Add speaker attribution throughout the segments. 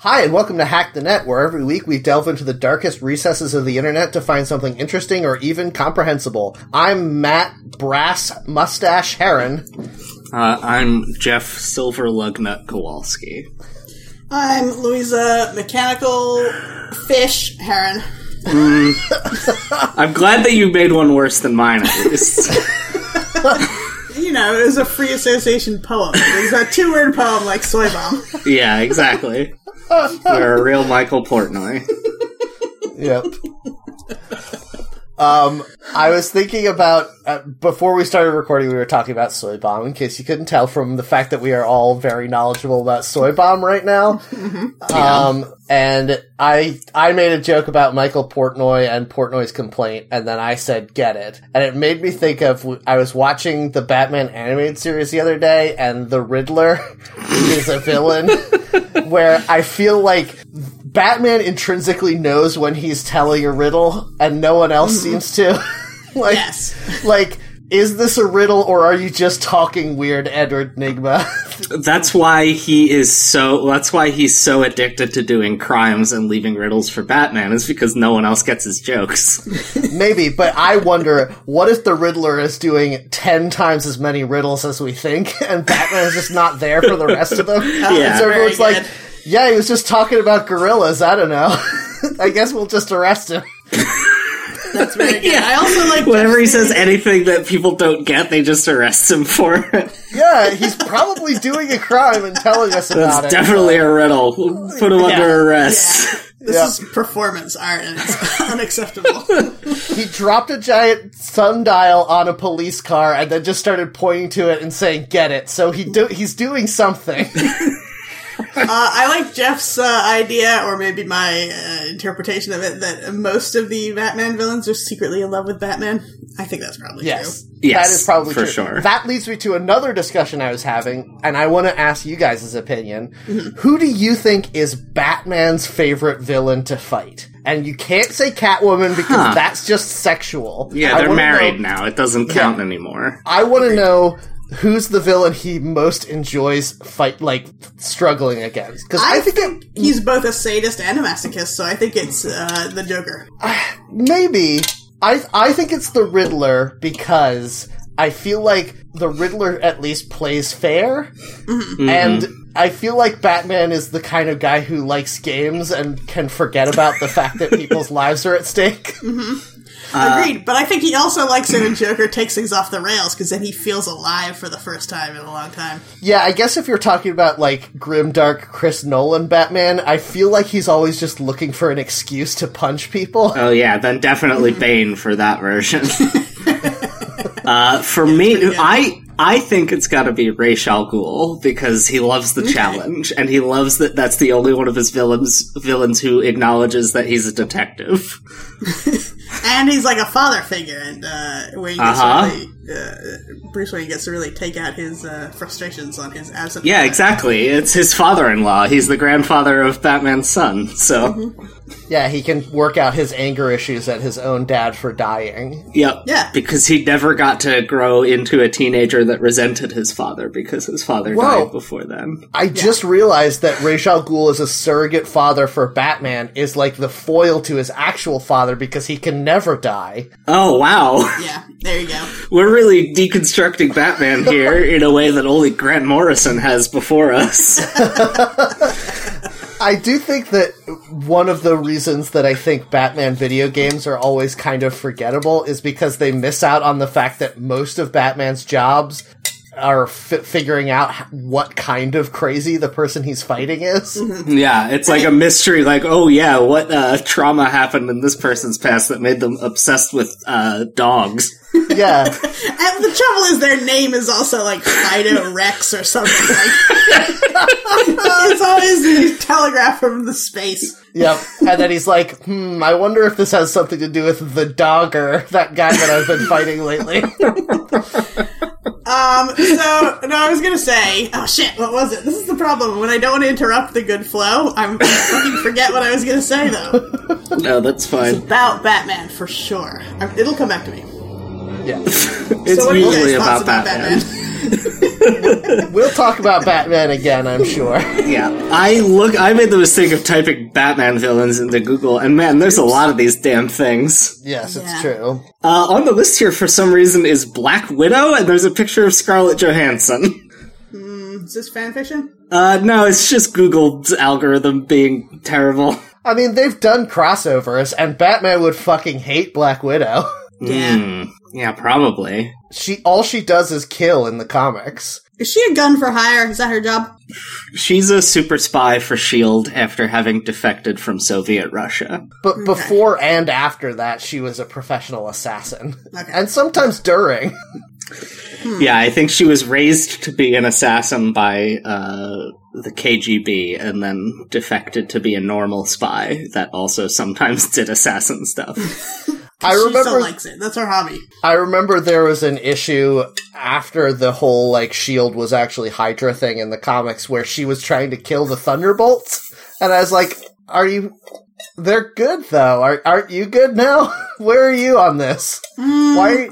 Speaker 1: Hi, and welcome to Hack the Net, where every week we delve into the darkest recesses of the internet to find something interesting or even comprehensible. I'm Matt Brass Mustache Heron.
Speaker 2: Uh, I'm Jeff Silver Lugnut Kowalski.
Speaker 3: I'm Louisa Mechanical Fish Heron.
Speaker 2: I'm glad that you made one worse than mine, at least.
Speaker 3: You know, it was a free association poem. It was a two word poem like soy bomb.
Speaker 2: yeah, exactly. You're a real Michael Portnoy.
Speaker 1: Yep. um, I was thinking about uh, before we started recording, we were talking about soy bomb. In case you couldn't tell from the fact that we are all very knowledgeable about soy bomb right now, um, and I I made a joke about Michael Portnoy and Portnoy's complaint, and then I said, "Get it," and it made me think of I was watching the Batman animated series the other day, and the Riddler is a villain. where I feel like Batman intrinsically knows when he's telling a riddle, and no one else seems to. like,
Speaker 3: Yes.
Speaker 1: like, is this a riddle, or are you just talking weird, Edward Nigma?
Speaker 2: That's why he is so. That's why he's so addicted to doing crimes and leaving riddles for Batman. Is because no one else gets his jokes.
Speaker 1: Maybe, but I wonder what if the Riddler is doing ten times as many riddles as we think, and Batman is just not there for the rest of them.
Speaker 2: Yeah.
Speaker 1: and so everyone's
Speaker 3: Very
Speaker 1: like,
Speaker 3: good.
Speaker 1: "Yeah, he was just talking about gorillas. I don't know. I guess we'll just arrest him."
Speaker 3: That's very good. I also like
Speaker 2: Whenever he says anything that people don't get, they just arrest him for it.
Speaker 1: Yeah, he's probably doing a crime and telling us about
Speaker 2: That's
Speaker 1: it.
Speaker 2: definitely a riddle. We'll Put him under arrest.
Speaker 3: This
Speaker 1: Yeah.
Speaker 3: is performance art and it's unacceptable.
Speaker 1: He dropped a giant sundial on a police car and then just started pointing to it and saying, "Get it." So he do- he's doing something.
Speaker 3: Uh, I like Jeff's uh, idea, or maybe my uh, interpretation of it, that most of the Batman villains are secretly in love with Batman. I think that's probably
Speaker 1: yes.
Speaker 2: Yes,
Speaker 1: that is probably
Speaker 2: for
Speaker 1: true.
Speaker 2: sure.
Speaker 1: That leads me to another discussion I was having, and I want to ask you guys' opinion.
Speaker 2: Mm-hmm.
Speaker 1: Who do you think is Batman's favorite villain to fight? And you can't say Catwoman because
Speaker 2: Huh.
Speaker 1: that's just sexual.
Speaker 2: Yeah,
Speaker 1: I
Speaker 2: they're
Speaker 1: wanna know-
Speaker 2: married now. It doesn't count anymore.
Speaker 1: I want to know who's the villain he most enjoys fight like struggling against because I,
Speaker 3: I
Speaker 1: think it
Speaker 3: true. He's both a sadist and a masochist, so I think it's uh, the Joker.
Speaker 1: maybe I I think it's the Riddler because I feel like the Riddler at least plays fair, and I feel like Batman is the kind of guy who likes games and can forget about the fact that people's lives are at stake.
Speaker 2: Uh,
Speaker 3: Agreed, but I think he also likes it when Joker takes things off the rails because then he feels alive for the first time in a long time.
Speaker 1: Yeah, I guess if you're talking about like grim, dark Chris Nolan Batman, I feel like he's always just looking for an excuse to punch people.
Speaker 2: Oh yeah, then definitely Bane for that version. uh, for me, I I think it's got to be Ra's al Ghul because he loves the challenge and he loves that that's the only one of his villains villains who acknowledges that he's a detective.
Speaker 3: And he's like a father figure, and uh, Wayne gets
Speaker 2: Uh-huh.
Speaker 3: to really, uh, Bruce Wayne gets to really take out his uh, frustrations on his absent.
Speaker 2: Yeah,
Speaker 3: father.
Speaker 2: exactly. It's his father-in-law. He's the grandfather of Batman's son. So,
Speaker 1: Yeah, he can work out his anger issues at his own dad for dying.
Speaker 2: yep.
Speaker 3: Yeah.
Speaker 2: Because he never got to grow into a teenager that resented his father because his father
Speaker 1: Whoa.
Speaker 2: died before then.
Speaker 1: I just realized that Ra's al Ghul is a surrogate father for Batman is like the foil to his actual father because he can never die.
Speaker 2: Oh wow.
Speaker 3: Yeah, there you go.
Speaker 2: We're really deconstructing Batman here in a way that only Grant Morrison has before us.
Speaker 1: I do think that one of the reasons that I think Batman video games are always kind of forgettable is because they miss out on the fact that most of Batman's jobs are fi- figuring out h- what kind of crazy the person he's fighting is.
Speaker 2: yeah, it's like a mystery. Like, oh yeah, what uh, trauma happened in this person's past that made them obsessed with uh, dogs?
Speaker 1: Yeah.
Speaker 3: And the trouble is, their name is also like Fido Rex or something. Like, it's always the telegraph from the space.
Speaker 1: Yep. And then he's like, hmm, I wonder if this has something to do with the dogger, that guy that I've been fighting lately.
Speaker 3: Um, so no, I was gonna say, oh shit, what was it? This is the problem when I don't want to interrupt the good flow. I'm I fucking forget what I was gonna say though
Speaker 2: No, that's fine.
Speaker 3: about Batman for sure. i it'll come back to me.
Speaker 1: yeah.
Speaker 2: It's
Speaker 3: what are your
Speaker 2: usually
Speaker 3: guys'
Speaker 2: about
Speaker 3: thoughts
Speaker 2: Batman.
Speaker 1: We'll talk about Batman again, I'm sure.
Speaker 2: Yeah, I look. I made the mistake of typing Batman villains into Google, and man, there's a lot of these damn things.
Speaker 1: Yes, it's
Speaker 3: Yeah.
Speaker 1: true.
Speaker 2: Uh, on the list here, for some reason, is Black Widow, and there's a picture of Scarlett Johansson.
Speaker 3: Is this fan fiction?
Speaker 2: Uh, no, it's just Google's algorithm being terrible.
Speaker 1: I mean, they've done crossovers, and Batman would fucking hate Black Widow.
Speaker 3: Yeah.
Speaker 2: Hmm. yeah, probably.
Speaker 1: She all she does is kill in the comics.
Speaker 3: Is she a gun for hire? Is that her job?
Speaker 2: She's a super spy for Shield E after having defected from Soviet Russia.
Speaker 1: But before and after that, she was a professional assassin.
Speaker 3: Okay.
Speaker 1: And sometimes during.
Speaker 2: Yeah, I think she was raised to be an assassin by uh, the KGB and then defected to be a normal spy that also sometimes did assassin stuff.
Speaker 1: I
Speaker 3: She still
Speaker 1: remember
Speaker 3: likes it. That's her hobby.
Speaker 1: I remember there was an issue after the whole like shield E was actually Hydra thing in the comics where she was trying to kill the Thunderbolts and I was like, "Are you they're good though. Are, aren't you good now? Where are you on this? why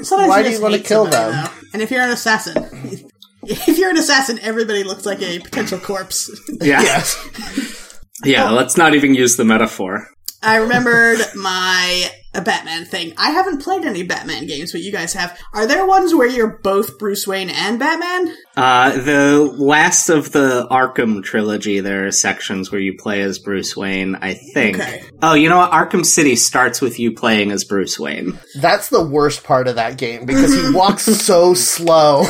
Speaker 3: Mm, Sometimes
Speaker 1: why
Speaker 3: you
Speaker 1: do
Speaker 3: just
Speaker 1: you want to
Speaker 3: hate
Speaker 1: kill
Speaker 3: somebody,
Speaker 1: them?
Speaker 3: though. And if you're an assassin, if you're an assassin, everybody looks like a potential corpse.
Speaker 2: Yeah.
Speaker 1: Yes.
Speaker 2: Yeah, let's not even use the metaphor.
Speaker 3: I remembered my a Batman thing. I haven't played any Batman games, but you guys have. Are there ones where you're both Bruce Wayne and Batman?
Speaker 2: Uh, the last of the Arkham trilogy, there are sections where you play as Bruce Wayne, I think.
Speaker 3: Okay.
Speaker 2: Oh, you know what? Arkham City starts with you playing as Bruce Wayne.
Speaker 1: That's the worst part of that game because he walks so slow.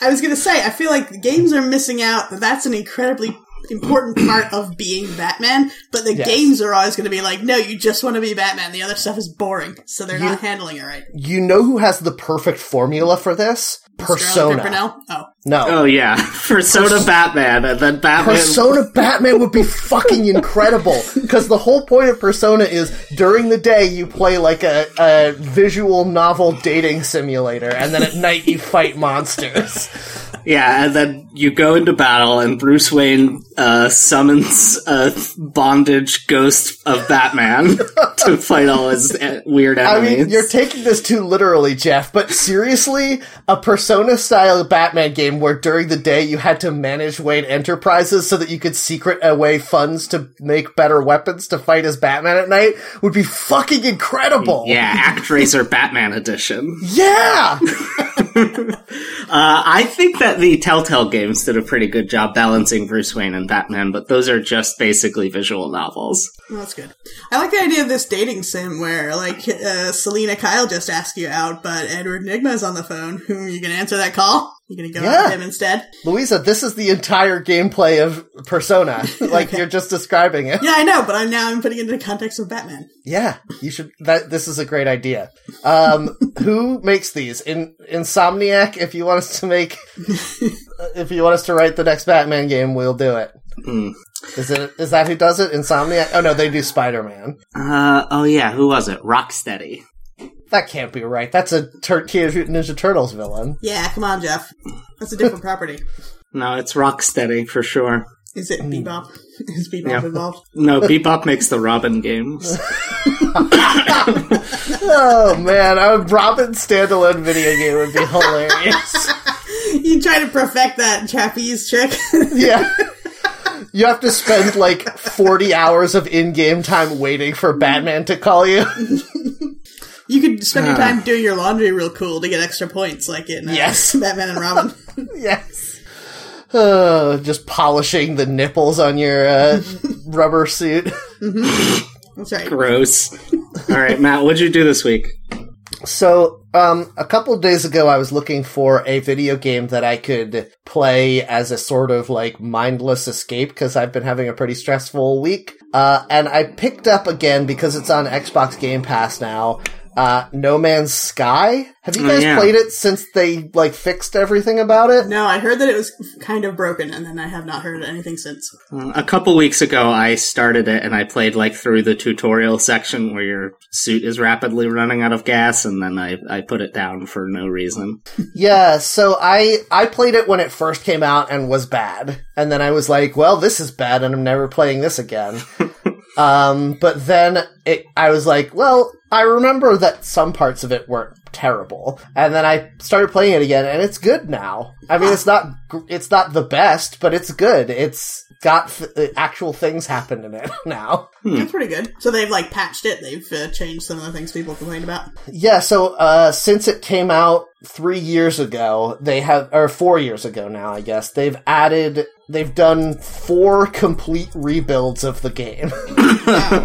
Speaker 3: I was gonna say, I feel like games are missing out. That's an incredibly important part of being Batman, but the
Speaker 1: Yes.
Speaker 3: games are always gonna be like, no, you just want to be Batman. The other stuff is boring, so they're not handling it right.
Speaker 1: You know who has the perfect formula for this?
Speaker 3: Scarlet
Speaker 1: Persona.
Speaker 3: Pimpernel? Oh,
Speaker 1: No.
Speaker 2: Oh, yeah. Persona Batman, and then Batman.
Speaker 1: Persona Batman would be fucking incredible because the whole point of Persona is during the day you play like a, a visual novel dating simulator, and then at night you fight monsters.
Speaker 2: Yeah, and then you go into battle, and Bruce Wayne uh, summons a bondage ghost of Batman to fight all his uh, weird
Speaker 1: I
Speaker 2: enemies.
Speaker 1: mean, you're taking this too literally, Jeff, but seriously, a Persona style Batman game where during the day you had to manage Wayne Enterprises so that you could secret away funds to make better weapons to fight as Batman at night would be fucking incredible.
Speaker 2: yeah, ActRaiser Batman edition.
Speaker 1: Yeah!
Speaker 2: Uh, I think that the Telltale games did a pretty good job balancing Bruce Wayne and Batman, but those are just basically visual novels.
Speaker 3: well, Oh, that's good. I like the idea of this dating sim where, like, uh, Selena Kyle just asked you out, but Edward Nigma's on the phone. Who are you gonna answer that call? You gonna go
Speaker 1: Yeah.
Speaker 3: with him instead?
Speaker 1: Louisa, this is the entire gameplay of Persona. like you're just describing it.
Speaker 3: Yeah, I know, but I'm now I'm putting it into the context of Batman.
Speaker 1: Yeah, you should. That this is a great idea. Um, who makes these? In Insomniac. If you want us to make, if you want us to write the next Batman game, we'll do it.
Speaker 2: Hmm.
Speaker 1: Is it? Is that who does it? Insomniac. Oh no, they do Spider Man.
Speaker 2: Uh, oh yeah, who was it? Rocksteady.
Speaker 1: That can't be right. That's a tur- Teenage Mutant Ninja Turtles villain.
Speaker 3: Yeah, come on, Jeff. That's a different property.
Speaker 2: No, it's Rocksteady for sure.
Speaker 3: Is it Bebop? Is Bebop
Speaker 2: Yeah.
Speaker 3: involved?
Speaker 2: No, Bebop makes the Robin games.
Speaker 1: Oh man, a Robin standalone video game would be hilarious.
Speaker 3: You try to perfect that trapeze trick.
Speaker 1: Yeah. You have to spend like 40 hours of in game time waiting for Batman to call you.
Speaker 3: you could spend
Speaker 1: Uh.
Speaker 3: your time doing your laundry real cool to get extra points, like in uh,
Speaker 1: Yes.
Speaker 3: Batman and Robin.
Speaker 1: yes. Uh, just polishing the nipples on your uh, rubber suit.
Speaker 3: That's right.
Speaker 2: Gross. All right, Matt, what'd you do this week?
Speaker 1: So, um, a couple days ago, I was looking for a video game that I could play as a sort of like mindless escape because I've been having a pretty stressful week. Uh, and I picked up again because it's on Xbox Game Pass now. Uh, No Man's Sky. Have you
Speaker 2: Oh,
Speaker 1: guys
Speaker 2: yeah.
Speaker 1: played it since they like fixed everything about it?
Speaker 3: No, I heard that it was kind of broken, and then I have not heard anything since.
Speaker 2: Uh, A couple weeks ago, I started it and I played like through the tutorial section where your suit is rapidly running out of gas, and then I, I put it down for no reason.
Speaker 1: Yeah, so I I played it when it first came out and was bad, and then I was like, well, this is bad, and I'm never playing this again. um, but then it, I was like, well, I remember that some parts of it weren't terrible. And then I started playing it again, and it's good now. I mean, it's not gr- it's not the best, but it's good. It's got th- actual things happen in it now.
Speaker 3: It's pretty good. So they've like patched it. They've uh, changed some of the things people complained about.
Speaker 1: Yeah, so uh, since it came out three years ago, they have, or four years ago now, I guess, they've added, they've done four complete rebuilds of the game.
Speaker 3: Um,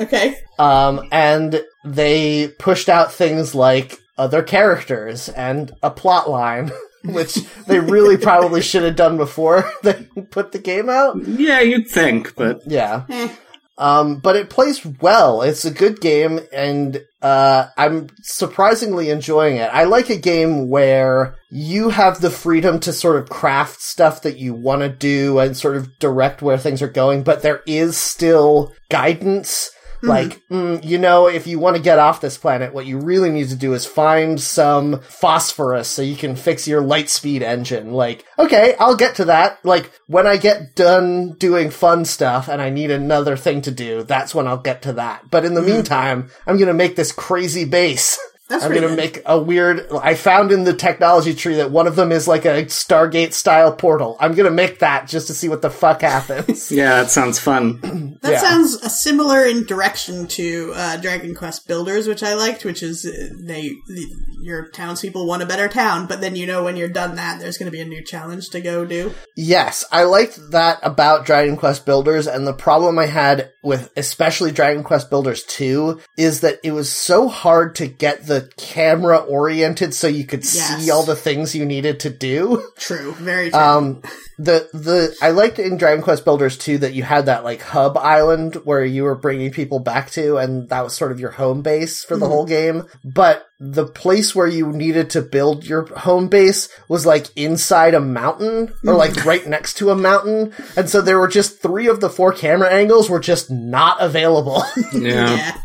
Speaker 3: Okay.
Speaker 1: Um, and they pushed out things like other characters and a plot line, which they really probably should have done before they put the game out.
Speaker 2: yeah, you'd think, but
Speaker 1: Yeah.
Speaker 3: Eh.
Speaker 1: Um, but it plays well. It's a good game, and uh, I'm surprisingly enjoying it. I like a game where you have the freedom to sort of craft stuff that you want to do and sort of direct where things are going, but there is still guidance.
Speaker 3: Mm-hmm.
Speaker 1: Like, mm, you know, if you want to get off this planet, what you really need to do is find some phosphorus so you can fix your light speed engine. Like, okay, I'll get to that. Like, when I get done doing fun stuff and I need another thing to do, that's when I'll get to that. But
Speaker 3: Mm-hmm.
Speaker 1: in the meantime, I'm going to make this crazy base.
Speaker 3: That's
Speaker 1: I'm
Speaker 3: pretty
Speaker 1: gonna
Speaker 3: good.
Speaker 1: make a weird. I found in the technology tree that one of them is like a Stargate style portal. I'm gonna make that just to see what the fuck happens.
Speaker 2: yeah, that sounds fun.
Speaker 3: That
Speaker 1: Yeah.
Speaker 3: sounds uh, similar in direction to uh, Dragon Quest Builders, which I liked, which is uh, they the, your townspeople want a better town, but then you know when you're done that, there's going to be a new challenge to go do.
Speaker 1: Yes, I liked that about Dragon Quest Builders, and the problem I had with especially Dragon Quest Builders 2 is that it was so hard to get the camera oriented so you could
Speaker 3: Yes.
Speaker 1: see all the things you needed to do.
Speaker 3: True, very true.
Speaker 1: Um, the the I liked in Dragon Quest Builders 2 that you had that like hub island where you were bringing people back to, and that was sort of your home base for the whole game. But the place where you needed to build your home base was like inside a mountain or like right next to a mountain, and so there were just three of the four camera angles were just not available.
Speaker 2: Yeah.
Speaker 3: yeah,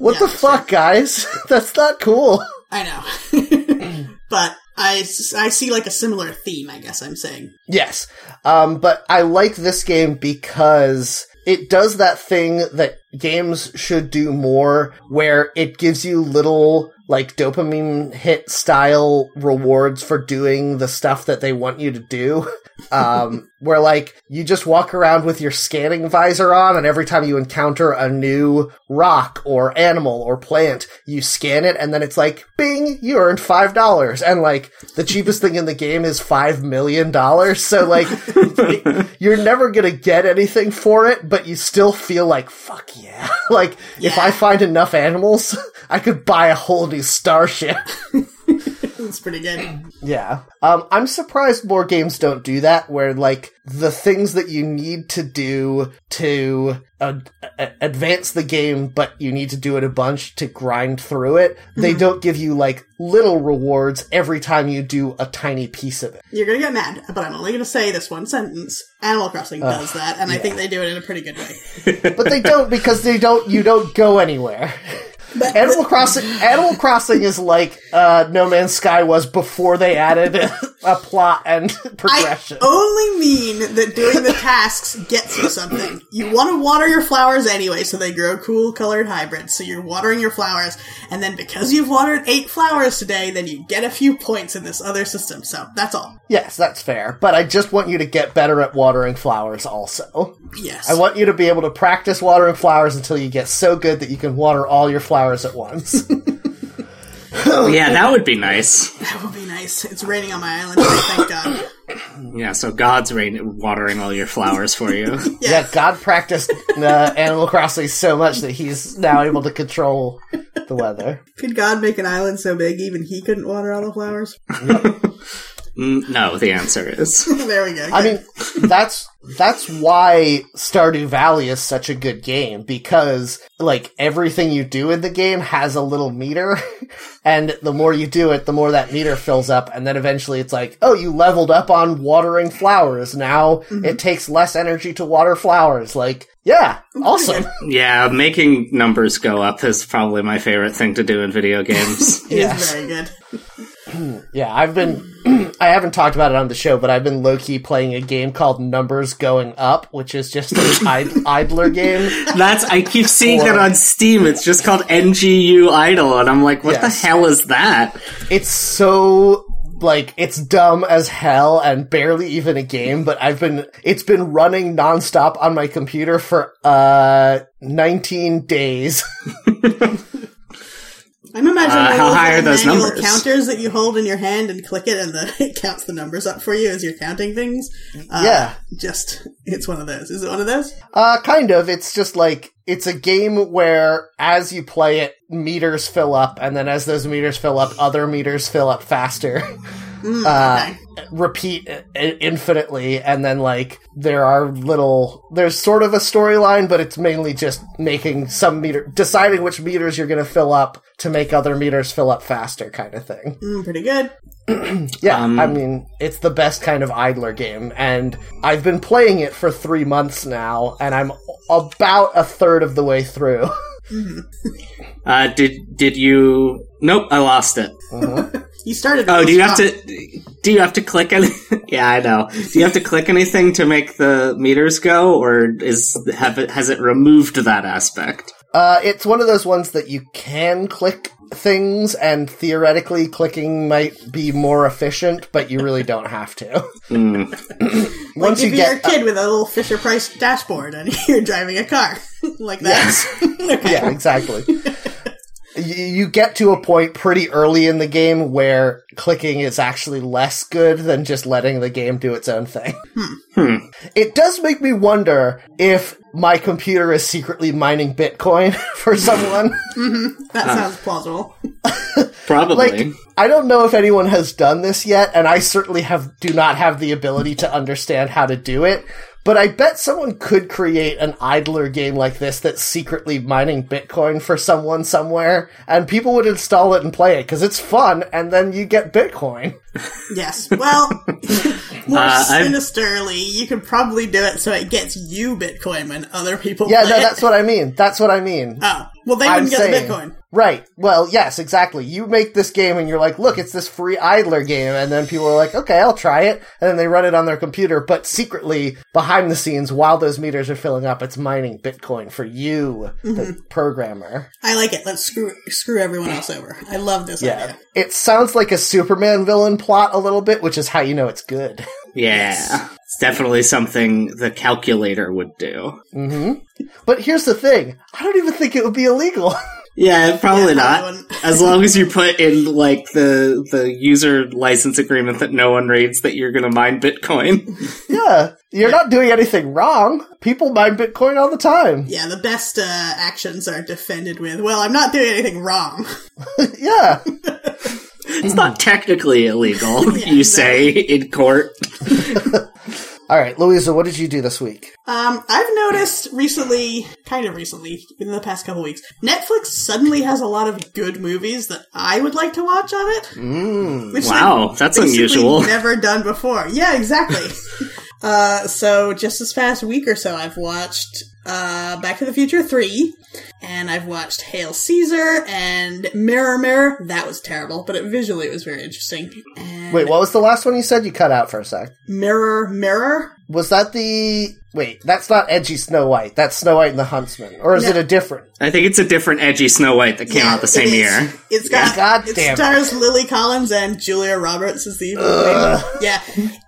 Speaker 1: what
Speaker 3: Yeah,
Speaker 1: the fuck, guys? That's not cool.
Speaker 3: I know, but I s- I see like a similar theme. I guess I'm saying
Speaker 1: Yes. Um, but I like this game because it does that thing that games should do more where it gives you little like dopamine hit style rewards for doing the stuff that they want you to do. Um, where like you just walk around with your scanning visor on and every time you encounter a new rock or animal or plant, you scan it and then it's like, bing, you earned five dollars. And like the cheapest thing in the game is five million dollars. So like you're never gonna get anything for it, but you still feel like, fuck yeah. like if
Speaker 3: Yeah.
Speaker 1: I find enough animals, I could buy a whole new starship.
Speaker 3: it's pretty good.
Speaker 1: Yeah. Um, I'm surprised more games don't do that, where, like, the things that you need to do to uh, a- advance the game, but you need to do it a bunch to grind through it, they don't give you, like, little rewards every time you do a tiny piece of it.
Speaker 3: You're gonna get mad, but I'm only gonna say this one sentence. Animal Crossing does that, and I think they do it in a pretty good way.
Speaker 1: But they don't because they don't, you don't go anywhere. Animal Crossing, Animal Crossing is like uh, No Man's Sky was before they added a plot and
Speaker 3: I
Speaker 1: progression.
Speaker 3: only mean that doing the tasks gets you something. You want to water your flowers anyway, so they grow cool colored hybrids. So you're watering your flowers, and then because you've watered eight flowers today, then you get a few points in this other system. So that's all.
Speaker 1: Yes, that's fair. But I just want you to get better at watering flowers also.
Speaker 3: Yes.
Speaker 1: I want you to be able to practice watering flowers until you get so good that you can water all your flowers at once.
Speaker 2: Oh, yeah, that would be nice.
Speaker 3: that would be nice. It's raining on my island. today, Thank God.
Speaker 2: Yeah, so God's rain watering all your flowers for you.
Speaker 1: yeah. God practiced uh, Animal Crossing so much that he's now able to control the weather.
Speaker 3: Could God make an island so big even he couldn't water all the flowers?
Speaker 2: Mm, no, the answer is.
Speaker 3: there we go.
Speaker 1: I mean, that's that's why Stardew Valley is such a good game because like everything you do in the game has a little meter, and the more you do it, the more that meter fills up, and then eventually it's like, oh, you leveled up on watering flowers. Now it takes less energy to water flowers. Like, yeah, awesome.
Speaker 2: Yeah, making numbers go up is probably my favorite thing to do in video games.
Speaker 3: It is
Speaker 1: Yes.
Speaker 3: very good.
Speaker 1: Yeah, I've been. I haven't talked about it on the show, but I've been low key playing a game called Numbers Going Up, which is just an Id- idler game.
Speaker 2: That's I keep seeing it on Steam. It's just called NGU Idol, and I'm like, what
Speaker 1: Yes.
Speaker 2: the hell is that?
Speaker 1: It's so like it's dumb as hell and barely even a game, but I've been it's been running nonstop on my computer for uh 19 days.
Speaker 3: I'm imagining
Speaker 2: Uh,
Speaker 3: one
Speaker 2: how
Speaker 3: of
Speaker 2: high are
Speaker 3: the
Speaker 2: those
Speaker 3: manual
Speaker 2: numbers?
Speaker 3: counters that you hold in your hand and click it, and the, it counts the numbers up for you as you're counting things. Uh,
Speaker 1: Yeah.
Speaker 3: just it's one of those. Is it one of those?
Speaker 1: Uh, kind of. It's just like, it's a game where as you play it, meters fill up, and then as those meters fill up, other meters fill up faster. uh,
Speaker 3: okay.
Speaker 1: Repeat i- infinitely, and then like, there are little, there's sort of a storyline, but it's mainly just making some meter, deciding which meters you're gonna fill up to make other meters fill up faster kind of thing.
Speaker 3: Mm, pretty good.
Speaker 1: Yeah,
Speaker 2: Um,
Speaker 1: I mean, it's the best kind of idler game, and I've been playing it for three months now, and I'm about a third of the way through.
Speaker 2: Uh, did did you? Nope, I lost it.
Speaker 3: You started.
Speaker 2: Oh,
Speaker 3: with
Speaker 2: do you
Speaker 3: the
Speaker 2: have
Speaker 3: stop.
Speaker 2: to? Do you have to click any? yeah, I know. Do you have to click anything to make the meters go, or is have it has it removed that aspect?
Speaker 1: Uh, it's one of those ones that you can click things, and theoretically, clicking might be more efficient, but you really don't have to.
Speaker 2: Hmm.
Speaker 1: Once
Speaker 3: If
Speaker 1: you
Speaker 3: you're
Speaker 1: get,
Speaker 3: a kid with a little Fisher Price dashboard and you're driving a car like that. okay.
Speaker 1: yeah, exactly. You, you get to a point pretty early in the game where clicking is actually less good than just letting the game do its own thing.
Speaker 2: Hmm.
Speaker 1: It does make me wonder if my computer is secretly mining Bitcoin for someone.
Speaker 2: Uh,
Speaker 3: That sounds plausible.
Speaker 2: Probably.
Speaker 1: like, I don't know if anyone has done this yet, and I certainly have do not have the ability to understand how to do it. But I bet someone could create an idler game like this that's secretly mining Bitcoin for someone somewhere, and people would install it and play it because it's fun, and then you get Bitcoin.
Speaker 3: Yes. Well, more
Speaker 2: Uh, I'm-
Speaker 3: sinisterly, you could probably do it so it gets you Bitcoin when other people.
Speaker 1: Yeah,
Speaker 3: play
Speaker 1: no,
Speaker 3: it.
Speaker 1: that's what I mean. That's what I mean.
Speaker 3: Oh, well, they
Speaker 1: I'm
Speaker 3: wouldn't get
Speaker 1: saying.
Speaker 3: the Bitcoin.
Speaker 1: Right. Well, yes, exactly. You make this game and you're like, look, it's this free idler game. And then people are like, okay, I'll try it. And then they run it on their computer. But secretly, behind the scenes, while those meters are filling up, it's mining Bitcoin for you, the programmer.
Speaker 3: I like it. Let's screw screw everyone else over. I love this
Speaker 1: Yeah.
Speaker 3: idea.
Speaker 1: It sounds like a Superman villain plot a little bit, which is how you know it's good.
Speaker 2: yeah, it's definitely something the calculator would do.
Speaker 1: But here's the thing I don't even think it would be illegal.
Speaker 2: Yeah, probably
Speaker 3: probably
Speaker 2: not.
Speaker 3: wouldn't.
Speaker 2: as long as you put in like the the user license agreement that no one reads that you're going to mine Bitcoin.
Speaker 1: yeah. You're not doing anything wrong. People mine Bitcoin all the time.
Speaker 3: Yeah, the best uh, actions are defended with, "Well, I'm not doing anything wrong."
Speaker 1: Yeah.
Speaker 2: It's not technically illegal, you say in court.
Speaker 1: all right, Louisa, what did you do this week?
Speaker 3: Um, I've noticed recently, kind of recently, in the past couple weeks, Netflix suddenly has a lot of good movies that I would like to watch on it. which they've
Speaker 2: Wow, that's
Speaker 3: basically
Speaker 2: unusual.
Speaker 3: Never done before. Yeah, exactly. uh, so just this past week or so, I've watched uh, Back to the Future Three, and I've watched Hail Caesar and Mirror Mirror. That was terrible, but it, visually it was very interesting. And
Speaker 1: Wait, what was the last one you said? You cut out for a sec.
Speaker 3: Mirror Mirror.
Speaker 1: Was that the wait? That's not edgy Snow White. That's Snow White and the Huntsman, or is
Speaker 3: No.
Speaker 1: it a different?
Speaker 2: I think it's a different edgy Snow White that came out the
Speaker 3: it
Speaker 2: same
Speaker 3: is.
Speaker 2: year.
Speaker 3: It's got
Speaker 1: God
Speaker 3: it
Speaker 1: damn it.
Speaker 3: stars Lily Collins and Julia Roberts is the evil queen. Yeah,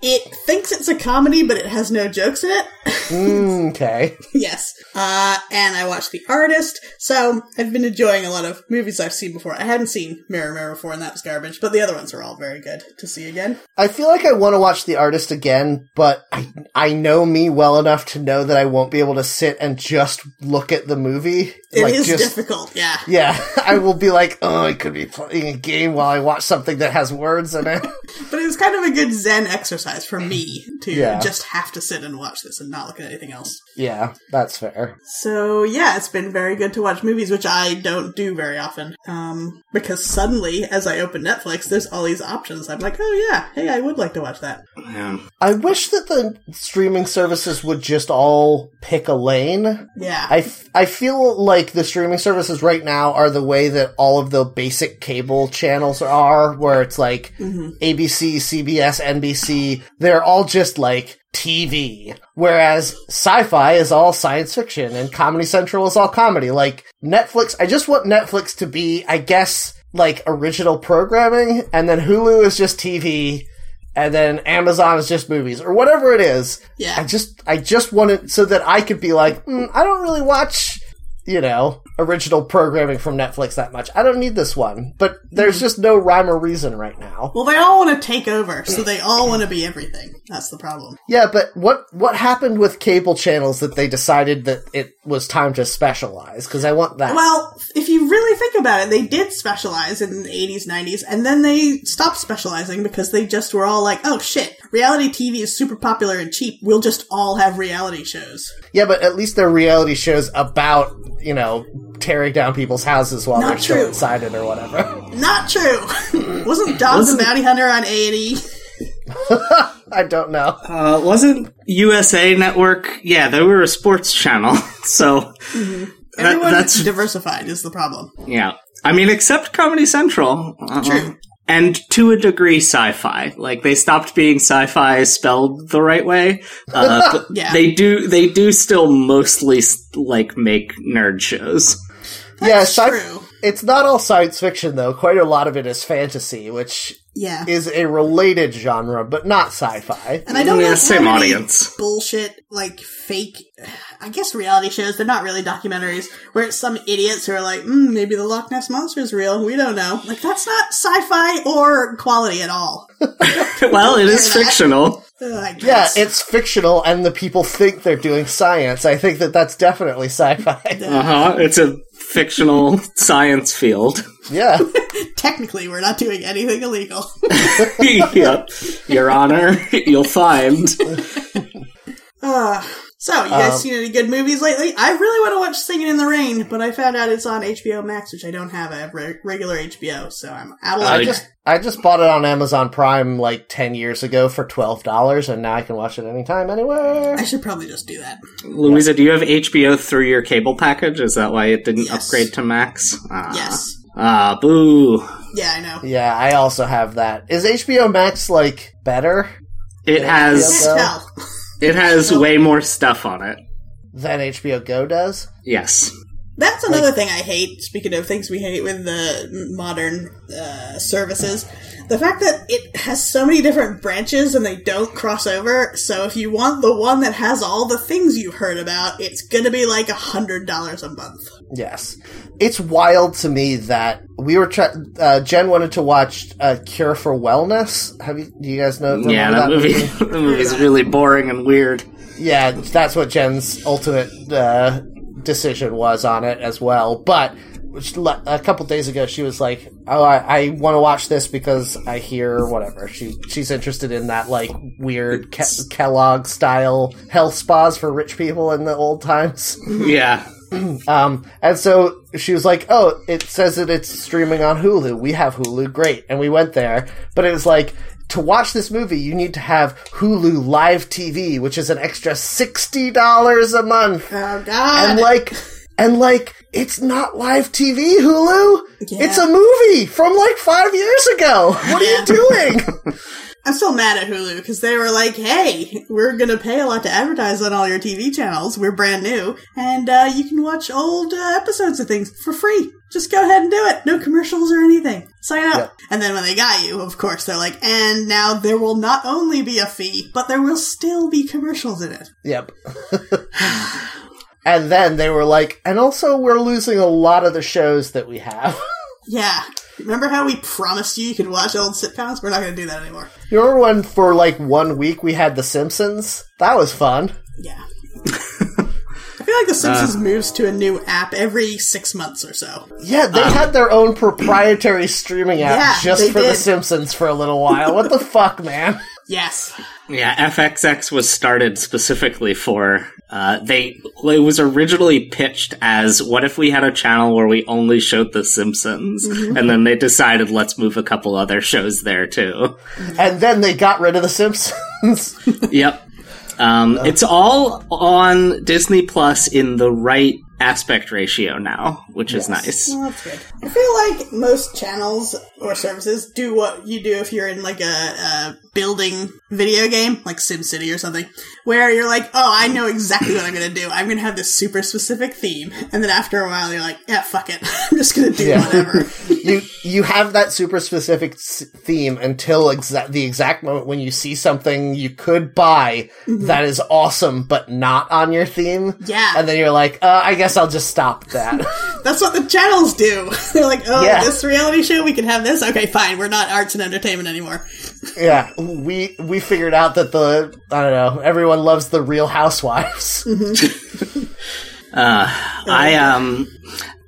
Speaker 3: it thinks it's a comedy, but it has no jokes in it.
Speaker 1: Mm, Okay,
Speaker 3: Yes. Uh, and I watched The Artist. So I've been enjoying a lot of movies I've seen before. I hadn't seen Mirror Mirror before, and that was garbage, but the other ones are all very good to see again.
Speaker 1: I feel like I want to watch The Artist again, but I I know me well enough to know that I won't be able to sit and just look at the movie.
Speaker 3: It is
Speaker 1: like just
Speaker 3: difficult, yeah.
Speaker 1: yeah, I will be like, oh, I could be playing a game while I watch something that has words in it.
Speaker 3: But it was kind of a good Zen exercise for me to
Speaker 1: Yeah.
Speaker 3: just have to sit and watch this and not look at anything else.
Speaker 1: Yeah, that's fair.
Speaker 3: So yeah, it's been very good to watch movies, which I don't do very often. Um, because suddenly, as I open Netflix, there's all these options. I'm like, oh yeah, hey, I would like to watch that.
Speaker 2: Yeah.
Speaker 1: I wish that the streaming services would just all pick a lane.
Speaker 3: Yeah,
Speaker 1: I, f- I feel like the streaming services right now are the way that all of the basic cable channels are, where it's like
Speaker 3: Mhm.
Speaker 1: ABC, CBS, NBC, they're all just like TV. Whereas sci fi is all science fiction and Comedy Central is all comedy. Like Netflix, I just want Netflix to be, I guess, like original programming, and then Hulu is just TV. And then Amazon is just movies or whatever it is. I
Speaker 3: yeah,
Speaker 1: just I just want it so that I could be like, mm, I don't really watch, you know, original programming from Netflix that much. I don't need this one. But
Speaker 3: Hmm.
Speaker 1: there's just no rhyme or reason right now.
Speaker 3: Well, they all want to take over, so they all want to be everything. That's the problem.
Speaker 1: Yeah, but what what happened with cable channels that they decided that it was time to specialize? Because I want that.
Speaker 3: Well, if you really think about it, they did specialize in the 80s, 90s, and then they stopped specializing because they just were all like, oh shit, reality TV is super popular and cheap. We'll just all have reality shows.
Speaker 1: yeah, but at least they're reality shows about you know tearing down people's houses while
Speaker 3: Not
Speaker 1: they're still
Speaker 3: true.
Speaker 1: inside it or whatever.
Speaker 3: Not true! Wasn't Dog the Bounty Hunter on E? 80?
Speaker 1: I don't know.
Speaker 2: Uh, wasn't USA Network? Yeah, they were a sports channel. So that-
Speaker 3: Mm-hmm. Everyone
Speaker 2: that's
Speaker 3: diversified is the problem.
Speaker 2: yeah. I mean, except Comedy Central. Uh-huh.
Speaker 3: True.
Speaker 2: And to a degree, sci-fi. Like they stopped being sci-fi spelled the right way. Uh, but
Speaker 3: Yeah.
Speaker 2: They do. They do still mostly like make nerd shows.
Speaker 1: yeah,
Speaker 3: That's
Speaker 1: sci-
Speaker 3: true.
Speaker 1: It's not all science fiction though. Quite a lot of it is fantasy, which
Speaker 3: Yeah.
Speaker 1: is a related genre, but not sci-fi.
Speaker 3: And I don't
Speaker 2: Yeah,
Speaker 3: know
Speaker 2: same
Speaker 3: how many
Speaker 2: audience.
Speaker 3: bullshit like fake. I guess reality shows. They're not really documentaries where it's some idiots who are like, mm, maybe the Loch Ness monster is real. We don't know. Like that's not sci-fi or quality at all.
Speaker 2: well, it is
Speaker 3: Fair enough.
Speaker 2: fictional.
Speaker 3: Ugh, I
Speaker 1: Yeah,
Speaker 3: guess.
Speaker 1: it's fictional, and the people think they're doing science. I think that that's definitely sci-fi.
Speaker 2: Uh huh. It's a fictional science field.
Speaker 1: yeah,
Speaker 3: technically we're not doing anything illegal.
Speaker 2: yep. Your Honor, you'll find.
Speaker 3: Ugh. so you guys
Speaker 1: Um,
Speaker 3: seen any good movies lately? I really want to watch Singing in the Rain, but I found out it's on HBO Max, which I don't have. I have re- regular HBO, so I'm out of
Speaker 1: I
Speaker 2: Uh,
Speaker 3: luck.
Speaker 1: just I just bought it on Amazon Prime like ten years ago for twelve dollars, and now I can watch it anytime, anywhere.
Speaker 3: I should probably just do that.
Speaker 2: Louisa, do you have HBO through your cable package? Is that why it didn't
Speaker 3: Yes.
Speaker 2: upgrade to Max? Ah.
Speaker 3: Yes.
Speaker 2: Ah, boo.
Speaker 3: Yeah, I know.
Speaker 1: Yeah, I also have that. Is HBO Max like better
Speaker 2: It
Speaker 3: Can't
Speaker 2: has
Speaker 1: Yep.
Speaker 3: tell.
Speaker 2: it has way more stuff on it.
Speaker 1: than HBO Go does?
Speaker 2: Yes.
Speaker 3: That's another thing I hate. Speaking of things we hate with the modern uh, services, the fact that it has so many different branches and they don't cross over. So if you want the one that has all the things you've heard about, it's gonna be like a hundred dollars a month.
Speaker 1: Yes, it's wild to me that we were. Tra- uh, Jen wanted to watch uh, Cure for Wellness. Have you? Do you guys know? remember
Speaker 2: Yeah, that movie that movie's really boring and weird.
Speaker 1: yeah, that's what Jen's ultimate uh, decision was on it as well. But which le- a couple days ago, she was like, "Oh, I, I want to watch this because I hear whatever." She she's interested in that like weird Ke- Kellogg style health spas for rich people in the old times.
Speaker 2: Yeah.
Speaker 1: Um, and so she was like, "Oh, it says that it's streaming on Hulu. We have Hulu, great." And we went there, but it was like to watch this movie, you need to have Hulu Live TV, which is an extra sixty dollars a month,
Speaker 3: Oh God!
Speaker 1: and like, and like, it's not live TV, Hulu.
Speaker 3: Yeah.
Speaker 1: It's a movie from like five years ago. What are
Speaker 3: Yeah.
Speaker 1: you doing?
Speaker 3: I'm still mad at Hulu because they were like, "Hey, we're gonna pay a lot to advertise on all your TV channels. We're brand new, and uh, you can watch old uh, episodes of things for free. Just go ahead and do it. No commercials or anything. Sign up."
Speaker 1: Yeah.
Speaker 3: And then when they got you, of course, they're like, "And now there will not only be a fee, but there will still be commercials in it."
Speaker 1: Yep. and then they were like, and also we're losing a lot of the shows that we have.
Speaker 3: Yeah. Remember how we promised you you could watch old sitcoms? We're not gonna do that anymore.
Speaker 1: You remember when for like one week we had The Simpsons? That was fun.
Speaker 3: Yeah. I feel like The Simpsons moves to a new app every six months or so.
Speaker 1: Yeah, they had their own proprietary streaming app
Speaker 3: Um, Yeah,
Speaker 1: just
Speaker 3: they
Speaker 1: for The
Speaker 3: did.
Speaker 1: Simpsons for a little while. What the fuck, man?
Speaker 3: Yes.
Speaker 2: Yeah, FXX was started specifically for. Uh, they it was originally pitched as what if we had a channel where we only showed The Simpsons, and then they decided let's move a couple other shows there too.
Speaker 1: And then they got rid of The Simpsons.
Speaker 2: yep, um, it's all on Disney Plus in the right aspect ratio now, which is nice.
Speaker 3: Well, that's good. I feel like most channels or services do what you do if you're in like a, a building video game, like SimCity or something, where you're like, oh, I know exactly what I'm going to do. I'm going to have this super specific theme. And then after a while, you're like, yeah, fuck it. I'm just going to do
Speaker 1: Yeah.
Speaker 3: whatever.
Speaker 1: you you have that super specific s- theme until exa- the exact moment when you see something you could buy that is awesome but not on your theme.
Speaker 3: Mm-hmm. Yeah.
Speaker 1: and then you're like, uh, I guess I'll just stop that.
Speaker 3: That's what the channels do. They're like, oh,
Speaker 1: Yeah.
Speaker 3: this reality show, we can have this. Okay, fine. We're not arts and entertainment anymore.
Speaker 1: yeah, we we figured out that the I don't know everyone loves the Real Housewives.
Speaker 2: I um,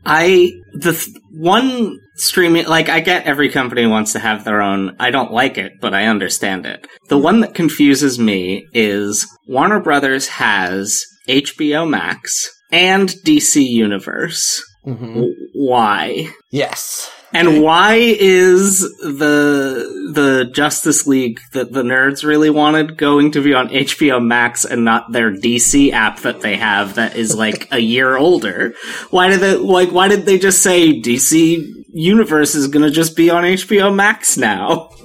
Speaker 2: I the th- one streaming like I get every company wants to have their own. I don't like it, but I understand it. The one that confuses me is Warner Brothers has HBO Max and DC Universe. W- Why?
Speaker 1: yes,
Speaker 2: And why is the the Justice League that the nerds really wanted going to be on HBO Max and not their DC app that they have that is like a year older? Why did they like why did they just say DC Universe is going to just be on HBO Max now?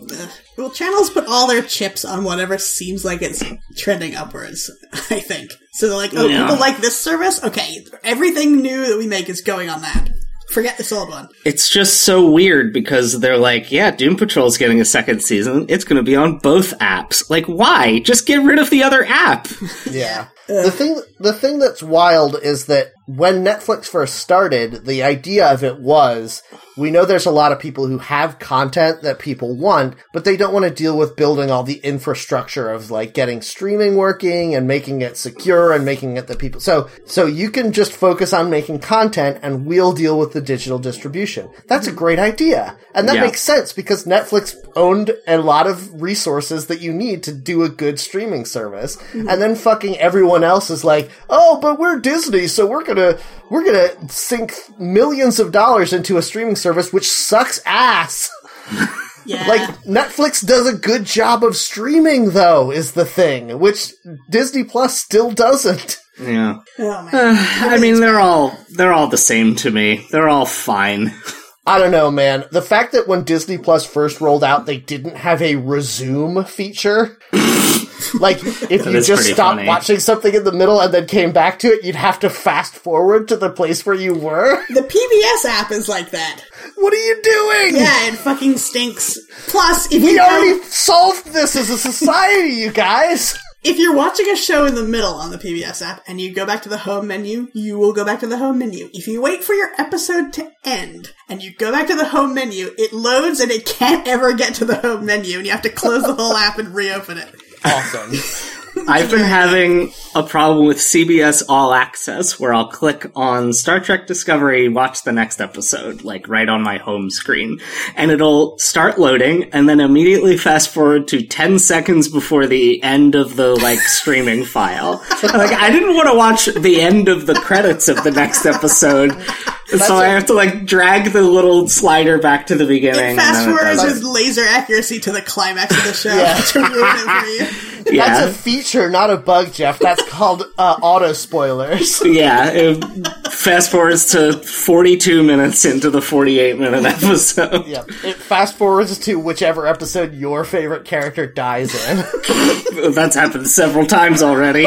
Speaker 3: Well, channels put all their chips on whatever seems like it's trending upwards, I think. So they're like, oh,
Speaker 2: Yeah.
Speaker 3: people like this service? Okay, everything new that we make is going on that. Forget this old one.
Speaker 2: It's just so weird because they're like, yeah, Doom Patrol's getting a second season. It's going to be on both apps. Like why? Just get rid of the other app.
Speaker 1: Yeah. The thing the thing that's wild is that when Netflix first started, the idea of it was we know there's a lot of people who have content that people want, but they don't want to deal with building all the infrastructure of like getting streaming working and making it secure and making it that people so so you can just focus on making content and we'll deal with the digital distribution. That's a great idea. And that
Speaker 2: Yeah.
Speaker 1: makes sense because Netflix owned a lot of resources that you need to do a good streaming service. And then fucking everyone else is like, "Oh, but we're Disney, so we're going to we're going to sink millions of dollars into a streaming service which sucks ass."
Speaker 3: Yeah.
Speaker 1: Like Netflix does a good job of streaming though is the thing, which Disney Plus still doesn't.
Speaker 2: Yeah.
Speaker 3: oh, man.
Speaker 2: I mean, they're all they're all the same to me. They're all fine.
Speaker 1: I don't know, man. The fact that when Disney Plus first rolled out, they didn't have a resume feature. like, if you
Speaker 2: is
Speaker 1: just
Speaker 2: pretty
Speaker 1: stopped
Speaker 2: funny.
Speaker 1: watching something in the middle and then came back to it, you'd have to fast forward to the place where you were.
Speaker 3: the PBS app is like that.
Speaker 1: what are you doing?
Speaker 3: Yeah, it fucking stinks. Plus, if
Speaker 1: We
Speaker 3: you
Speaker 1: already
Speaker 3: already-
Speaker 1: solved this as a society, you guys.
Speaker 3: if you're watching a show in the middle on the PBS app and you go back to the home menu, you will go back to the home menu. If you wait for your episode to end and you go back to the home menu, it loads and it can't ever get to the home menu and you have to close the whole app and reopen it.
Speaker 1: Awesome.
Speaker 2: I've been having a problem with CBS All Access where I'll click on Star Trek Discovery, watch the next episode, like right on my home screen, and it'll start loading and then immediately fast forward to 10 seconds before the end of the like streaming file. Like I didn't want to watch the end of the credits of the next episode. so I have to like drag the little slider back to the beginning. and
Speaker 3: Fast
Speaker 2: then it
Speaker 3: forwards
Speaker 2: does-
Speaker 3: with laser accuracy to the climax of the show
Speaker 1: Yeah.
Speaker 3: to ruin it for you.
Speaker 2: yeah.
Speaker 1: That's a feature, not a bug, Jeff. That's called uh, auto spoilers.
Speaker 2: Yeah, it fast forwards to 42 minutes into the 48 minute episode.
Speaker 1: Yeah. It fast forwards to whichever episode your favorite character dies in.
Speaker 2: That's happened several times already.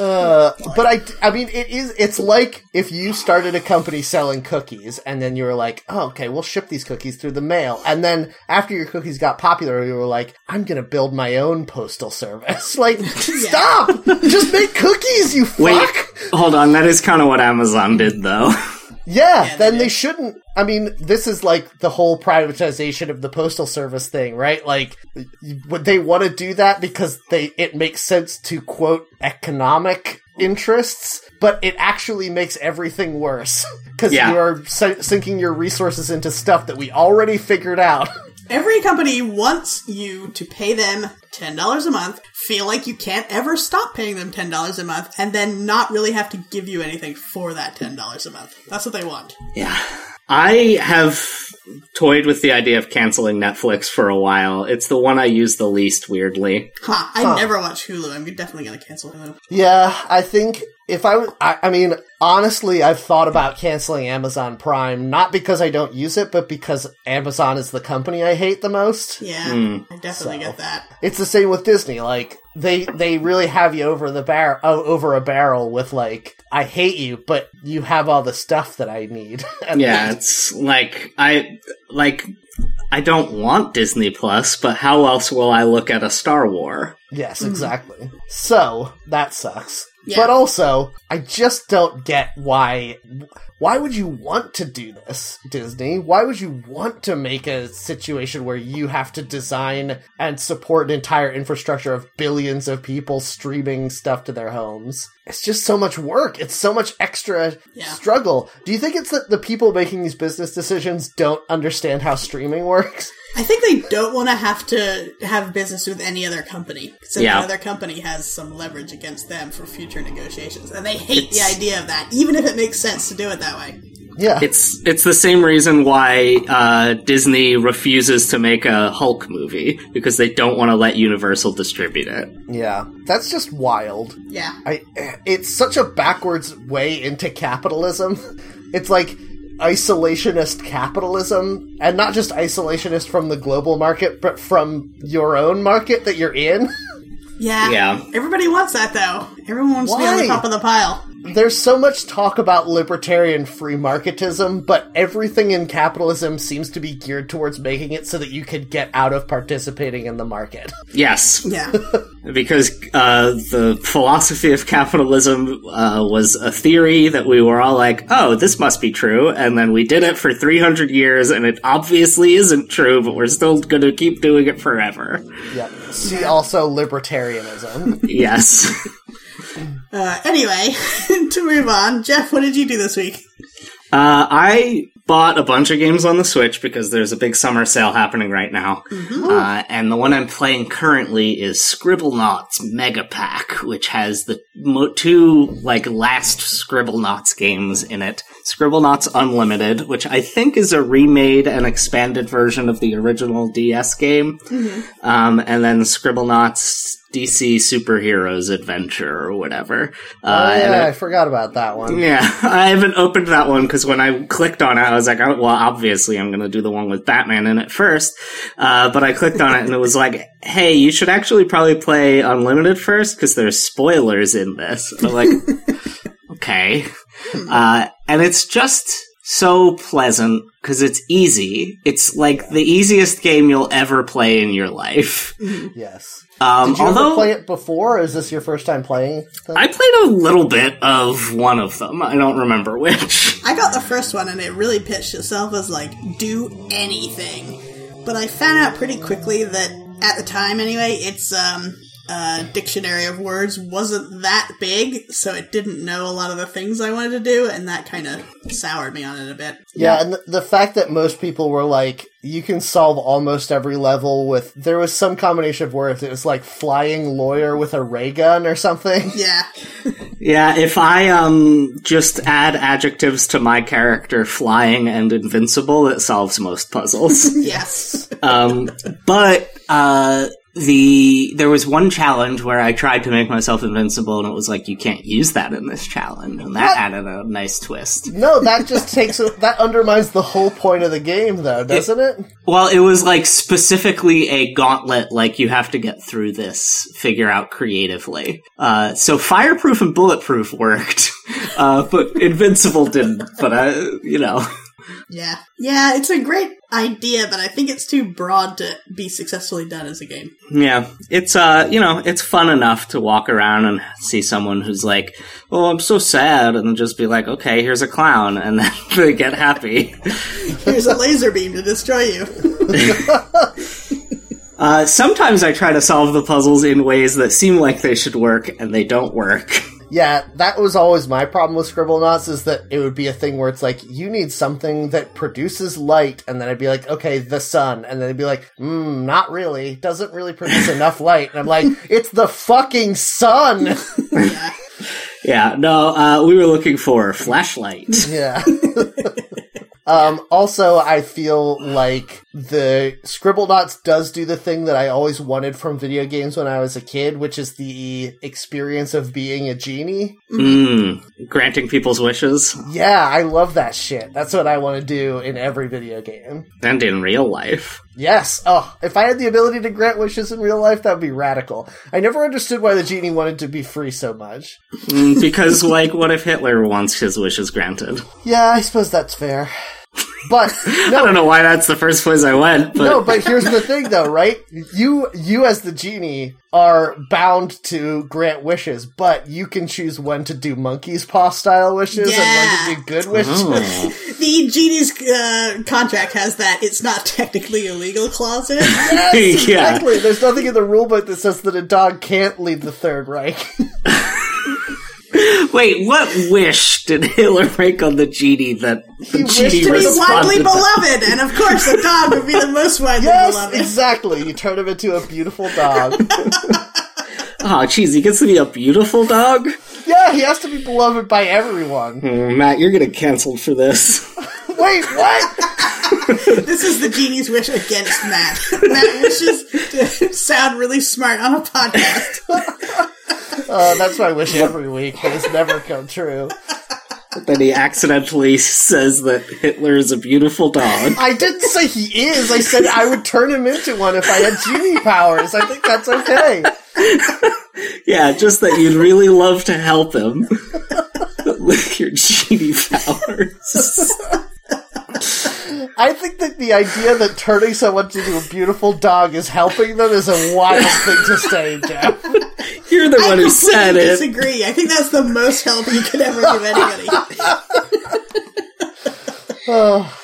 Speaker 1: Uh, But I, I mean, it is. It's like if you started a company selling cookies, and then you were like, "Oh, okay, we'll ship these cookies through the mail." And then after your cookies got popular, you were like, "I'm gonna build my own postal service." Like, stop! Just make cookies, you fuck.
Speaker 2: Wait, hold on. That is kind of what Amazon did, though.
Speaker 1: Yeah, then they shouldn't. I mean, this is like the whole privatization of the postal service thing, right? Like, y- would they want to do that because they it makes sense to quote economic interests, but it actually makes everything worse because
Speaker 2: Yeah.
Speaker 1: you are si- sinking your resources into stuff that we already figured out.
Speaker 3: Every company wants you to pay them $10 a month, feel like you can't ever stop paying them $10 a month, and then not really have to give you anything for that $10 a month. That's what they want.
Speaker 2: Yeah. I have toyed with the idea of canceling Netflix for a while. It's the one I use the least, weirdly.
Speaker 3: Ha, I never watch Hulu. I'm definitely going to cancel Hulu.
Speaker 1: Yeah, I think if I was, I, I mean, honestly, I've thought about canceling Amazon Prime, not because I don't use it, but because Amazon is the company I hate the most.
Speaker 3: Yeah,
Speaker 2: Hmm.
Speaker 3: I definitely
Speaker 1: So.
Speaker 3: get that.
Speaker 1: It's the same with Disney. Like they they really have you over the bar o- over a barrel with like I hate you, but you have all the stuff that I need. And
Speaker 2: Yeah, it's like I like I don't want Disney Plus, but how else will I look at a Star War?
Speaker 1: Yes, exactly. So that sucks.
Speaker 3: Mm-hmm. Yeah.
Speaker 1: But also, I just don't get why. Why would you want to do this, Disney? Why would you want to make a situation where you have to design and support an entire infrastructure of billions of people streaming stuff to their homes? It's just so much work. It's so much extra
Speaker 3: Yeah.
Speaker 1: struggle. Do you think it's that the people making these business decisions don't understand how streaming works?
Speaker 3: I think they don't want to have to have business with any other company. So
Speaker 2: Yeah.
Speaker 3: another company has some leverage against them for future negotiations. And they hate the idea of that, even if it makes sense to do it that way.
Speaker 1: Yeah.
Speaker 2: It's it's the same reason why uh, Disney refuses to make a Hulk movie because they don't want to let Universal distribute it.
Speaker 1: yeah. That's just wild.
Speaker 3: Yeah.
Speaker 1: I it's such a backwards way into capitalism. It's like isolationist capitalism and not just isolationist from the global market but from your own market that you're in.
Speaker 3: Yeah.
Speaker 2: Yeah.
Speaker 3: Everybody wants that though. Everyone wants to be on
Speaker 1: Why?
Speaker 3: the top of the pile.
Speaker 1: There's so much talk about libertarian free marketism, but everything in capitalism seems to be geared towards making it so that you can get out of participating in the market.
Speaker 2: Yes,
Speaker 3: Yeah.
Speaker 2: because uh, the philosophy of capitalism uh, was a theory that we were all like, "Oh, this must be true," and then we did it for 300 years, and it obviously isn't true, but we're still going to keep doing it forever.
Speaker 1: Yep. See also libertarianism.
Speaker 2: Yes.
Speaker 3: uh, anyway, to move on, Jeff, what did you do this week?
Speaker 2: Uh, I bought a bunch of games on the Switch because there's a big summer sale happening right now. Uh, and the one I'm playing currently is Scribblenauts Mega Pack, which has the mo- two like last Scribblenauts games in it. Scribblenauts Unlimited, which I think is a remade and expanded version of the original DS game, um, and then Scribblenauts DC Superheroes Adventure or whatever. Uh,
Speaker 1: oh,
Speaker 2: and
Speaker 1: yeah, I forgot about that one.
Speaker 2: yeah, I haven't opened that one because when I clicked on it, I was like, oh, well, obviously I'm going to do the one with Batman in it first. Uh, but I clicked on it and it was like, hey, you should actually probably play Unlimited first because there's spoilers in this. I'm like, okay. Uh, and it's just so pleasant because it's easy. It's like the easiest game you'll ever play in your life.
Speaker 1: Yes.
Speaker 2: Um,
Speaker 1: Did you
Speaker 2: although
Speaker 1: ever play it before or is this your first time playing? them?
Speaker 2: I played a little bit of one of them. I don't remember which.
Speaker 3: I got the first one and it really pitched itself as like, do anything. But I found out pretty quickly that at the time anyway, its um, uh, dictionary of words wasn't that big, so it didn't know a lot of the things I wanted to do, and that kind of soured me on it a bit.
Speaker 1: Yeah, and the, the fact that most people were like, you can solve almost every level with. There was some combination of words. It was like flying lawyer with a ray gun or something.
Speaker 3: Yeah,
Speaker 2: Yeah, if I um just add adjectives to my character flying and invincible, it solves most puzzles.
Speaker 3: yes.
Speaker 2: um but uh the there was one challenge where I tried to make myself invincible and it was like you can't use that in this challenge and that added a nice twist.
Speaker 1: No, that just takes. a- that undermines the whole point of the game, though, doesn't it?
Speaker 2: Well, it was like specifically a gauntlet, like you have to get through this, figure out creatively. Uh, so fireproof and bulletproof worked, uh, but invincible didn't. But I, you know,
Speaker 3: Yeah. Yeah, it's a great idea, but I think it's too broad to be successfully done as a game.
Speaker 2: yeah, it's uh, you know, it's fun enough to walk around and see someone who's like, "Oh, I'm so sad," and just be like, "Okay, here's a clown," and then they get happy.
Speaker 3: Here's a laser beam to destroy you.
Speaker 2: Uh, sometimes I try to solve the puzzles in ways that seem like they should work and they don't work.
Speaker 1: Yeah, that was always my problem with scribble knots is that it would be a thing where it's like you need something that produces light, and then I'd be like, okay, the sun, and then I'd be like, mm, not really, doesn't really produce enough light, and I'm like, it's the fucking sun.
Speaker 3: Yeah.
Speaker 2: Yeah, no, uh, we were looking for flashlight.
Speaker 1: Yeah. um, also, I feel like the Scribble Knots does do the thing that I always wanted from video games when I was a kid, which is the experience of being a genie.
Speaker 2: Mm, granting people's wishes
Speaker 1: Yeah, I love that shit. That's what I want to do in every video game.
Speaker 2: and in real life.
Speaker 1: Yes. Oh, if I had the ability to grant wishes in real life, that would be radical. I never understood why the genie wanted to be free so much.
Speaker 2: Mm, because, like, what if Hitler wants his wishes granted?
Speaker 1: Yeah, I suppose that's fair. But no,
Speaker 2: I don't know why that's the first place I went, but.
Speaker 1: no, but here's the thing though, right? You you as the genie are bound to grant wishes, but you can choose when to do monkey's paw style wishes and when to do good wishes.
Speaker 2: Oh.
Speaker 3: The genie's uh, contract has that it's not technically illegal clause in it.
Speaker 2: yeah.
Speaker 1: Exactly. There's nothing in the rulebook that says that a dog can't lead the Third Reich.
Speaker 2: Wait, what wish did Hitler make on the genie that the
Speaker 1: He wished
Speaker 2: genie
Speaker 1: to be
Speaker 3: He's widely
Speaker 2: responded?
Speaker 3: beloved, and of course, the dog would be the most widely
Speaker 1: yes,
Speaker 3: beloved.
Speaker 1: exactly. You turn him into a beautiful dog.
Speaker 2: Oh, jeez, he gets to be a beautiful dog?
Speaker 1: yeah, he has to be beloved by everyone.
Speaker 2: Mm, Matt, you're getting canceled for this.
Speaker 1: Wait, what?
Speaker 3: This is the genie's wish against Matt. Matt wishes to sound really smart on a podcast.
Speaker 1: Uh, that's my wish every week, but it's never come true.
Speaker 2: then he accidentally says that Hitler is a beautiful dog.
Speaker 1: I didn't say he is. I said I would turn him into one if I had genie powers. I think that's okay.
Speaker 2: Yeah, just that you'd really love to help him with your genie powers.
Speaker 1: I think that the idea that turning someone into a beautiful dog is helping them is a wild thing to say, Jeff.
Speaker 2: You're the
Speaker 3: I
Speaker 2: one who
Speaker 3: completely
Speaker 2: said it.
Speaker 3: disagree. I think that's the most help you could ever give anybody.
Speaker 1: Oh,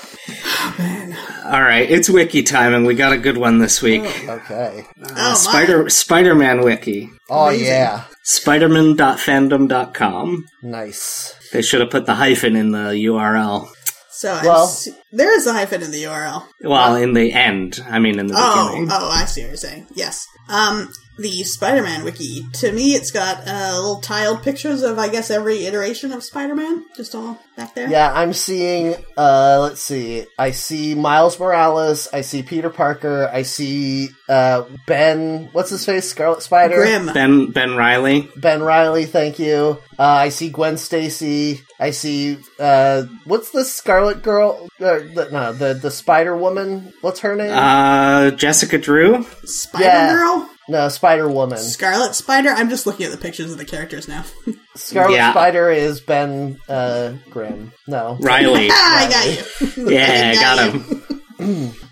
Speaker 2: All right, it's wiki time, and we got a good one this week.
Speaker 1: okay.
Speaker 3: Oh, my.
Speaker 2: Spider Spider-Man wiki.
Speaker 1: Oh yeah,
Speaker 2: Spiderman.fandom.com.
Speaker 1: nice.
Speaker 2: They should have put the hyphen in the URL.
Speaker 3: So I'm
Speaker 1: Well-
Speaker 3: s- there is a hyphen in the URL.
Speaker 2: Well, in the end. I mean, in the
Speaker 3: Oh,
Speaker 2: beginning.
Speaker 3: oh, I see what you're saying. Yes. Um, the Spider-Man wiki. To me, it's got uh, little tiled pictures of, I guess, every iteration of Spider-Man, just all back there.
Speaker 1: Yeah, I'm seeing. Uh, let's see. I see Miles Morales. I see Peter Parker. I see uh, Ben. What's his face? Scarlet Spider.
Speaker 3: Grim.
Speaker 2: Ben Ben Riley.
Speaker 1: Ben Riley, thank you. Uh, I see Gwen Stacy. I see uh, what's the Scarlet Girl? Uh, the, no, the the Spider Woman. What's her name?
Speaker 2: Uh, Jessica Drew.
Speaker 3: Spider-Girl?
Speaker 1: no, Spider Woman.
Speaker 3: Scarlet Spider? I'm just looking at the pictures of the characters now.
Speaker 1: Scarlet
Speaker 2: Yeah.
Speaker 1: Spider is Ben uh, Grimm. No.
Speaker 2: Riley.
Speaker 3: ah, I got you.
Speaker 2: Yeah,
Speaker 3: I
Speaker 2: got him.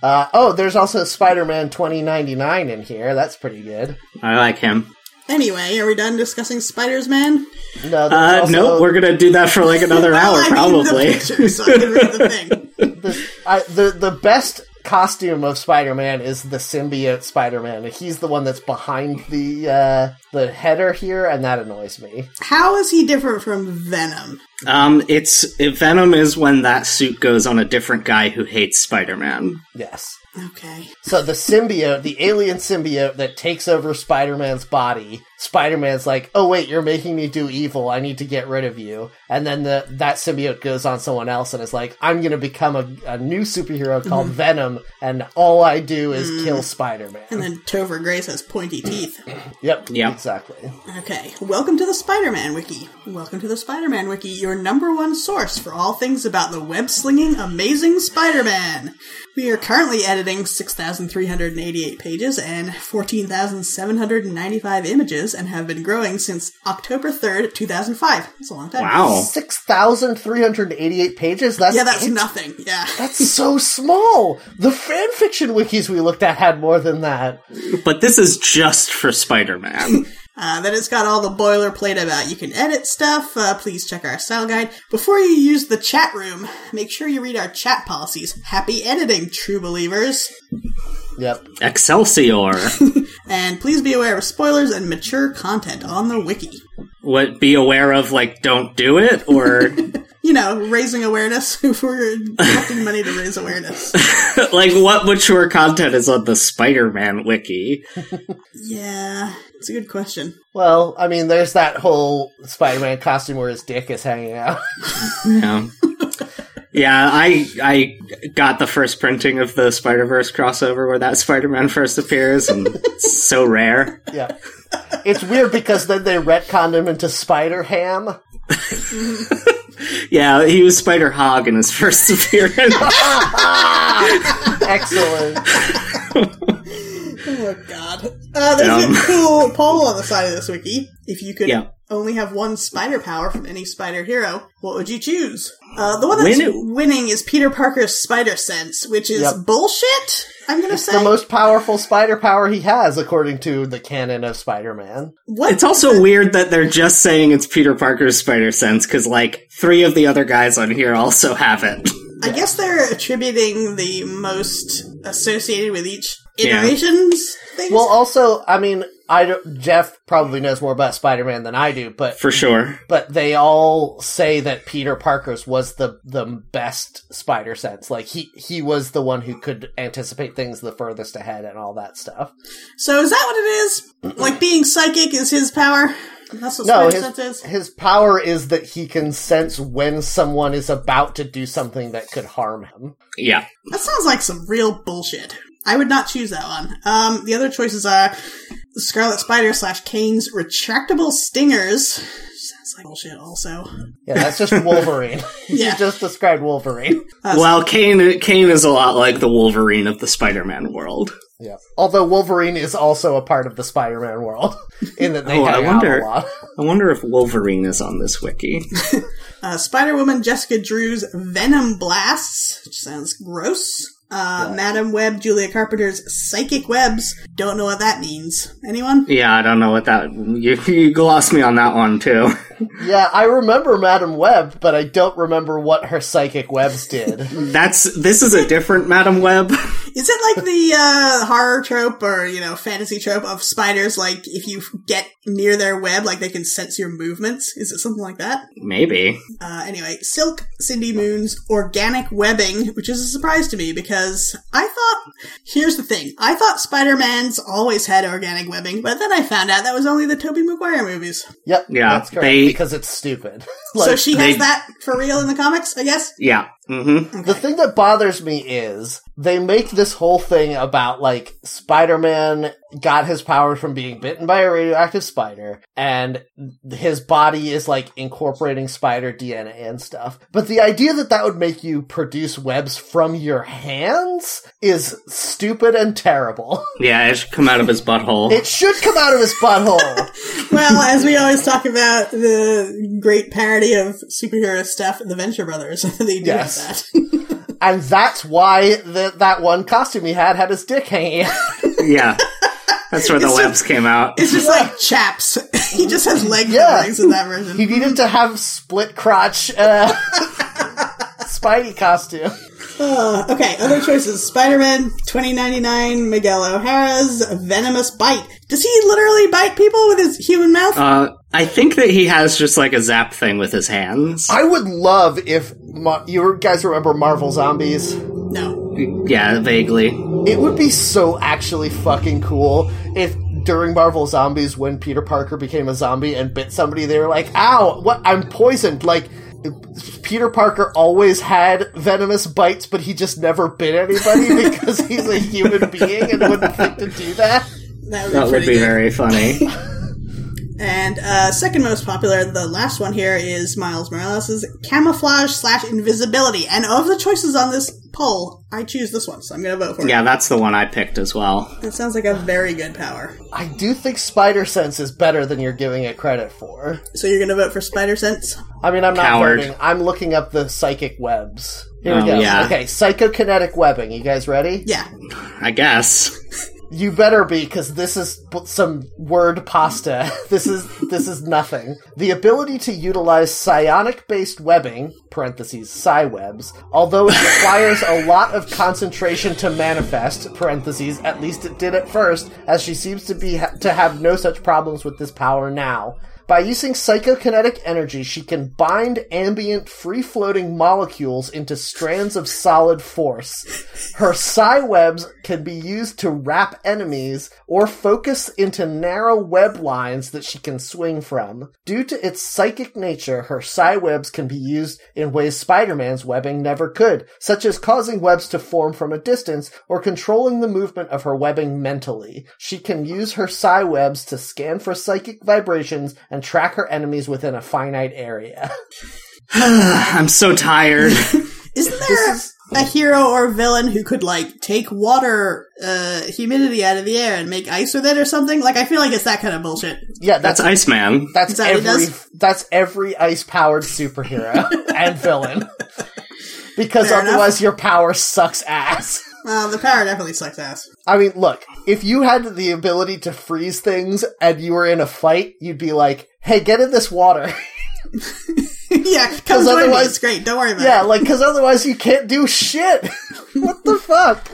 Speaker 1: Uh, oh, there's also Spider Man 2099 in here. That's pretty good.
Speaker 2: I like him.
Speaker 3: Anyway, are we done discussing Spider-Man?
Speaker 1: No, there's
Speaker 2: Uh,
Speaker 1: also,
Speaker 2: nope, we're gonna do that for like another
Speaker 3: Well,
Speaker 2: hour,
Speaker 3: I mean the
Speaker 2: Oh, probably.
Speaker 3: pictures, so I can read the thing.
Speaker 1: the, I, the the best costume of Spider Man is the symbiote Spider Man. He's the one that's behind the uh, the header here, and that annoys me.
Speaker 3: How is he different from Venom?
Speaker 2: Um, it's if Venom is when that suit goes on a different guy who hates Spider-Man.
Speaker 1: Yes.
Speaker 3: Okay.
Speaker 1: So the symbiote, the alien symbiote that takes over Spider-Man's body, Spider-Man's like, "Oh wait, you're making me do evil. I need to get rid of you." And then the that symbiote goes on someone else and is like, "I'm going to become a, a new superhero called Venom, and all I do is kill
Speaker 3: And
Speaker 1: Spider-Man."
Speaker 3: then Tover Grace has pointy teeth.
Speaker 1: Yep.
Speaker 2: Yeah.
Speaker 1: Exactly.
Speaker 3: Okay, welcome to the Spider Man Wiki. Welcome to the Spider Man Wiki, your number one source for all things about the web slinging amazing Spider Man. We are currently editing 6,388 pages and 14,795 images and have been growing since October 3rd, 2005. That's a long time.
Speaker 2: Wow.
Speaker 1: 6,388 pages. That's
Speaker 3: Yeah, that's
Speaker 1: it?
Speaker 3: nothing. Yeah.
Speaker 1: That's so small. The fanfiction wikis we looked at had more than that.
Speaker 2: But this is just for Spider-Man.
Speaker 3: Uh, then it's got all the boilerplate about you can edit stuff. Uh, please check our style guide. Before you use the chat room, make sure you read our chat policies. Happy editing, true believers.
Speaker 1: Yep.
Speaker 2: Excelsior.
Speaker 3: And please be aware of spoilers and mature content on the wiki.
Speaker 2: What be aware of? Like, don't do it, or
Speaker 3: You know, raising awareness. if We're collecting money to raise awareness.
Speaker 2: like what mature content is on the Spider-Man wiki?
Speaker 3: Yeah, it's a good question.
Speaker 1: Well, I mean, there's that whole Spider-Man costume where his dick is hanging out.
Speaker 2: Yeah. Yeah, I I got the first printing of the Spider Verse crossover where that Spider Man first appears, and it's so rare.
Speaker 1: yeah. It's weird because then they retconned him into Spider Ham.
Speaker 2: Yeah, he was Spider Hog in his first appearance.
Speaker 1: Excellent.
Speaker 3: Oh God! Uh, there's
Speaker 1: Um,
Speaker 2: Dumb.
Speaker 3: a cool poll on the side of this wiki. If you could
Speaker 2: Yeah.
Speaker 3: only have one spider power from any spider hero, what would you choose? Uh, the one
Speaker 2: Win
Speaker 3: that's
Speaker 2: it.
Speaker 3: winning is Peter Parker's spider sense, which is
Speaker 1: Yep.
Speaker 3: bullshit. I'm gonna
Speaker 1: the
Speaker 3: say
Speaker 1: most powerful spider power he has, according to the canon of Spider Man.
Speaker 3: what?
Speaker 2: It's also weird that they're just saying it's Peter Parker's Spider Sense because, like, three of the other guys on here also have it.
Speaker 3: I guess they're attributing the most associated with each
Speaker 2: Yeah.
Speaker 3: iterations things.
Speaker 1: Well, uh- also, I mean, I don't- Jeff probably knows more about Spider Man than I do, but
Speaker 2: For sure.
Speaker 1: but they all say that Peter Parker's was the the best spider sense. Like he he was the one who could anticipate things the furthest ahead and all that stuff.
Speaker 3: so is that what it is? Like being psychic is his power. That's what
Speaker 1: No,
Speaker 3: spider
Speaker 1: his,
Speaker 3: sense is.
Speaker 1: his power is that he can sense when someone is about to do something that could harm him.
Speaker 2: Yeah.
Speaker 3: That sounds like some real bullshit. I would not choose that one. Um, the other choices are Scarlet Spider slash Kane's retractable stingers. Sounds like bullshit. Also,
Speaker 1: Yeah, that's just Wolverine.
Speaker 3: Yeah.
Speaker 1: you just described Wolverine.
Speaker 2: Well, Kane Kane is a lot like the Wolverine of the Spider Man world.
Speaker 1: Yeah. Although Wolverine is also a part of the Spider-Man world in that they
Speaker 2: Oh, I
Speaker 1: hang
Speaker 2: wonder.
Speaker 1: out a lot.
Speaker 2: I wonder if Wolverine is on this wiki.
Speaker 3: uh, Spider Woman Jessica Drew's venom blasts, which sounds gross. Uh, Madam Web Julia Carpenter's psychic webs. Don't know what that means. Anyone?
Speaker 2: Yeah, I don't know what that. You, you glossed me on that one too.
Speaker 1: Yeah, I remember Madam Web, but I don't remember what her psychic webs did.
Speaker 2: That's this is a different Madam Web.
Speaker 3: Is it like the uh, horror trope or you know fantasy trope of spiders? Like if you get near their web, like they can sense your movements. Is it something like that?
Speaker 2: Maybe
Speaker 3: Uh, anyway, Silk Cindy Moon's organic webbing, which is a surprise to me because I thought, here's the thing, I thought Spider Man's always had organic webbing, but then I found out that was only the Tobey Maguire movies.
Speaker 1: Yep,
Speaker 2: Yeah,
Speaker 1: that's correct
Speaker 2: they-
Speaker 1: because it's stupid. like,
Speaker 3: so she
Speaker 2: they-
Speaker 3: has that for real in the comics, I guess?
Speaker 2: Yeah. Mm-hmm.
Speaker 1: the thing that bothers me is they make this whole thing about like Spider-Man got his power from being bitten by a radioactive spider and his body is like incorporating spider DNA and stuff. But the idea that that would make you produce webs from your hands is stupid and terrible.
Speaker 2: Yeah, it should come out of his butthole.
Speaker 1: It should come out of his butthole.
Speaker 3: Well, as we always talk about the great parody of superhero stuff, the Venture Brothers, they do
Speaker 1: Yes.
Speaker 3: have that.
Speaker 1: and that's why the, that one costume he had had his dick hanging out.
Speaker 2: yeah, that's where the webs came out.
Speaker 3: It's just like chaps. he just has leg
Speaker 1: Yeah.
Speaker 3: coverings in that version.
Speaker 1: He needed to have split crotch uh, Spidey costume.
Speaker 3: Uh, okay, other choices. Spider-Man, 2099, Miguel O'Hara's Venomous Bite. Does he literally bite people with his human mouth?
Speaker 2: Uh, I think that he has just like a zap thing with his hands.
Speaker 1: I would love if Ma- you guys remember Marvel Zombies.
Speaker 3: no.
Speaker 2: Yeah, vaguely.
Speaker 1: It would be so actually fucking cool if during Marvel Zombies, when Peter Parker became a zombie and bit somebody, they were like, "Ow, what? I'm poisoned!" Like. Peter Parker always had venomous bites, but he just never bit anybody because he's a human being and wouldn't think to do that.
Speaker 3: That would be,
Speaker 2: That would
Speaker 3: pretty
Speaker 2: be
Speaker 3: good.
Speaker 2: very funny.
Speaker 3: And uh, second most popular, the last one here, is Miles Morales' Camouflage slash Invisibility. And of the choices on this poll, I choose this one, so I'm going to vote for
Speaker 2: Yeah, that's the one I picked as well.
Speaker 3: it. That sounds like a very good power.
Speaker 1: I do think Spider Sense is better than you're giving it credit for.
Speaker 3: So you're going to vote for Spider-Sense?
Speaker 1: I mean, I'm not
Speaker 2: Coward.
Speaker 1: voting. I'm looking up the psychic webs. Here we
Speaker 2: Oh,
Speaker 1: go.
Speaker 2: yeah.
Speaker 1: Okay, psychokinetic webbing. You guys ready?
Speaker 3: Yeah.
Speaker 2: I guess.
Speaker 1: You better be, because this is b- some word pasta. this is this is nothing. The ability to utilize psionic-based webbing (parentheses psi webs), although it requires a lot of concentration to manifest (parentheses at least it did at first), as she seems to be ha- to have no such problems with this power now. By using psychokinetic energy, she can bind ambient free floating molecules into strands of solid force. Her psi webs can be used to wrap enemies or focus into narrow web lines that she can swing from. Due to its psychic nature, her psi webs can be used in ways Spider Man's webbing never could, such as causing webs to form from a distance or controlling the movement of her webbing mentally. She can use her psi webs to scan for psychic vibrations and track her enemies within a finite area.
Speaker 2: I'm so tired.
Speaker 3: Isn't there a hero or villain who could like take water uh, humidity out of the air and make ice with it or something? Like I feel like it's that kind of bullshit.
Speaker 1: Yeah, that's
Speaker 2: That's Iceman.
Speaker 1: that's
Speaker 3: Is that what he
Speaker 1: every
Speaker 3: does?
Speaker 1: that's every ice powered superhero and villain. Because
Speaker 3: Fair enough.
Speaker 1: otherwise your power sucks ass.
Speaker 3: Uh, the power definitely sucks ass.
Speaker 1: I mean, look, if you had the ability to freeze things and you were in a fight, you'd be like, hey, get in this water.
Speaker 3: yeah, comes join me.
Speaker 1: otherwise-
Speaker 3: It's great. Don't worry about
Speaker 1: yeah,
Speaker 3: it.
Speaker 1: like, because otherwise you can't do shit. what the fuck?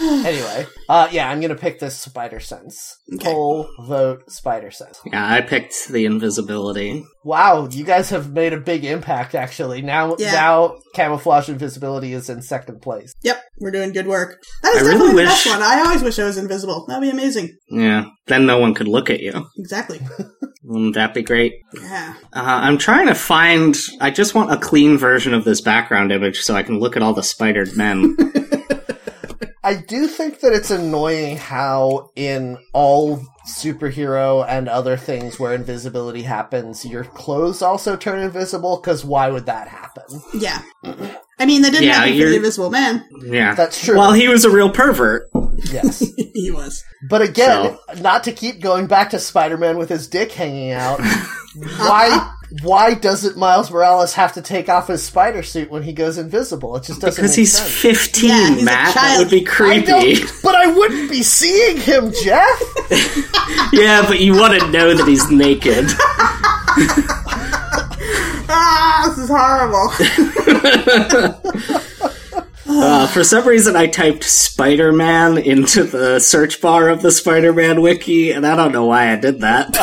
Speaker 1: anyway, uh, yeah, I'm going to pick this spider sense.
Speaker 3: Okay.
Speaker 1: Poll vote spider sense.
Speaker 2: Yeah, I picked the invisibility.
Speaker 1: Wow, you guys have made a big impact, actually. Now,
Speaker 3: Yeah.
Speaker 1: now camouflage invisibility is in second place.
Speaker 3: Yep, we're doing good work. That is
Speaker 2: I really
Speaker 3: definitely the
Speaker 2: wish-
Speaker 3: best one. I always wish I was invisible. That'd be amazing.
Speaker 2: Yeah, then no one could look at you.
Speaker 3: Exactly.
Speaker 2: Wouldn't that be great?
Speaker 3: Yeah.
Speaker 2: Uh, I'm trying to find. I just want a clean version of this background image so I can look at all the spidered men.
Speaker 1: I do think that it's annoying how in all superhero and other things where invisibility happens, your clothes also turn invisible. Because why would that happen?
Speaker 3: Yeah. I mean, that didn't
Speaker 2: Yeah,
Speaker 3: happen for
Speaker 2: you're-
Speaker 3: the Invisible Man.
Speaker 2: yeah,
Speaker 1: That's true.
Speaker 2: Well, he was a real pervert.
Speaker 1: yes,
Speaker 3: he was.
Speaker 1: but again, not to keep going back to Spider-Man with his dick hanging out. why? Why doesn't Miles Morales have to take off his spider suit when he goes invisible? It just doesn't
Speaker 2: Because
Speaker 1: make
Speaker 2: he's
Speaker 1: sense.
Speaker 2: 15,
Speaker 3: Yeah, he's a
Speaker 2: Matt. That
Speaker 3: child.
Speaker 2: would be
Speaker 1: I
Speaker 2: creepy.
Speaker 1: don't, but I wouldn't be seeing him, Jeff.
Speaker 2: yeah, but you want to know that he's naked.
Speaker 3: Ah, this is horrible.
Speaker 2: Uh, for some reason, I typed Spider Man into the search bar of the Spider Man wiki, and I don't know why I did that.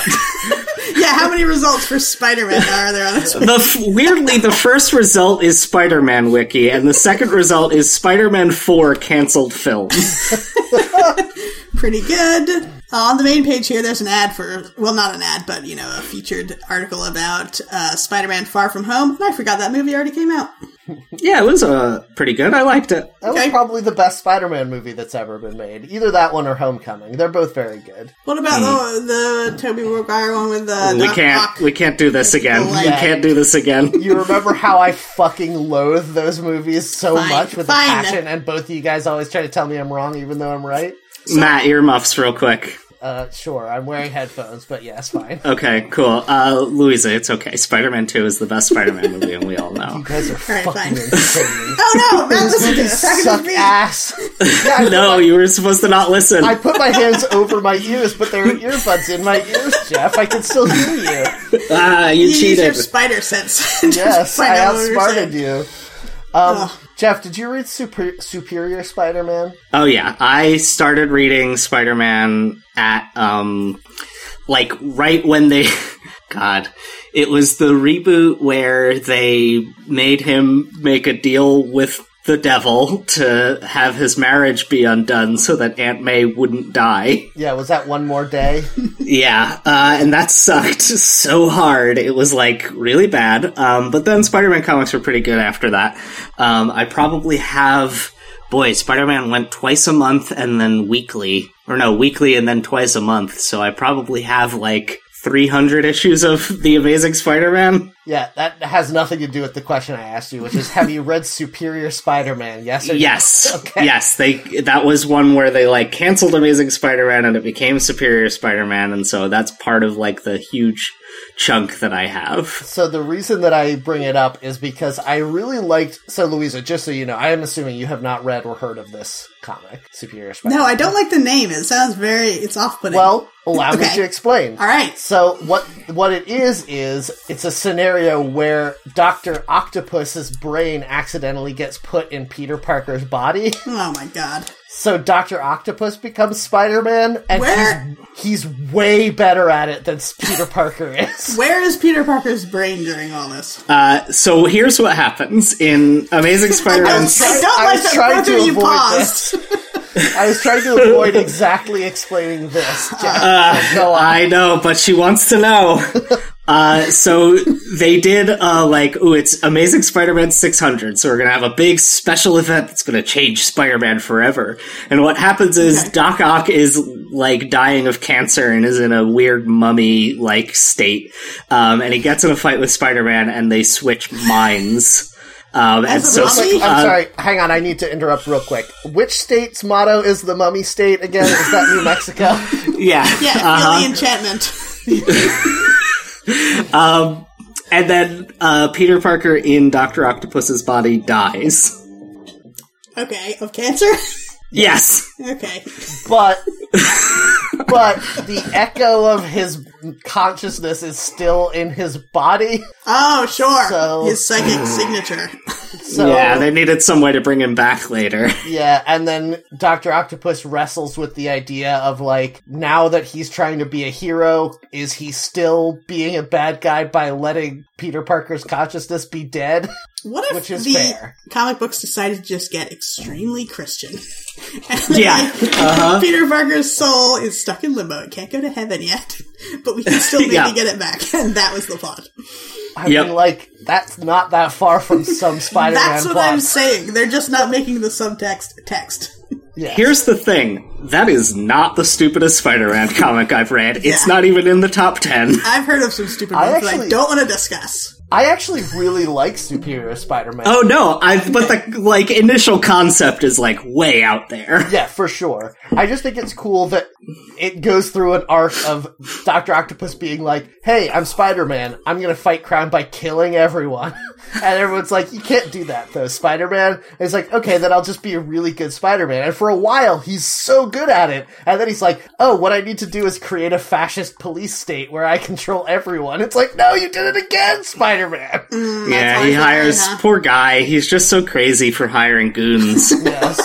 Speaker 3: yeah, how many results for Spider Man are there on this?
Speaker 2: the f- weirdly, the first result is Spider Man wiki, and the second result is Spider Man 4 canceled films.
Speaker 3: Pretty good. Uh, on the main page here, there's an ad for, well, not an ad, but, you know, a featured article about uh, Spider Man Far From Home. And I forgot that movie already came out.
Speaker 2: yeah, it was uh, pretty good. I liked it.
Speaker 1: That was
Speaker 3: Okay.
Speaker 1: probably the best Spider-Man movie that's ever been made. Either that one or Homecoming. They're both very good.
Speaker 3: What about
Speaker 1: Hmm.
Speaker 3: the, the Toby Maguire one with the.
Speaker 2: We
Speaker 3: Doc Ock?
Speaker 2: can't. We can't do this again. We
Speaker 3: Yeah.
Speaker 2: can't do this again.
Speaker 1: You remember how I fucking loathe those movies so
Speaker 3: Fine,
Speaker 1: much with
Speaker 3: fine.
Speaker 1: a passion, and both of you guys always try to tell me I'm wrong, even though I'm right.
Speaker 2: Matt, earmuffs, real quick.
Speaker 1: Uh, sure, I'm wearing headphones, but yes, fine.
Speaker 2: Okay, cool. Uh, Louisa, it's okay. Spider Man 2 is the best Spider Man movie, and we all know.
Speaker 1: You guys are
Speaker 3: right,
Speaker 1: fucking
Speaker 3: fine.
Speaker 1: insane.
Speaker 3: Oh no, Matt, listen to this. How can
Speaker 1: Suck
Speaker 3: this be?
Speaker 1: ass. Yeah, I-
Speaker 2: No, you were supposed to not listen.
Speaker 1: I put my hands over my ears, but there are earbuds in my ears, Jeff. I can still hear you.
Speaker 2: Ah, you
Speaker 3: You use your
Speaker 2: cheated.
Speaker 3: spider sense. Just
Speaker 1: Yes,
Speaker 3: find
Speaker 1: I
Speaker 3: out what we were saying.
Speaker 1: outsmarted you. Um, Jeff, did you read Super- Superior Spider-Man?
Speaker 2: Oh yeah, I started reading Spider-Man at um like right when they god, it was the reboot where they made him make a deal with the devil to have his marriage be undone so that Aunt May wouldn't die.
Speaker 1: Yeah, was that one more day?
Speaker 2: Yeah, uh, and that sucked so hard. It was like really bad. Um, but then Spider Man comics were pretty good after that. Um, I probably have, boy, Spider Man went twice a month and then weekly, or no, weekly and then twice a month. So I probably have like 300 issues of The Amazing Spider Man.
Speaker 1: Yeah, that has nothing to do with the question I asked you, which is have you read Superior Spider-Man? Yes or
Speaker 2: Yes.
Speaker 1: Okay.
Speaker 2: Yes, they that was one where they like canceled Amazing Spider-Man and it became Superior Spider-Man and so that's part of like the huge chunk that I have.
Speaker 1: So the reason that I bring it up is because I really liked so Louisa, just so you know, I am assuming you have not read or heard of this comic, Superior Spider-Man.
Speaker 3: No, I don't like the name. It sounds very. It's off putting.
Speaker 1: Well, allow me
Speaker 3: Okay.
Speaker 1: to explain.
Speaker 3: All right.
Speaker 1: So what what it is is it's a scenario where Doctor Octopus's brain accidentally gets put in Peter Parker's body.
Speaker 3: oh my god.
Speaker 1: So Doctor Octopus becomes Spider Man, and
Speaker 3: Where-
Speaker 1: he's he's way better at it than Peter Parker is.
Speaker 3: Where is Peter Parker's brain during all this?
Speaker 2: Uh, so here's what happens in Amazing Spider-Man.
Speaker 3: I don't
Speaker 1: I
Speaker 3: like
Speaker 1: was
Speaker 3: that
Speaker 1: trying
Speaker 3: both
Speaker 1: to
Speaker 3: of you
Speaker 1: avoid
Speaker 3: paused.
Speaker 1: I was trying to avoid exactly explaining this. Jeff.
Speaker 3: Uh,
Speaker 1: So go on.
Speaker 2: I know, but she wants to know. Uh, so they did uh, like, ooh, it's Amazing Spider-Man 600. So we're gonna have a big special event that's gonna change Spider-Man forever. And what happens is Doc Ock is like dying of cancer and is in a weird mummy like state. Um, and he gets in a fight with Spider-Man, and they switch minds. Um, and
Speaker 3: a
Speaker 2: so
Speaker 3: mummy?
Speaker 1: I'm sorry. Hang on. I need to interrupt real quick. Which state's motto is the mummy state again? Is that New Mexico?
Speaker 2: yeah,
Speaker 3: Yeah, feel
Speaker 2: uh-huh.
Speaker 3: the enchantment.
Speaker 2: And then uh, Peter Parker in Doctor Octopus's body dies.
Speaker 3: Okay, of cancer.
Speaker 2: Yes.
Speaker 3: Okay,
Speaker 1: but but the echo of his consciousness is still in his body.
Speaker 3: Oh, sure.
Speaker 1: So- hmm.
Speaker 3: His psychic signature. Oh.
Speaker 1: So
Speaker 2: yeah, they needed some way to bring him back later.
Speaker 1: Yeah, and then Doctor Octopus wrestles with the idea of like now that he's trying to be a hero, is he still being a bad guy by letting Peter Parker's consciousness be dead?
Speaker 3: What if
Speaker 1: Which is
Speaker 3: the
Speaker 1: fair.
Speaker 3: comic books decided to just get extremely Christian?
Speaker 2: Yeah.
Speaker 1: Uh-huh.
Speaker 3: Peter Parker's soul is stuck in limbo. It can't go to heaven yet, but we can still maybe
Speaker 2: Yeah.
Speaker 3: get it back. And that was the plot.
Speaker 1: I
Speaker 2: Yep.
Speaker 1: mean, like that's not that far from some Spider-Man
Speaker 3: That's what I'm
Speaker 1: plot.
Speaker 3: saying. They're just not making the subtext text.
Speaker 1: Yeah.
Speaker 2: Here's the thing that is not the stupidest Spider Man comic I've read. It's
Speaker 3: Yeah.
Speaker 2: not even in the top 10.
Speaker 3: I've heard of some stupid
Speaker 1: I
Speaker 3: ones that I
Speaker 1: actually-
Speaker 3: don't want to discuss.
Speaker 1: I actually really like Superior Spider-Man.
Speaker 2: Oh no, I but the like initial concept is like way out there.
Speaker 1: Yeah, for sure. I just think it's cool that it goes through an arc of Doctor Octopus being like, "Hey, I'm Spider-Man. I'm gonna fight crime by killing everyone," and everyone's like, "You can't do that, though, Spider-Man." And he's like, "Okay, then I'll just be a really good Spider-Man." And for a while, he's so good at it, and then he's like, "Oh, what I need to do is create a fascist police state where I control everyone." It's like, "No, you did it again, Spider-Man."
Speaker 2: yeah, he
Speaker 3: why I
Speaker 2: hires
Speaker 3: said, huh?
Speaker 2: poor guy. He's just so crazy for hiring goons.
Speaker 1: yes.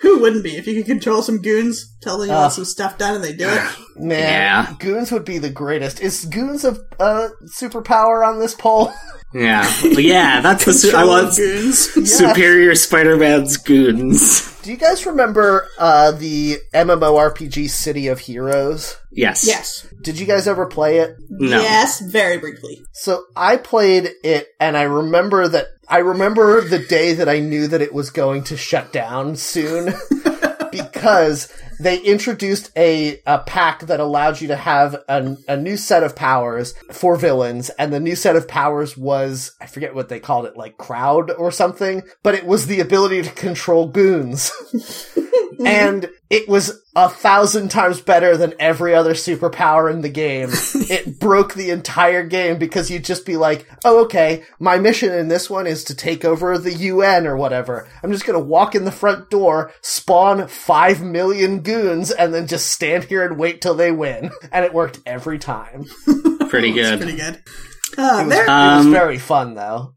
Speaker 3: Who wouldn't be? If you could control some goons, tell them you
Speaker 1: Uh.
Speaker 3: want some stuff done and they do it.
Speaker 1: Man,
Speaker 2: Yeah.
Speaker 1: goons would be the greatest. Is goons a uh, superpower on this poll?
Speaker 2: yeah, yeah, that's the su- I
Speaker 3: Control
Speaker 2: want
Speaker 3: goons.
Speaker 2: superior Spider Man's goons.
Speaker 1: Do you guys remember uh, the MMORPG City of Heroes?
Speaker 2: Yes.
Speaker 3: yes.
Speaker 1: Did you guys ever play it?
Speaker 2: No.
Speaker 3: Yes, very briefly.
Speaker 1: So I played it, and I remember that I remember the day that I knew that it was going to shut down soon because they introduced a, a pack that allowed you to have an, a new set of powers for villains, and the new set of powers was I forget what they called it, like crowd or something, but it was the ability to control goons.
Speaker 2: Mm-hmm.
Speaker 1: and it was a thousand times better than every other superpower in the game. it broke the entire game because you'd just be like, oh, okay, my mission in this one is to take over the UN or whatever. I'm just gonna walk in the front door, spawn five million goons, and then just stand here and wait till they win. And it worked every time.
Speaker 2: Pretty good.
Speaker 3: Pretty good. Uh, there,
Speaker 1: it
Speaker 2: Um,
Speaker 1: was very fun though.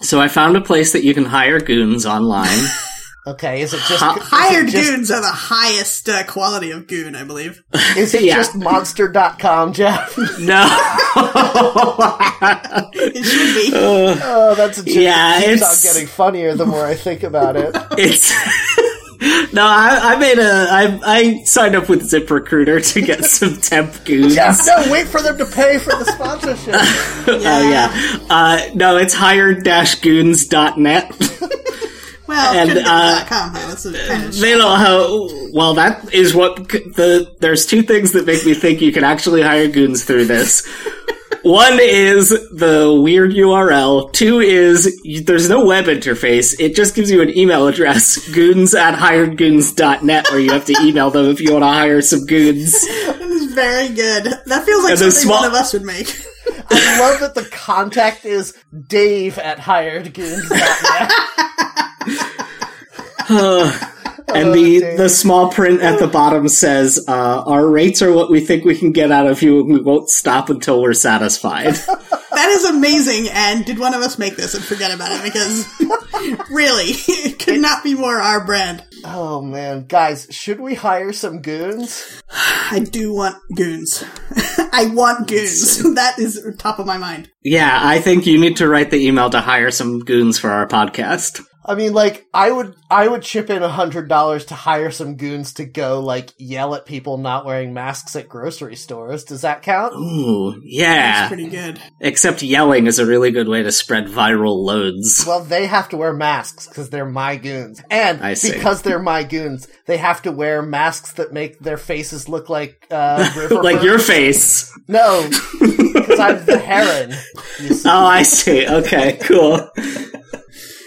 Speaker 2: So I found a place that you can hire goons online.
Speaker 1: Okay, is it just
Speaker 3: hired
Speaker 1: is it
Speaker 3: goons are the highest uh, quality of goon, I believe.
Speaker 1: just, is it
Speaker 2: Yeah.
Speaker 1: just monster.com, Jeff?
Speaker 2: no.
Speaker 3: It should be.
Speaker 1: oh, that's a joke. It
Speaker 2: Yeah,
Speaker 1: keeps
Speaker 2: it's-
Speaker 1: on getting funnier the more I think about it.
Speaker 2: It's No, I, I made a I I signed up with ZipRecruiter to get some temp goons.
Speaker 1: Yes, no, wait for them to pay for the sponsorship.
Speaker 2: Oh yeah. Uh no, it's hired-goons.net.
Speaker 3: Well,
Speaker 2: And,
Speaker 3: couldn't get
Speaker 2: uh,
Speaker 3: dot com, huh? That's a kind of
Speaker 2: They don't how well that is what c- the there's two things that make me think you can actually hire goons through this. One is the weird URL. Two is y there's no web interface. It just gives you an email address, goons at hiredgoons.net, where you have to email them if you want to hire some goons.
Speaker 3: It's very good. That feels like
Speaker 2: And those
Speaker 3: something
Speaker 2: small-
Speaker 3: one of us would make.
Speaker 1: I love that the contact is Dave at hiredgoons.net.
Speaker 2: And the, the small print at the bottom says, uh, our rates are what we think we can get out of you and we won't stop until we're satisfied.
Speaker 3: That is amazing. And did one of us make this and forget about it? Because really, it could not be more our brand.
Speaker 1: Oh man, guys, should we hire some goons?
Speaker 3: I do want goons. I want goons. that is top of my mind.
Speaker 2: Yeah, I think you need to write the email to hire some goons for our podcast.
Speaker 1: I mean, like, I would, I would chip in a hundred dollars to hire some goons to go, like, yell at people not wearing masks at grocery stores. Does that count?
Speaker 2: Ooh,
Speaker 3: That's
Speaker 2: yeah.
Speaker 3: pretty good.
Speaker 2: Except yelling is a really good way to spread viral loads.
Speaker 1: Well, they have to wear masks because they're my goons, and
Speaker 2: I see.
Speaker 1: because they're my goons, they have to wear masks that make their faces look like uh, river.
Speaker 2: Like
Speaker 1: bird-
Speaker 2: your face.
Speaker 1: no, because I'm the heron. You see?
Speaker 2: Oh, I see. Okay, cool.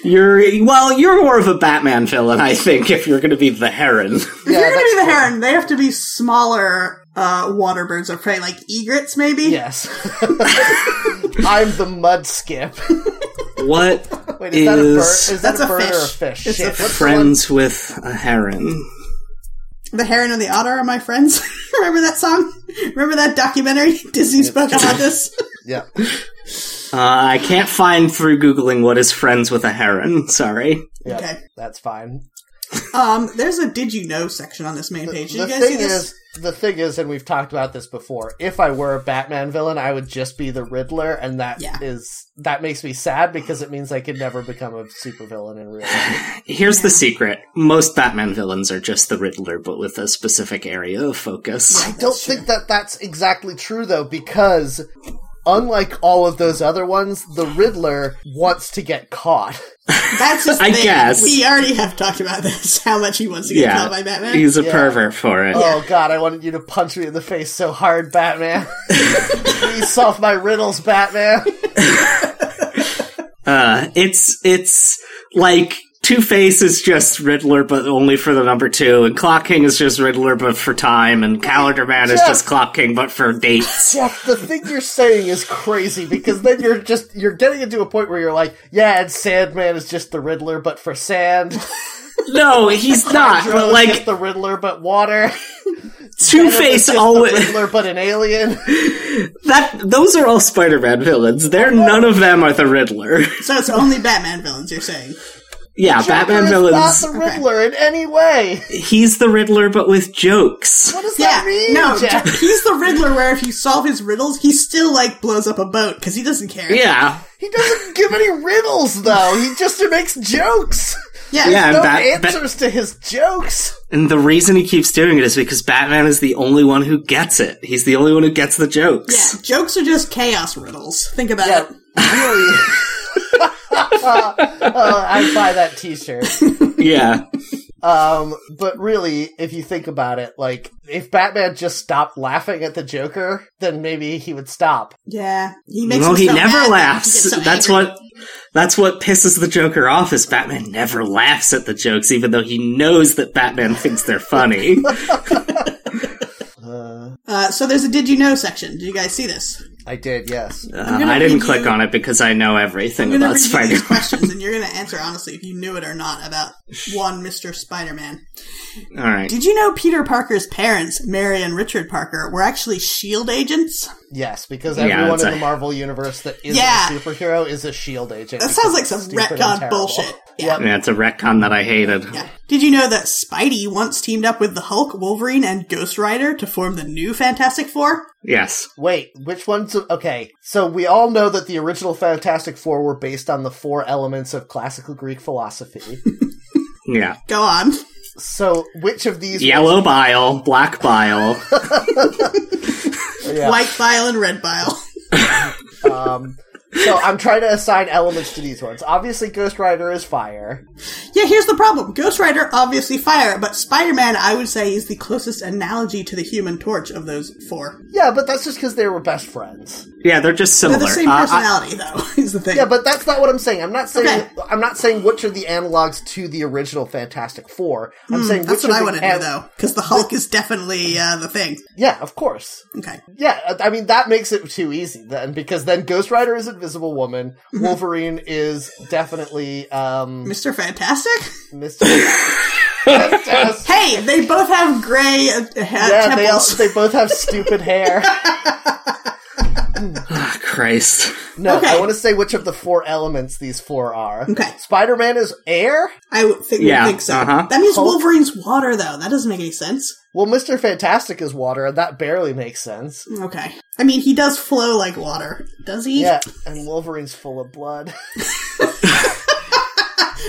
Speaker 2: You're well. You're more of a Batman villain, I think. If you're going to be the Heron,
Speaker 3: If
Speaker 1: Yeah,
Speaker 3: you're gonna
Speaker 1: that's
Speaker 3: be the heron, they have to be smaller uh, water birds of prey, like egrets, maybe.
Speaker 1: Yes, I'm the mud skip.
Speaker 2: what
Speaker 1: Wait, is that a bird?
Speaker 2: Is-
Speaker 1: Is that
Speaker 3: That's
Speaker 1: a
Speaker 3: a
Speaker 1: bird or a
Speaker 3: fish.
Speaker 1: fish?
Speaker 3: It's a
Speaker 1: Shit.
Speaker 3: fish.
Speaker 2: friends with a Heron?
Speaker 3: The heron and the otter are my friends. Remember that song? Remember that documentary? Disney spoke about this.
Speaker 1: Yeah.
Speaker 2: Uh, I can't find through googling what is friends with a Heron. Sorry.
Speaker 1: Yeah.
Speaker 3: Okay.
Speaker 1: That's fine.
Speaker 3: Um, there's a did you know section on this main page. Did
Speaker 1: The
Speaker 3: you guys see
Speaker 1: thing
Speaker 3: this?
Speaker 1: is, the thing is, and we've talked about this before. If I were a Batman villain, I would just be the Riddler, and that is
Speaker 3: Yeah.
Speaker 1: that makes me sad because it means I could never become a supervillain in real life.
Speaker 2: Here's the secret: most Batman villains are just the Riddler, but with a specific area of focus.
Speaker 1: I don't think that that's exactly true though, because unlike all of those other ones, the Riddler wants to get caught.
Speaker 3: That's his
Speaker 2: I
Speaker 3: thing.
Speaker 2: guess.
Speaker 3: We already have talked about this, how much he wants to get
Speaker 2: Yeah.
Speaker 3: killed by Batman.
Speaker 2: He's a
Speaker 1: Yeah.
Speaker 2: pervert for it.
Speaker 1: Oh God, I wanted you to punch me in the face so hard, Batman. Please solve my riddles, Batman.
Speaker 2: Uh, it's it's like Two Face is just Riddler, but only for the number two, and Clock King is just Riddler, but for time, and Calendar Man is
Speaker 1: Jeff.
Speaker 2: just Clock King, but for dates.
Speaker 1: Jeff, the thing you're saying is crazy because then you're just you're getting into a point where you're like, yeah, and Sandman is just the Riddler, but for sand.
Speaker 2: no, he's not.
Speaker 1: Hydra
Speaker 2: But
Speaker 1: is just
Speaker 2: like
Speaker 1: the Riddler, but water.
Speaker 2: Two
Speaker 1: Venom is
Speaker 2: Face,
Speaker 1: just the
Speaker 2: always
Speaker 1: Riddler, but an alien.
Speaker 2: that those are all Spider Man villains. They're none of them are the Riddler.
Speaker 3: so it's only Batman villains, you're saying.
Speaker 2: yeah,
Speaker 1: Joker
Speaker 2: Batman
Speaker 1: is
Speaker 2: villains.
Speaker 1: not the Riddler in any way.
Speaker 2: He's the Riddler, but with jokes.
Speaker 1: What does
Speaker 3: Yeah.
Speaker 1: that mean,
Speaker 3: no,
Speaker 1: Jeff?
Speaker 3: he's the Riddler where if you solve his riddles, he still, like, blows up a boat because he doesn't care.
Speaker 2: Yeah,
Speaker 1: He doesn't give any riddles though. He just makes jokes.
Speaker 3: Yeah.
Speaker 2: yeah. And
Speaker 1: No
Speaker 2: Bat- Bat-
Speaker 1: answers to his jokes.
Speaker 2: and the reason he keeps doing it is because Batman is the only one who gets it. He's the only one who gets the jokes.
Speaker 3: Yeah, Jokes are just chaos riddles. Think about
Speaker 1: Yeah,
Speaker 3: it.
Speaker 1: really. Uh, I'd buy that T-shirt.
Speaker 2: yeah.
Speaker 1: Um, but really, if you think about it, like if Batman just stopped laughing at the Joker, then maybe he would stop.
Speaker 3: Yeah. He makes
Speaker 2: well,
Speaker 3: him
Speaker 2: he
Speaker 3: so
Speaker 2: never
Speaker 3: mad that
Speaker 2: laughs.
Speaker 3: he gets so
Speaker 2: that's
Speaker 3: angry.
Speaker 2: what that's what pisses the Joker off is Batman never laughs at the jokes, even though he knows that Batman thinks they're funny.
Speaker 1: Uh,
Speaker 3: Uh, so there's a did you know section. Did you guys see this?
Speaker 1: I did, yes.
Speaker 2: Uh,
Speaker 3: gonna
Speaker 2: I didn't
Speaker 3: read
Speaker 2: click
Speaker 3: you-
Speaker 2: on it because I know everything
Speaker 3: I'm going to
Speaker 2: about Spider.
Speaker 3: read you these questions, and you're going to answer honestly if you knew it or not about one Mr. Spider-Man.
Speaker 2: All right.
Speaker 3: Did you know Peter Parker's parents, Mary and Richard Parker, were actually SHIELD E agents?
Speaker 1: Yes, because
Speaker 2: Yeah,
Speaker 1: everyone
Speaker 2: it's
Speaker 1: in
Speaker 2: a-
Speaker 1: the Marvel universe that isn't
Speaker 3: Yeah.
Speaker 1: a superhero is E a shield agent.
Speaker 3: That
Speaker 1: because
Speaker 3: sounds like
Speaker 1: it's
Speaker 3: some
Speaker 1: stupid and
Speaker 3: retcon
Speaker 1: terrible.
Speaker 3: bullshit.
Speaker 1: Yep.
Speaker 2: Yeah, it's a retcon that I hated.
Speaker 3: Yeah. Did you know that Spidey once teamed up with the Hulk, Wolverine, and Ghost Rider to form the new Fantastic Four?
Speaker 2: Yes.
Speaker 1: Wait, which one's okay? So we all know that the original Fantastic Four were based on the four elements of classical Greek philosophy.
Speaker 2: Yeah.
Speaker 3: Go on.
Speaker 1: so which of these?
Speaker 2: Yellow bile, black bile.
Speaker 1: Yeah.
Speaker 3: White Bile and Red Bile.
Speaker 1: Um, so I'm trying to assign elements to these ones. Obviously, Ghost Rider is fire.
Speaker 3: yeah, here's the problem. Ghost Rider, obviously fire, but Spider-Man, I would say, is the closest analogy to the Human Torch of those four.
Speaker 1: Yeah, but that's just because they were best friends.
Speaker 2: yeah, they're just
Speaker 3: They're
Speaker 2: similar.
Speaker 3: the same
Speaker 2: Uh, I-
Speaker 3: personality, though, is the thing.
Speaker 1: Yeah, but that's not what I'm saying. I'm not saying
Speaker 3: Okay.
Speaker 1: I'm not saying which are the analogs to the original Fantastic Four. I'm saying
Speaker 3: Hmm, That's
Speaker 1: which are
Speaker 3: what
Speaker 1: the
Speaker 3: I want to do,
Speaker 1: an-
Speaker 3: though, because the Hulk is definitely uh, the thing.
Speaker 1: Yeah, of course.
Speaker 3: Okay.
Speaker 1: Yeah, uh, I mean that makes it too easy then because then Ghost Rider is Invisible Woman, Wolverine is definitely um
Speaker 3: Mr. Fantastic?
Speaker 1: Mr. Fantastic.
Speaker 3: Hey, they both have gray uh, uh,
Speaker 1: Yeah, they all,
Speaker 3: temples.
Speaker 1: they both have stupid hair.
Speaker 2: Ah, Christ.
Speaker 1: No,
Speaker 3: Okay.
Speaker 1: I want to say which of the four elements these four are.
Speaker 3: Okay.
Speaker 1: Spider Man is air?
Speaker 3: I would think, would
Speaker 2: Yeah,
Speaker 3: think so.
Speaker 2: uh-huh.
Speaker 3: That means
Speaker 1: Hulk-
Speaker 3: Wolverine's water, though. That doesn't make any sense.
Speaker 1: Well, Mr. Fantastic is water, and that barely makes sense.
Speaker 3: Okay. I mean, he does flow like water. Does he?
Speaker 1: Yeah, and Wolverine's full of blood.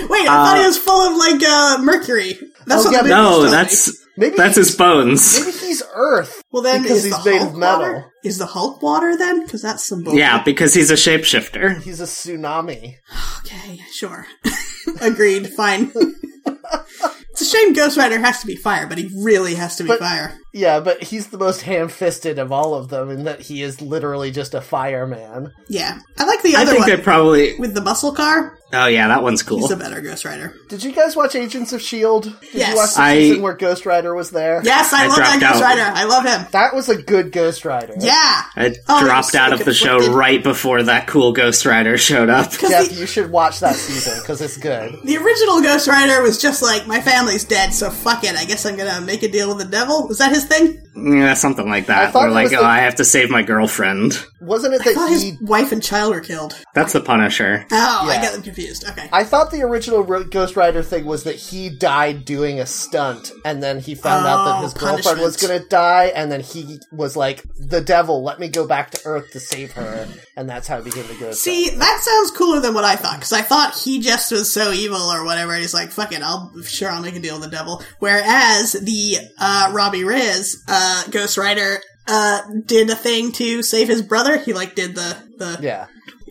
Speaker 3: Wait, I thought he was full of like uh, mercury. That's
Speaker 1: Oh,
Speaker 3: what
Speaker 1: yeah, but-
Speaker 3: the big
Speaker 2: No,
Speaker 3: was
Speaker 2: that's
Speaker 1: Maybe
Speaker 2: that's his bones.
Speaker 1: Maybe he's Earth.
Speaker 3: Well, then
Speaker 1: because
Speaker 3: is
Speaker 1: he's
Speaker 3: the
Speaker 1: made
Speaker 3: Hulk
Speaker 1: of metal.
Speaker 3: water? Is the Hulk water then? Because that's some bullshit.
Speaker 2: Yeah, because he's a shapeshifter.
Speaker 1: He's a tsunami.
Speaker 3: Okay, sure. Agreed. Fine. it's a shame Ghost Rider has to be fire, but he really has to be
Speaker 1: But-
Speaker 3: fire.
Speaker 1: Yeah, but he's the most ham fisted of all of them in that he is literally just a fireman.
Speaker 3: Yeah, I like the
Speaker 2: I
Speaker 3: other
Speaker 2: think
Speaker 3: one
Speaker 2: they probably.
Speaker 3: with the muscle car.
Speaker 2: Oh yeah, that one's cool.
Speaker 3: He's a better Ghost Rider.
Speaker 1: Did you guys watch Agents of S.H.I.E.L.D.? E Did
Speaker 3: Yes.
Speaker 1: you watch the
Speaker 2: I-
Speaker 1: season where Ghost Rider was there?
Speaker 3: Yes, I,
Speaker 2: I
Speaker 3: love that
Speaker 2: dropped
Speaker 3: Ghost
Speaker 2: out.
Speaker 3: Rider. I love him.
Speaker 1: That was a good Ghost Rider.
Speaker 3: Yeah.
Speaker 2: I
Speaker 3: Oh, I'm
Speaker 2: dropped
Speaker 3: so
Speaker 2: out of the show
Speaker 3: conflicted.
Speaker 2: right before that cool Ghost Rider showed up.
Speaker 1: Jeff, you should watch that season because it's good.
Speaker 3: The original Ghost Rider was just like, my family's dead, so fuck it. I guess I'm gonna make a deal with the devil. Is that his thing?
Speaker 2: Yeah, something like
Speaker 1: I
Speaker 2: that.
Speaker 1: thought
Speaker 2: We're
Speaker 1: it
Speaker 2: like,
Speaker 1: was
Speaker 2: oh,
Speaker 1: the-
Speaker 2: I have to save my girlfriend.
Speaker 1: Wasn't it
Speaker 3: I thought
Speaker 1: that
Speaker 3: his
Speaker 1: he?
Speaker 3: wife and child were killed.
Speaker 2: That's the Punisher.
Speaker 3: Oh, I
Speaker 1: Yeah.
Speaker 3: get them confused. Okay.
Speaker 1: I thought the original Ro- Ghost Rider thing was that he died doing a stunt, and then he found out that
Speaker 3: Oh,
Speaker 1: his girlfriend was
Speaker 3: punishment.
Speaker 1: going to die, and then he was like, "The devil, let me go back to Earth to save her," and that's how he became the Ghost.
Speaker 3: See, that sounds cooler than what I thought, because I thought he just was so evil or whatever, and he's like, fuck it, I'll, sure, I'll make a deal with the devil. Whereas the, uh, Robbie Riz, uh, Ghost Rider, uh, did a thing to save his brother. He, like, did the, the,
Speaker 1: Rider. Yeah.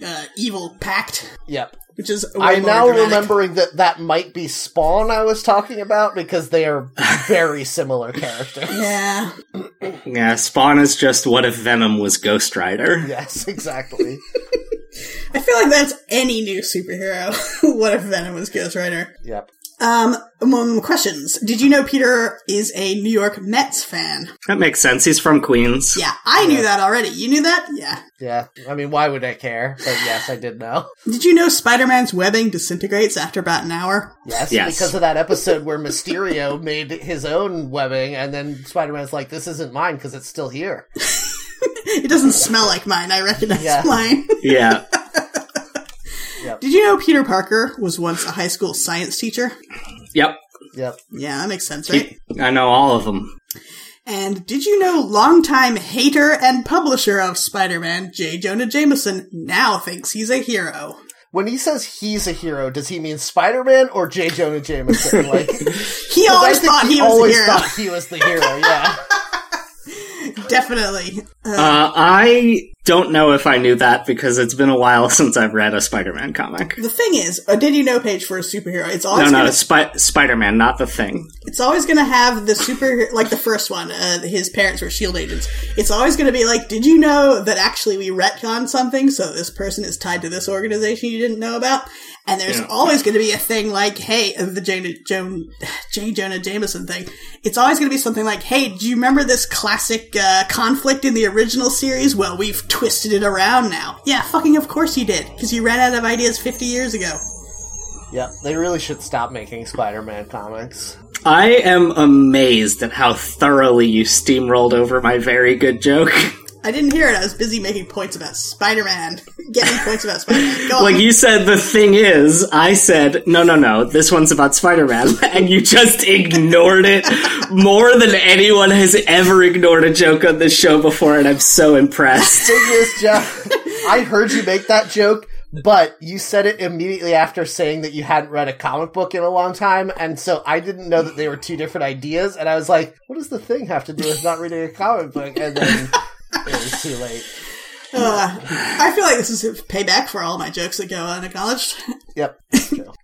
Speaker 3: uh, evil pact,
Speaker 1: Yep.
Speaker 3: which is way
Speaker 1: I'm
Speaker 3: more
Speaker 1: now
Speaker 3: dramatic.
Speaker 1: remembering that that might be Spawn I was talking about because they are very similar characters.
Speaker 3: Yeah.
Speaker 2: Yeah, Spawn is just what if Venom was Ghost Rider?
Speaker 1: Yes, exactly.
Speaker 3: I feel like that's any new superhero. what if Venom was Ghost Rider?
Speaker 1: Yep.
Speaker 3: Um, um, questions. Did you know Peter is a New York Mets fan?
Speaker 2: That makes sense. He's from Queens.
Speaker 3: Yeah, I knew that already. You knew that? Yeah.
Speaker 1: Yeah. I mean, why would I care? But yes, I did know.
Speaker 3: Did you know Spider Man's webbing disintegrates after about an hour?
Speaker 1: Yes,
Speaker 2: Yes.
Speaker 1: because of that episode where Mysterio made his own webbing, and then Spider Man's like, this isn't mine because it's still here.
Speaker 3: It doesn't smell like mine. I recognize
Speaker 1: Yeah.
Speaker 3: mine.
Speaker 2: Yeah.
Speaker 3: Did you know Peter Parker was once a high school science teacher?
Speaker 2: yep.
Speaker 1: Yep.
Speaker 3: Yeah, that makes sense, right?
Speaker 2: I know all of them.
Speaker 3: And did you know longtime hater and publisher of Spider Man, J. Jonah Jameson, now thinks he's a hero?
Speaker 1: When he says he's a hero, does he mean Spider Man or J. Jonah Jameson? Like, 'cause
Speaker 3: He
Speaker 1: I
Speaker 3: always
Speaker 1: think
Speaker 3: thought
Speaker 1: he,
Speaker 3: he was a
Speaker 1: always
Speaker 3: hero.
Speaker 1: thought he was the hero. Yeah.
Speaker 3: Definitely. Uh,
Speaker 2: Uh, I don't know if I knew that because it's been a while since I've read a Spider Man comic.
Speaker 3: the thing is, a did you know page for a superhero? It's
Speaker 2: No,
Speaker 3: always
Speaker 2: no,
Speaker 3: gonna,
Speaker 2: it's Spi- Spider Man, not the thing.
Speaker 3: it's always going to have the super like the first one. Uh, his parents were shield agents. It's always going to be like, did you know that actually we retcon something? So this person is tied to this organization you didn't know about. And there's
Speaker 2: Yeah.
Speaker 3: always going to be a thing like, hey, uh, the Jonah, Joan, J. Jonah Jameson thing. It's always going to be something like, hey, do you remember this classic uh, conflict in the original series? Well, we've twisted it around now. Yeah, fucking of course you did, because you ran out of ideas 50 years ago.
Speaker 1: Yep. They really should stop making Spider Man comics.
Speaker 2: I am amazed at how thoroughly you steamrolled over my very good joke.
Speaker 3: I didn't hear it. I was busy making points about Spider Man. Getting points about Spider Man. Go
Speaker 2: Like
Speaker 3: on.
Speaker 2: you said, the thing is, I said, no, no, no, this one's about Spider Man. And you just ignored it more than anyone has ever ignored a joke on this show before. And I'm so impressed.
Speaker 1: Thing is, Jeff, I heard you make that joke, but you said it immediately after saying that you hadn't read a comic book in a long time, and so I didn't know that they were two different ideas, and I was like, what does the thing have to do with not reading a comic book? And then it was too late.
Speaker 3: Uh, I feel like this is payback for all my jokes that go unacknowledged. Uh,
Speaker 1: Yep.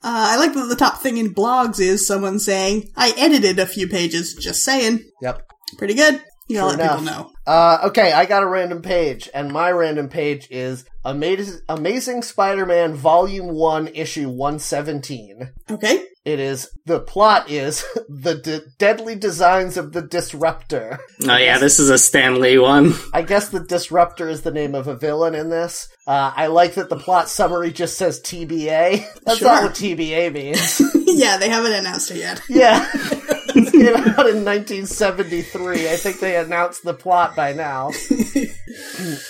Speaker 3: I like that the top thing in blogs is someone saying, I edited a few pages, just saying.
Speaker 1: Yep.
Speaker 3: Pretty good. You gotta
Speaker 1: Sure
Speaker 3: let people
Speaker 1: enough.
Speaker 3: know.
Speaker 1: Uh, okay, I got a random page, and my random page is Amaz- Amazing Spider Man Volume 1, Issue 117.
Speaker 3: Okay.
Speaker 1: It is, the plot is the de- deadly designs of the disruptor.
Speaker 2: Oh, yeah, this is a Stan Lee one.
Speaker 1: I guess the disruptor is the name of a villain in this. Uh, I like that the plot summary just says TBA. That's
Speaker 3: Sure.
Speaker 1: not what TBA means.
Speaker 3: yeah, they haven't announced it yet.
Speaker 1: yeah. it came out in 1973. I think they announced the plot by now.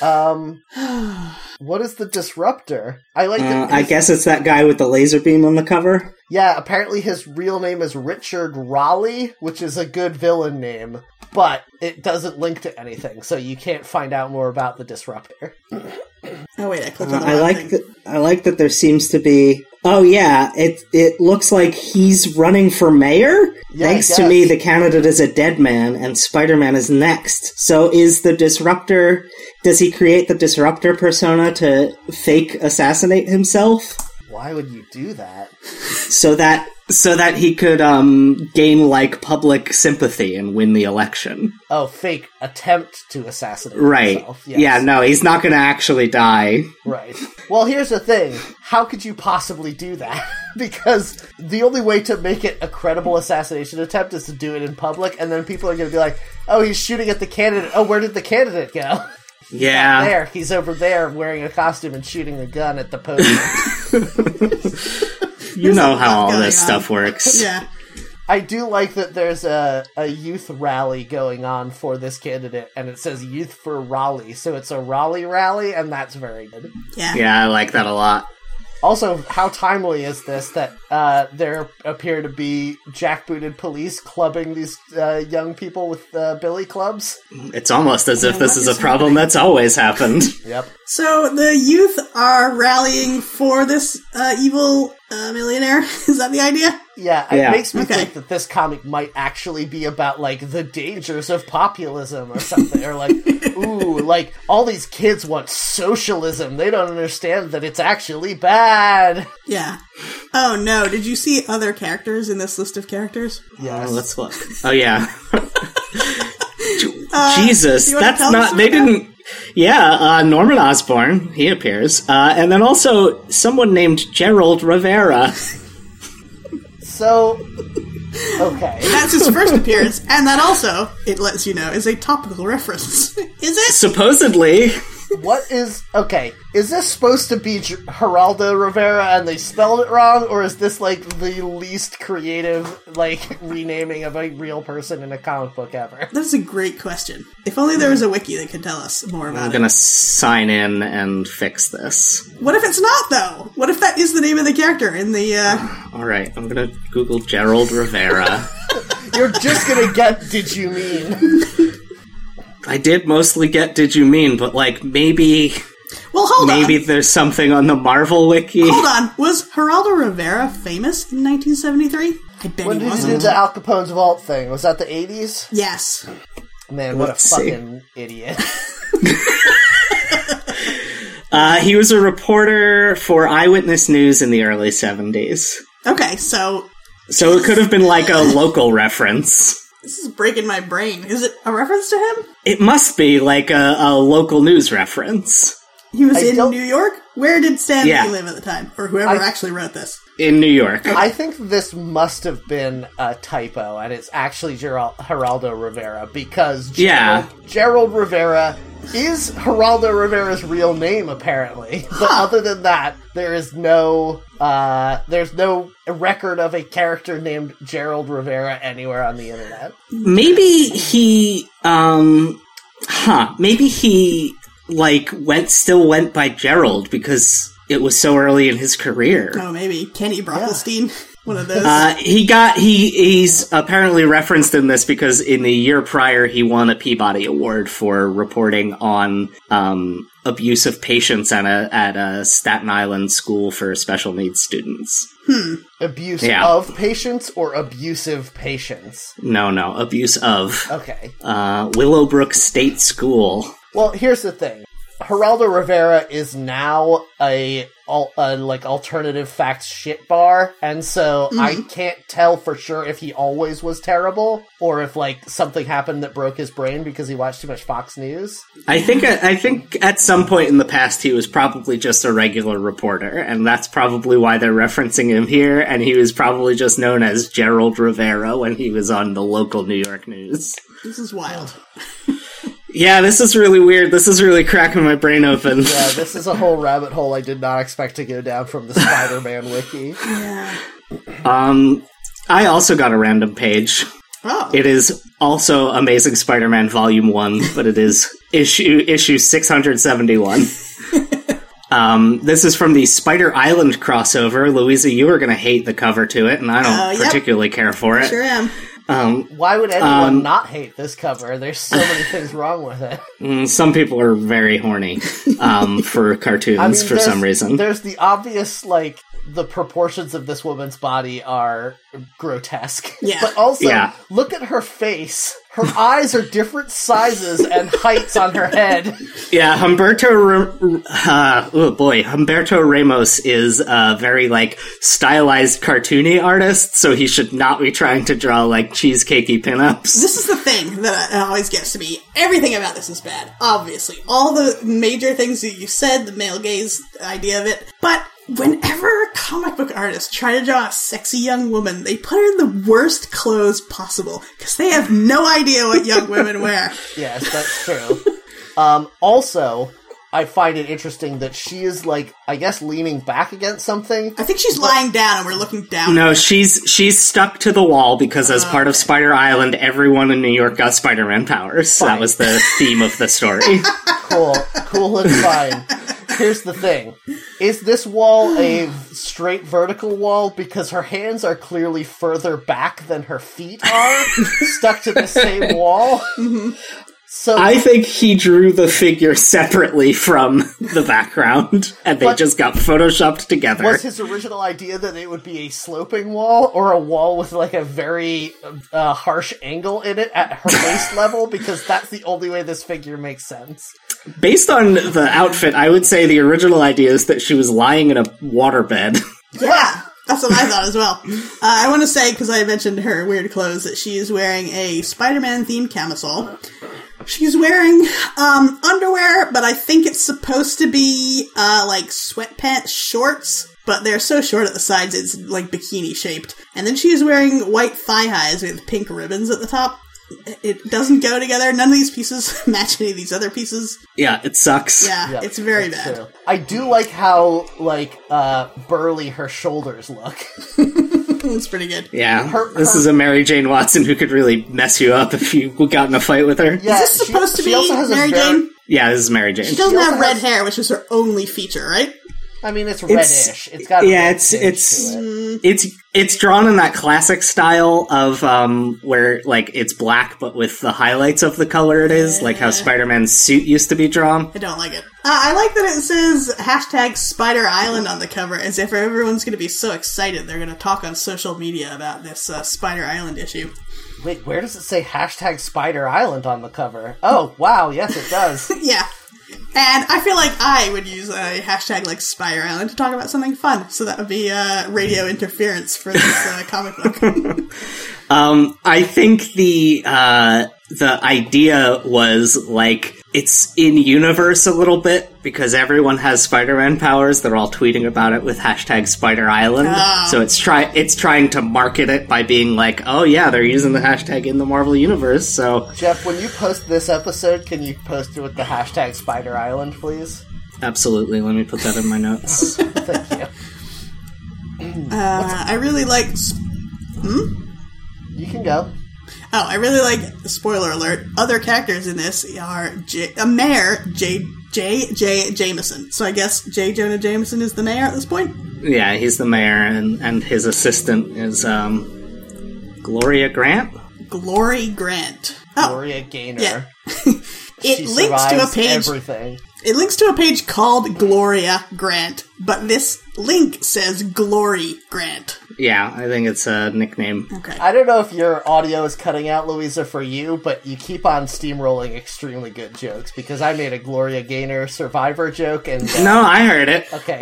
Speaker 1: um, What is the disruptor? I like.
Speaker 2: Uh,
Speaker 1: that
Speaker 2: I guess it's that guy with the laser beam on the cover.
Speaker 1: Yeah, apparently his real name is Richard Raleigh, which is a good villain name, but it doesn't link to anything, so you can't find out more about the disruptor.
Speaker 3: Oh wait, I clicked
Speaker 2: Uh,
Speaker 3: on the
Speaker 2: I
Speaker 3: wrong
Speaker 2: like
Speaker 3: thing.
Speaker 2: that. I like that there seems to be. Oh yeah, it it looks like he's running for mayor.
Speaker 1: Yeah, I
Speaker 2: Thanks to me,
Speaker 1: guess.
Speaker 2: the candidate is a dead man, and Spider Man is next. So is the disruptor? Does he create the disruptor persona to fake assassinate himself
Speaker 1: Why would you do that?
Speaker 2: so that so that he could um, gain like public sympathy and win the election?
Speaker 1: Oh, fake attempt to assassinate
Speaker 2: Right.
Speaker 1: himself. Yes.
Speaker 2: Yeah. No, he's not going to actually die.
Speaker 1: Right. Well, here's the thing. How could you possibly do that? because the only way to make it a credible assassination attempt is to do it in public, and then people are going to be like, oh, he's shooting at the candidate. Oh, where did the candidate go?
Speaker 2: Yeah.
Speaker 1: there. He's over there wearing a costume and shooting a gun at the podium.
Speaker 2: You know how all
Speaker 3: going
Speaker 2: this
Speaker 3: on.
Speaker 2: stuff works.
Speaker 3: Yeah.
Speaker 1: I do like that there's a, a youth rally going on for this candidate, and it says Youth for Raleigh. So it's a Raleigh rally, and that's very good.
Speaker 3: Yeah.
Speaker 2: Yeah, I like that a lot.
Speaker 1: Also, how timely is this that uh, there appear to be jackbooted police clubbing these uh, young people with uh, billy clubs?
Speaker 2: It's almost as if
Speaker 3: Yeah,
Speaker 2: this
Speaker 3: what
Speaker 2: is a
Speaker 3: is
Speaker 2: problem that's always happened.
Speaker 1: Yep.
Speaker 3: So the youth are rallying for this uh, evil uh, millionaire. Is that the idea?
Speaker 1: Yeah,
Speaker 2: Yeah.
Speaker 1: it makes me
Speaker 3: Okay.
Speaker 1: think that this comic might actually be about like the dangers of populism or something, or like, ooh, like all these kids want socialism. They don't understand that it's actually bad.
Speaker 3: Yeah. Oh no! Did you see other characters in this list of characters?
Speaker 1: Yes.
Speaker 2: Oh, let's look. Oh yeah.
Speaker 3: Uh,
Speaker 2: Jesus,
Speaker 3: you wanna
Speaker 2: that's
Speaker 3: tell us
Speaker 2: not. They
Speaker 3: about that?
Speaker 2: didn't. Yeah, uh, Norman Osborn, he appears, uh, and then also someone named Gerald Rivera.
Speaker 1: so, okay.
Speaker 3: That's his first appearance, and that also it lets you know is a topical reference. is it?
Speaker 2: Supposedly,
Speaker 1: What is okay? Is this supposed to be Ger- Geraldo Rivera and they spelled it wrong, or is this like the least creative like renaming of a real person in a comic book ever?
Speaker 3: That's a great question. If only there was a wiki that could tell us more
Speaker 2: I'm
Speaker 3: about it.
Speaker 2: gonna sign in and fix this.
Speaker 3: What if it's not though? What if that is the name of the character in the? Uh...
Speaker 2: All right, I'm gonna Google Gerald Rivera.
Speaker 1: You're just gonna get. Did you mean?
Speaker 2: I did mostly get. Did you mean? But like maybe,
Speaker 3: Well, hold on.
Speaker 2: maybe there's something on the Marvel wiki.
Speaker 3: Hold on. Was Geraldo Rivera famous in 1973? I bet
Speaker 1: When
Speaker 3: he
Speaker 1: did you
Speaker 3: wasn't.
Speaker 1: do the Al Capone's vault thing? Was that the eighties?
Speaker 3: Yes.
Speaker 1: Man, what
Speaker 2: Let's
Speaker 1: a
Speaker 2: see.
Speaker 1: fucking idiot!
Speaker 2: Uh, he was a reporter for Eyewitness News in the early 70s.
Speaker 3: Okay, so
Speaker 2: So it could have been like a local reference.
Speaker 3: this is breaking my brain. Is it a reference to him?
Speaker 2: It must be like a, a local news reference
Speaker 3: He was
Speaker 1: I
Speaker 3: in
Speaker 1: don't-
Speaker 3: New York? Where did Stan
Speaker 2: Yeah.
Speaker 3: Lee live at the time? Or whoever
Speaker 1: I-
Speaker 3: actually wrote this?
Speaker 2: in New York.
Speaker 1: I think this must have been a typo, and it's actually Geral- Geraldo Rivera because Gerald,
Speaker 2: Yeah.
Speaker 1: Gerald Rivera is Geraldo Rivera's real name apparently. But other than that, there is no uh, there's no record of a character named Gerald Rivera anywhere on the internet.
Speaker 2: Maybe he, um, huh, maybe he, like, went, still went by Gerald because it was so early in his career.
Speaker 3: Oh, maybe. Kenny Brocklestein? One of those.
Speaker 2: Uh, he got he he's apparently referenced in this because in the year prior he won a Peabody Award for reporting on um, abuse of patients at a at a Staten Island school for special needs students.
Speaker 1: Abuse
Speaker 2: Yeah.
Speaker 1: of patients or abusive patients.
Speaker 2: No, no, abuse of
Speaker 1: Okay.
Speaker 2: uh, Willowbrook State School.
Speaker 1: Well, here's the thing. Geraldo Rivera is now a, al- a like alternative facts shit bar, and so I can't tell for sure if he always was terrible or if like something happened that broke his brain because he watched too much Fox News.
Speaker 2: I think I think at some point in the past he was probably just a regular reporter, and that's probably why they're referencing him here. And he was probably just known as Gerald Rivera when he was on the local New York news.
Speaker 3: this is wild.
Speaker 2: Yeah, this is really weird. This is really cracking my brain open.
Speaker 1: Yeah, this is a whole rabbit hole I did not expect to go down from the Spider-Man wiki.
Speaker 2: Um, I also got a random page.
Speaker 3: Oh.
Speaker 2: It is also Amazing Spider-Man Volume One, but it is issue issue six hundred seventy-one. Um, this is from the Spider Island crossover. Louisa, you were going to hate the cover to it, and I don't
Speaker 3: Uh, yep.
Speaker 2: particularly care for it.
Speaker 3: Sure am.
Speaker 2: Um,
Speaker 1: Why would anyone
Speaker 2: Um,
Speaker 1: not hate this cover? There's so many things wrong with it.
Speaker 2: mm, some people are very horny um, for cartoons
Speaker 1: I mean,
Speaker 2: for
Speaker 1: there's-
Speaker 2: some reason.
Speaker 1: There's the obvious, like, the proportions of this woman's body are grotesque.
Speaker 3: Yeah.
Speaker 1: But also,
Speaker 2: Yeah.
Speaker 1: look at her face. Her eyes are different sizes and heights on her head.
Speaker 2: Yeah, Humberto, Ra- uh, oh boy, Humberto Ramos is a very like stylized cartoony artist, so he should not be trying to draw like cheesecakey pinups.
Speaker 3: This is the thing that I- always gets to me. Everything about this is bad, obviously. All the major things that you said, the male gaze idea of it. But whenever a comic book artist try to draw a sexy young woman, they put her in the worst clothes possible because they have no idea what young women wear.
Speaker 1: Yes, that's true. um, also, I find it interesting that she is, like, I guess leaning back against something.
Speaker 3: I think she's lying down and we're looking down.
Speaker 2: No, she's she's stuck to the wall because as part of Spider Island, everyone in New York got Spider-Man powers. So that was the theme of the story.
Speaker 1: Cool, cool and fine. Here's the thing. Is this wall a v- straight vertical wall because her hands are clearly further back than her feet are, stuck to the same wall? So
Speaker 2: I think he drew the figure separately from the background, and they just got photoshopped together.
Speaker 1: was his original idea that it would be a sloping wall or a wall with like a very uh, harsh angle in it at her waist level? Because that's the only way this figure makes sense.
Speaker 2: Based on the outfit, I would say the original idea is that she was lying in a waterbed.
Speaker 3: Yeah, that's what I thought as well. Uh, I want to say because I mentioned her weird clothes that she is wearing a Spider-Man themed camisole. She's wearing um, underwear, but I think it's supposed to be uh, like sweatpants shorts, but they're so short at the sides it's like bikini shaped. And then she is wearing white thigh highs with pink ribbons at the top. It doesn't go together. None of these pieces match any of these other pieces.
Speaker 2: yeah, it sucks.
Speaker 3: Yeah,
Speaker 1: Yep,
Speaker 3: it's very
Speaker 1: that's
Speaker 3: bad.
Speaker 1: true. I do like how like uh, burly her shoulders look.
Speaker 3: It's pretty good.
Speaker 2: Yeah.
Speaker 1: Her-
Speaker 2: this
Speaker 1: her-
Speaker 2: is a Mary Jane Watson who could really mess you up if you got in a fight with her. Yeah,
Speaker 1: Yeah,
Speaker 3: Is this
Speaker 1: she-
Speaker 3: supposed to
Speaker 1: she
Speaker 3: be
Speaker 1: also has a
Speaker 3: Mary
Speaker 1: very-
Speaker 3: Jane?
Speaker 2: this is Mary Jane.
Speaker 3: She doesn't
Speaker 1: She also
Speaker 3: have red
Speaker 1: has-
Speaker 3: hair, which was her only feature, right?
Speaker 1: I mean, it's reddish. It's got
Speaker 2: yeah,
Speaker 1: red
Speaker 2: it's
Speaker 1: tinge
Speaker 2: it's
Speaker 1: to it.
Speaker 2: it's it's drawn in that classic style of um where like it's black but with the highlights of the color it is, like how Spider-Man's suit used to be drawn.
Speaker 3: I don't like it. Uh, I like that it says hashtag Spider Island on the cover, as if everyone's going to be so excited they're going to talk on social media about this uh, Spider Island issue.
Speaker 1: Wait, where does it say hashtag Spider Island on the cover? Oh, wow, yes, it does.
Speaker 3: Yeah. And I feel like I would use a hashtag like Spider Island to talk about something fun, so that would be uh, radio interference for this uh, comic book.
Speaker 2: Um, I think the uh, the idea was like it's in universe a little bit because everyone has Spider-Man powers. They're all tweeting about it with hashtag Spider Island.
Speaker 1: Oh.
Speaker 2: So it's try it's trying to market it by being like, oh yeah, they're using the hashtag in the Marvel universe. So
Speaker 1: Jeff, when you post this episode, can you post it with the hashtag Spider Island, please?
Speaker 2: absolutely, let me put that in my notes.
Speaker 1: Thank you.
Speaker 3: uh, I really like
Speaker 1: You can go.
Speaker 3: Oh, I really like. Spoiler alert: other characters in this are J- a mayor, J. J. J. Jameson. So I guess J. Jonah Jameson is the mayor at this point.
Speaker 2: yeah, he's the mayor, and and his assistant is um, Gloria Grant.
Speaker 3: Glory Grant. Oh,
Speaker 1: Gloria Gaynor.
Speaker 3: yeah.
Speaker 1: She
Speaker 3: it links to a
Speaker 1: survives
Speaker 3: page.
Speaker 1: Everything.
Speaker 3: It links to a page called Gloria Grant, but this link says Glory Grant.
Speaker 2: Yeah, I think it's a nickname.
Speaker 3: Okay.
Speaker 1: I don't know if your audio is cutting out, Louisa, for you, but you keep on steamrolling extremely good jokes because I made a Gloria Gaynor survivor joke and.
Speaker 2: No, I heard it.
Speaker 1: Okay.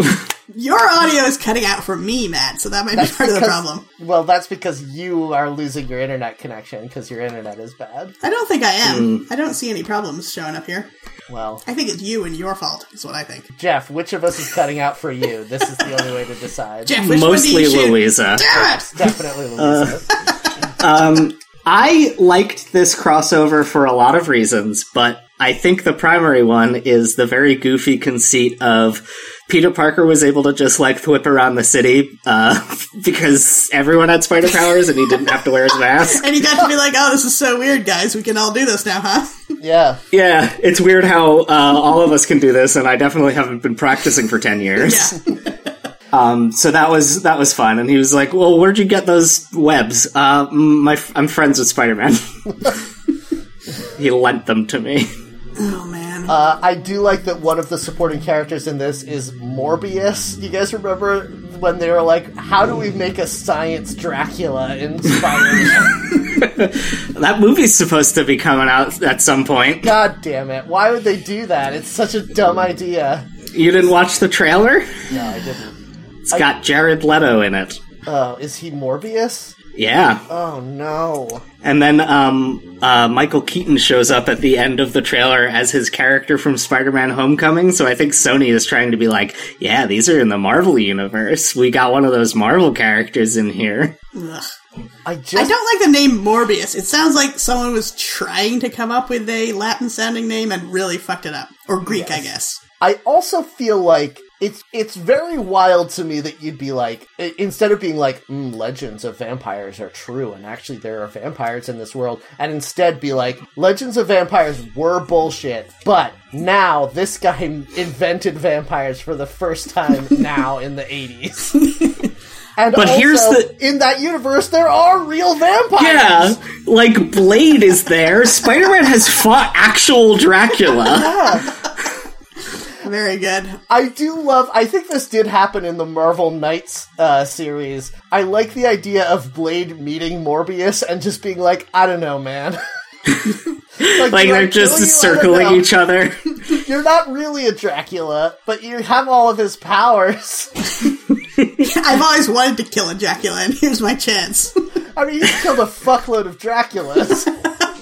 Speaker 3: Your audio is cutting out for me, Matt, so that might be part of the
Speaker 1: Because-
Speaker 3: problem.
Speaker 1: Well, that's because you are losing your internet connection because your internet is bad.
Speaker 3: I don't think I am.
Speaker 1: Hmm.
Speaker 3: I don't see any problems showing up here.
Speaker 1: Well,
Speaker 3: I think it's you and your fault, is what I think.
Speaker 1: Jeff, which of us is cutting out for you? This is the only way to decide.
Speaker 3: Jeff, which one do
Speaker 2: Mostly
Speaker 3: you shoot?
Speaker 2: Louisa.
Speaker 3: Damn it!
Speaker 1: Definitely Louisa.
Speaker 2: I liked this crossover for a lot of reasons, but I think the primary one is the very goofy conceit of Peter Parker was able to just like whip around the city uh, because everyone had spider powers and he didn't have to wear his mask.
Speaker 3: And you got to be like, oh, this is so weird, guys. We can all do this now, huh?
Speaker 1: Yeah.
Speaker 2: Yeah, it's weird how uh, all of us can do this, and I definitely haven't been practicing for ten years.
Speaker 3: Yeah.
Speaker 2: Um, so that was that was fun, and he was like, "Well, where'd you get those webs?" Uh, mm, my f- I'm friends with Spider Man. he lent them to me.
Speaker 3: Oh, man.
Speaker 1: Uh, I do like that one of the supporting characters in this is Morbius. You guys remember when they were like, how do we make a science Dracula in Spider-Man?
Speaker 2: That movie's supposed to be coming out at some point.
Speaker 1: God damn it. Why would they do that? It's such a dumb idea.
Speaker 2: You didn't watch the trailer?
Speaker 1: No, I didn't.
Speaker 2: It's got Jared Leto in it.
Speaker 1: Oh, is he Morbius?
Speaker 2: Yeah,
Speaker 1: Oh no.
Speaker 2: and then um, uh, Michael Keaton shows up at the end of the trailer as his character from Spider-Man: Homecoming. So I think Sony is trying to be like, "Yeah, these are in the Marvel universe. We got one of those Marvel characters in here."
Speaker 3: Ugh.
Speaker 1: I
Speaker 3: I
Speaker 1: just
Speaker 3: don't like the name Morbius. It sounds like someone was trying to come up with a Latin sounding name and really fucked it up. Or Greek, I guess.
Speaker 1: I also feel like it's it's very wild to me that you'd be like i- instead of being like mm, legends of vampires are true and actually there are vampires in this world and instead be like legends of vampires were bullshit but now this guy m- invented vampires for the first time now in the 80s and
Speaker 2: But
Speaker 1: also,
Speaker 2: here's the-
Speaker 1: in that universe there are real vampires
Speaker 2: Yeah, like Blade is there. Spider-Man has fought actual Dracula.
Speaker 3: Very good.
Speaker 1: I do love. I think this did happen in the Marvel Knights uh, series. I like the idea of Blade meeting Morbius and just being like, "I don't know, man." like
Speaker 2: Like
Speaker 1: do I
Speaker 2: they're just
Speaker 1: kill you? I don't know.
Speaker 2: circling each other.
Speaker 1: You're not really a Dracula, but you have all of his powers.
Speaker 3: I've always wanted to kill a Dracula, and here's my chance.
Speaker 1: I mean, you killed a fuckload of Draculas.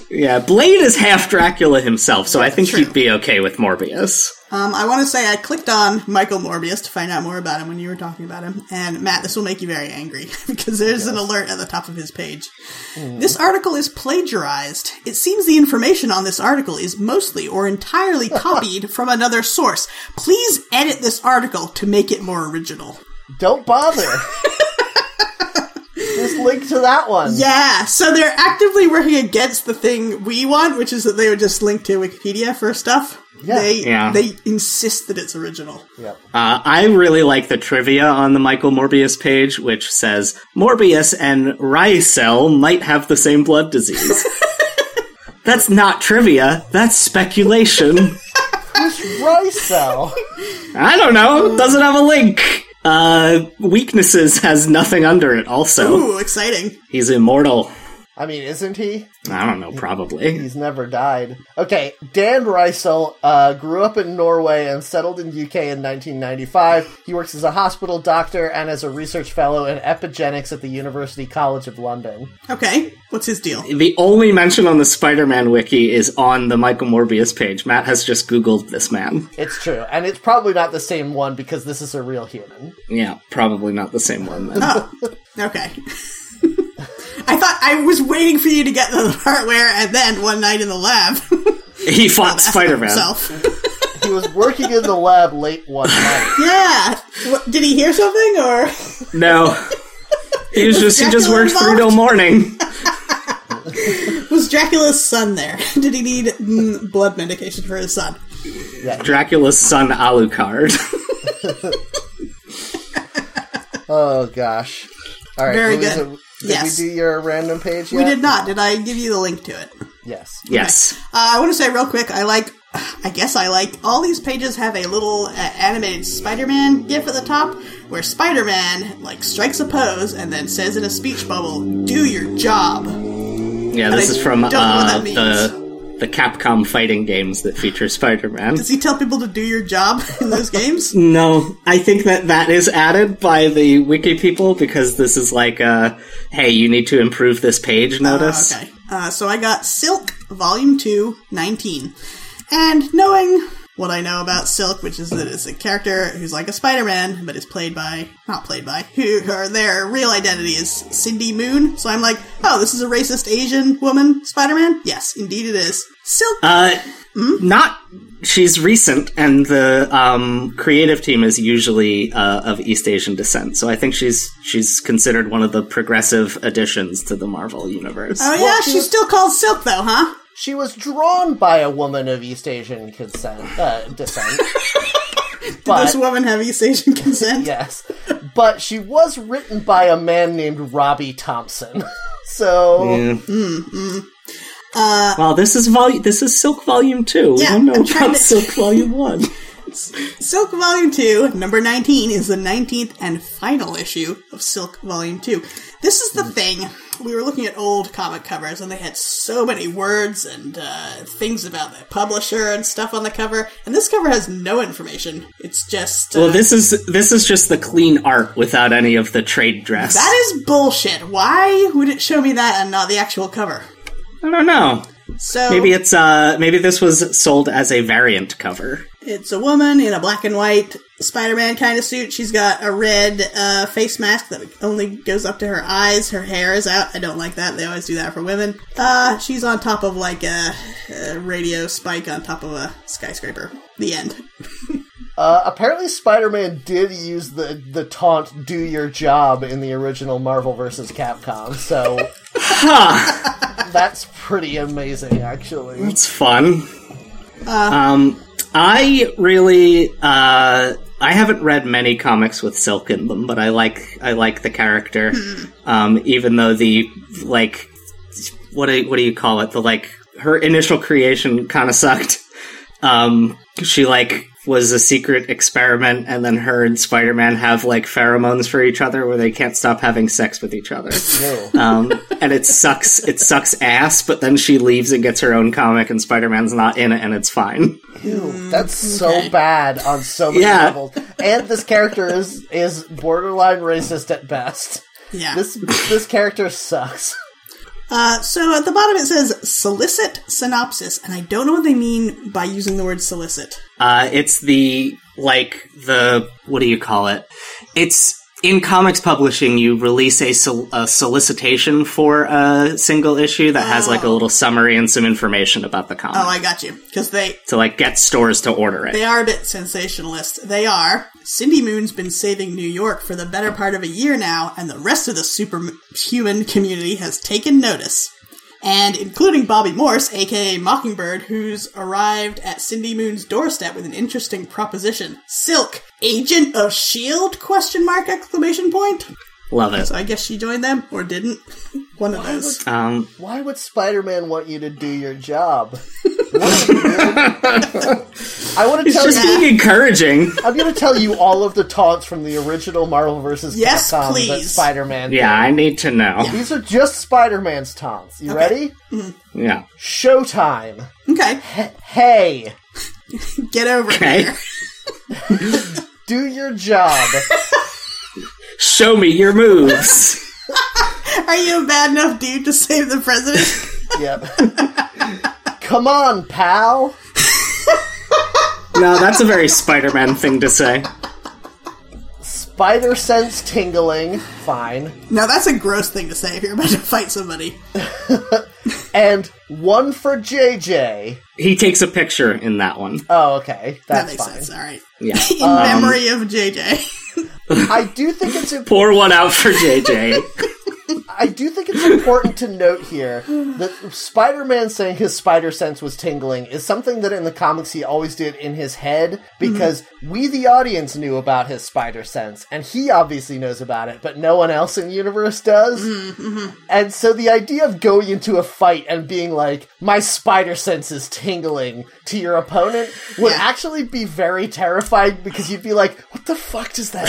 Speaker 2: Yeah, Blade is half Dracula himself, so I think
Speaker 3: true.
Speaker 2: he'd be okay with Morbius.
Speaker 3: Um, I want to say I clicked on Michael Morbius to find out more about him when you were talking about him. And Matt, this will make you very angry because there's an alert at the top of his page. This article is plagiarized. It seems the information on this article is mostly or entirely copied from another source. Please edit this article to make it more original.
Speaker 1: don't bother. just link to that one.
Speaker 3: Yeah, so they're actively working against the thing we want, which is that they would just link to Wikipedia for stuff.
Speaker 1: Yeah.
Speaker 3: They
Speaker 2: Yeah.
Speaker 3: they insist that it's original.
Speaker 1: Yep.
Speaker 2: Uh, I really like the trivia on the Michael Morbius page, which says Morbius and Rysel might have the same blood disease. that's not trivia, that's speculation.
Speaker 1: Rysel.
Speaker 2: I don't know, it doesn't have a link. Uh, weaknesses has nothing under it, also.
Speaker 3: Ooh, exciting.
Speaker 2: He's immortal.
Speaker 1: I mean, isn't he?
Speaker 2: I don't know, probably.
Speaker 1: He's never died. Okay, Dan Rysel uh, grew up in Norway and settled in UK in 1995. He works as a hospital doctor and as a research fellow in epigenics at the University College of London.
Speaker 3: Okay. What's his deal?
Speaker 2: The only mention on the Spider Man wiki is on the Michael Morbius page. Matt has just Googled this man.
Speaker 1: It's true, and it's probably not the same one because this is a real human.
Speaker 2: Yeah, probably not the same one then.
Speaker 3: Oh. Okay. I thought I was waiting for you to get to the part where and then one night in the lab
Speaker 2: he fought Spider Man.
Speaker 3: himself.
Speaker 1: He was working in the lab late one night.
Speaker 3: yeah. What, did he hear something or
Speaker 2: No. He was just he just worked through till morning.
Speaker 3: was Dracula's son there? Did he need mm, blood medication for his son?
Speaker 2: Dracula's son Alucard.
Speaker 1: Oh gosh! All right,
Speaker 3: Very
Speaker 1: Louisa,
Speaker 3: good.
Speaker 1: Did
Speaker 3: Yes.
Speaker 1: we do your random page yet?
Speaker 3: We did not. Did I give you the link to it?
Speaker 1: Yes.
Speaker 2: yes.
Speaker 3: Uh, I want to say real quick, I like, I guess I like, all these pages have a little uh, animated Spider Man gif at the top where Spider Man, like, strikes a pose and then says in a speech bubble, do your job.
Speaker 2: Yeah, this
Speaker 3: I
Speaker 2: is from
Speaker 3: don't know what
Speaker 2: uh,
Speaker 3: that
Speaker 2: the the Capcom fighting games that feature Spider Man.
Speaker 3: Does he tell people to do your job in those games?
Speaker 2: No, I think that that is added by the wiki people because this is like a hey, you need to improve this
Speaker 3: Ah,
Speaker 2: page notice.
Speaker 3: Okay. Uh, so I got Silk Volume 2, 19. And knowing what I know about Silk, which is that it's a character who's like a Spider-Man, but is played by not played by who her their real identity is Cindy Moon. So I'm like, oh, this is a racist Asian woman Spider-Man. Yes, indeed it is. Silk.
Speaker 2: Uh, Not. She's recent, and the um, creative team is usually uh, of East Asian descent. So I think she's she's considered one of the progressive additions to the Marvel universe.
Speaker 3: oh yeah,
Speaker 1: well,
Speaker 3: she's
Speaker 1: she was-
Speaker 3: still called Silk though, huh?
Speaker 1: She was drawn by a woman of East Asian consent, uh, descent.
Speaker 3: Does this woman have East Asian consent?
Speaker 1: Yes. But she was written by a man named Robbie Thompson. So
Speaker 2: Yeah. well, this is vol- This is Silk Volume Two. we
Speaker 3: Yeah,
Speaker 2: don't know
Speaker 3: I'm trying
Speaker 2: about
Speaker 3: to-
Speaker 2: Silk Volume One.
Speaker 3: Silk Volume 2, number 19, is the 19th and final issue of Silk Volume 2. This is the
Speaker 2: Hmm.
Speaker 3: thing. We were looking at old comic covers, and they had so many words and uh, things about the publisher and stuff on the cover. And this cover has no information. It's just. Uh,
Speaker 2: well, this is this is just the clean art without any of the trade dress.
Speaker 3: that is bullshit. Why would it show me that and not the actual cover?
Speaker 2: I don't know.
Speaker 3: So
Speaker 2: Maybe it's uh maybe this was sold as a variant cover.
Speaker 3: It's a woman in a black and white Spider-Man kind of suit. She's got a red uh, face mask that only goes up to her eyes. Her hair is out. I don't like that. They always do that for women. Uh, she's on top of like a, a radio spike on top of a skyscraper. The end.
Speaker 1: uh, apparently Spider-Man did use the, the taunt do your job in the original Marvel vs. Capcom. So that's pretty amazing actually.
Speaker 2: It's fun. um, I really uh, I haven't read many comics with Silk in them, but I like I like the character. um, even though the like what do, what do you call it? The like her initial creation kind of sucked. Um, she like was a secret experiment, and then her and Spider Man have like pheromones for each other, where they can't stop having sex with each other.
Speaker 1: No.
Speaker 2: um, and it sucks. It sucks ass. But then she leaves and gets her own comic, and Spider Man's not in it, and it's fine.
Speaker 1: Ew, that's so bad on so many
Speaker 2: mm, Yeah.
Speaker 1: levels. And this character is is borderline racist at best.
Speaker 3: Yeah.
Speaker 1: This this character sucks.
Speaker 3: Uh, so at the bottom it says solicit synopsis, and I don't know what they mean by using the word solicit.
Speaker 2: Uh, it's the like the what do you call it? It's in comics publishing, you release a, sol- a solicitation for a single issue that has like a little summary and some information about the comic
Speaker 3: Oh, I got you because they
Speaker 2: to like get stores to order it.
Speaker 3: They are a bit sensationalist. They are. Cindy Moon's been saving New York for the better part of a year now, and the rest of the superhuman community has taken notice. And including Bobby Morse, aka Mockingbird, who's arrived at Cindy Moon's doorstep with an interesting proposition. Silk, agent of S.H.I.E.L.D.? E question mark exclamation point.
Speaker 2: Love it.
Speaker 3: So I guess she joined them, or didn't. One of those.
Speaker 2: Um,
Speaker 1: Why would Spider-Man want you to do your job? I want to tell
Speaker 2: just
Speaker 1: you.
Speaker 2: being encouraging.
Speaker 1: I'm going to tell you all of the taunts from the original Marvel vs.
Speaker 3: Yes,
Speaker 1: Capcom that
Speaker 3: please.
Speaker 1: Spider-Man. did.
Speaker 2: Yeah, I need to know.
Speaker 1: These are just Spider-Man's taunts. You ready?
Speaker 2: Yeah.
Speaker 1: Showtime.
Speaker 3: Okay,
Speaker 1: Hey,
Speaker 3: get over
Speaker 2: Okay.
Speaker 3: here.
Speaker 1: do your job.
Speaker 2: Show me your moves.
Speaker 3: Are you a bad enough dude to save the president?
Speaker 1: yep. Come on, pal.
Speaker 2: No, that's a very Spider-Man thing to say.
Speaker 1: Spider sense tingling. Fine.
Speaker 3: Now that's a gross thing to say if you're about to fight somebody.
Speaker 1: And one for JJ.
Speaker 2: He takes a picture in that one.
Speaker 1: Oh, okay. That's
Speaker 3: That makes
Speaker 1: fine.
Speaker 3: sense. All right.
Speaker 2: Yeah.
Speaker 3: In memory of JJ.
Speaker 1: I do think it's important.
Speaker 2: Pour one out for JJ.
Speaker 1: I do think it's important to note here that Spider-Man saying his spider sense was tingling is something that in the comics he always did in his head because we the audience knew about his spider sense and he obviously knows about it but no one else in the universe does. And so the idea of going into a fight and being like my spider sense is tingling to your opponent would
Speaker 3: Yeah.
Speaker 1: actually be very terrifying because you'd be like what the fuck does that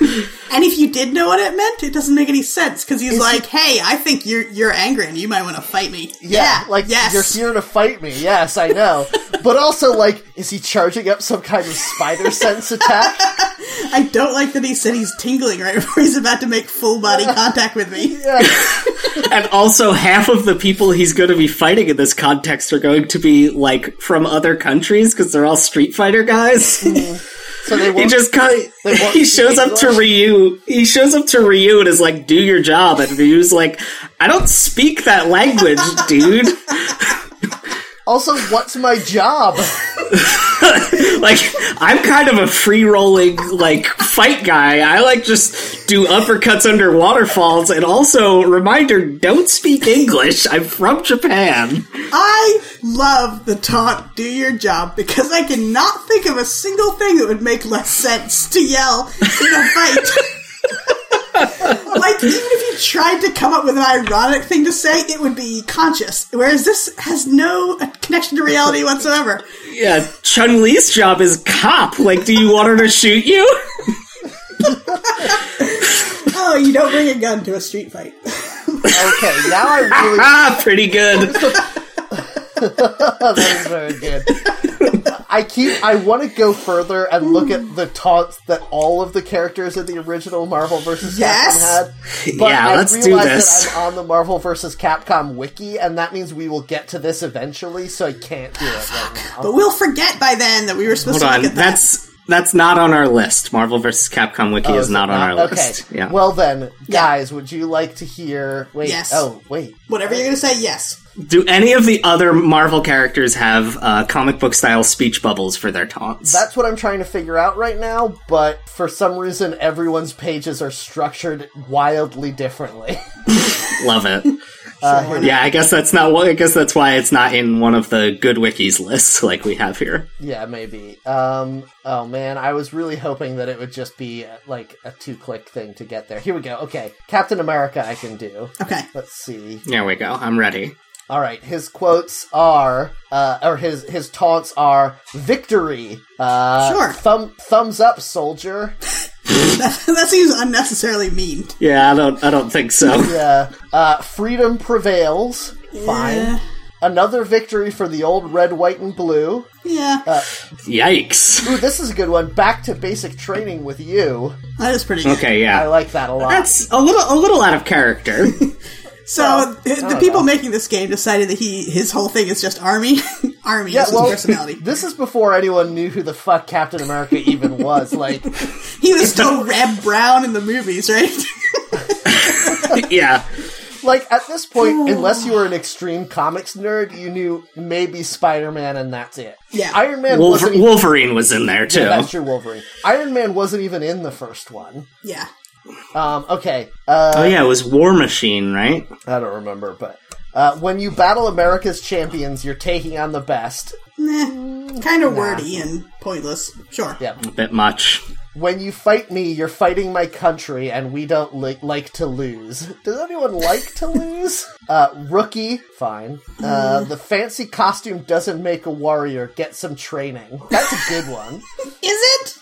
Speaker 1: mean?
Speaker 3: And if you did know what it meant, it doesn't make any sense because he's like, "Hey, I think you're you're angry and you might want to fight me."
Speaker 1: Yeah, like
Speaker 3: yes.
Speaker 1: you're here to fight me. Yes, I know. but also, like, is he charging up some kind of spider sense attack?
Speaker 3: I don't like that he said he's tingling right before he's about to make full body contact with me.
Speaker 2: And also, half of the people he's going to be fighting in this context are going to be like from other countries because they're all Street Fighter guys.
Speaker 1: So they
Speaker 2: he
Speaker 1: won't,
Speaker 2: just kind
Speaker 1: They won't
Speaker 2: he shows
Speaker 1: speak
Speaker 2: up to
Speaker 1: English?
Speaker 2: Ryu. He shows up to Ryu and is like, "Do your job," and Ryu's like, "I don't speak that language, dude."
Speaker 1: also, what's my job?
Speaker 2: like, I'm kind of a free rolling like fight guy. I like just do uppercuts under waterfalls, and also reminder: don't speak English. I'm from Japan.
Speaker 3: I love the taunt, do your job, because I cannot think of a single thing that would make less sense to yell in a fight. like, even if you tried to come up with an ironic thing to say, it would be conscious. Whereas this has no uh, connection to reality whatsoever.
Speaker 2: Yeah, Chun Li's job is cop. Like, do you want her to shoot you?
Speaker 3: Oh, you don't bring a gun to a street fight.
Speaker 1: Okay, now I really
Speaker 2: ah, pretty good.
Speaker 1: Oh, that is very good. I keep. I want to go further and look at the taunts that all of the characters in the original Marvel vs.
Speaker 3: Yes.
Speaker 1: Capcom had. But
Speaker 2: Yeah,
Speaker 1: I
Speaker 2: let's do
Speaker 1: realize
Speaker 2: this.
Speaker 1: that I'm on the Marvel vs. Capcom wiki, and that means we will get to this eventually. So I can't do it. Right now.
Speaker 3: But we'll forget by then that we were supposed
Speaker 2: Hold
Speaker 3: to
Speaker 2: on,
Speaker 3: look at that.
Speaker 2: that's that's not on our list. Marvel vs. Capcom
Speaker 1: Oh,
Speaker 2: Wiki is not on our
Speaker 1: Okay.
Speaker 2: list. Yeah.
Speaker 1: Well then, guys, would you like to hear? Wait.
Speaker 3: Yes.
Speaker 1: Oh, wait.
Speaker 3: Whatever you're going to say, yes.
Speaker 2: do any of the other Marvel characters have uh, comic book style speech bubbles for their taunts?
Speaker 1: That's what I'm trying to figure out right now. But for some reason, everyone's pages are structured wildly differently.
Speaker 2: Love it.
Speaker 1: Uh,
Speaker 3: Sure.
Speaker 2: Yeah, I guess that's not. why- I guess that's why it's not in one of the good wikis lists like we have here.
Speaker 1: Yeah, maybe. Um, oh man, I was really hoping that it would just be uh, like a two-click thing to get there. Here we go. Okay, Captain America, I can do.
Speaker 3: Okay.
Speaker 1: Let's see.
Speaker 2: There we go. I'm ready.
Speaker 1: All right, his quotes are, uh, or his his taunts are victory. Uh,
Speaker 3: Sure.
Speaker 1: Thumb thumbs up, soldier.
Speaker 3: That, that seems unnecessarily mean.
Speaker 2: Yeah, I don't. I don't think so.
Speaker 1: Yeah. Uh, freedom prevails. Fine.
Speaker 3: Yeah.
Speaker 1: Another victory for the old red, white, and blue.
Speaker 3: Yeah.
Speaker 2: Yikes.
Speaker 1: Ooh, this is a good one. Back to basic training with you.
Speaker 3: that is pretty good.
Speaker 2: Okay.
Speaker 1: I
Speaker 2: Yeah.
Speaker 1: like that a lot.
Speaker 2: That's a little. A little out of character.
Speaker 3: So the, the people making this game decided that he his whole thing is just army, army is his personality.
Speaker 1: This is before anyone knew who the fuck Captain America even was. Like,
Speaker 3: he was still Reb Brown in the movies, right?
Speaker 2: yeah.
Speaker 1: like at this point, unless you were an extreme comics nerd, you knew maybe Spider Man, and that's it.
Speaker 3: Yeah.
Speaker 1: Iron Man wasn't.
Speaker 2: Wolver-
Speaker 1: Even,
Speaker 2: Wolverine was in there too.
Speaker 1: that's your Wolverine. Iron Man wasn't even in the first one.
Speaker 3: yeah.
Speaker 1: Um, okay, uh,
Speaker 2: Oh yeah, it was War Machine, right?
Speaker 1: I don't remember, but uh, when you battle America's champions, you're taking on the best.
Speaker 3: Nah, kind of wordy and pointless. Sure.
Speaker 1: Yeah.
Speaker 2: A bit much.
Speaker 1: When you fight me, you're fighting my country, and we don't li- like to lose. Does anyone like to lose? Uh, rookie, fine. Uh, the fancy costume doesn't make a warrior. Get some training. That's a good one.
Speaker 3: Is it?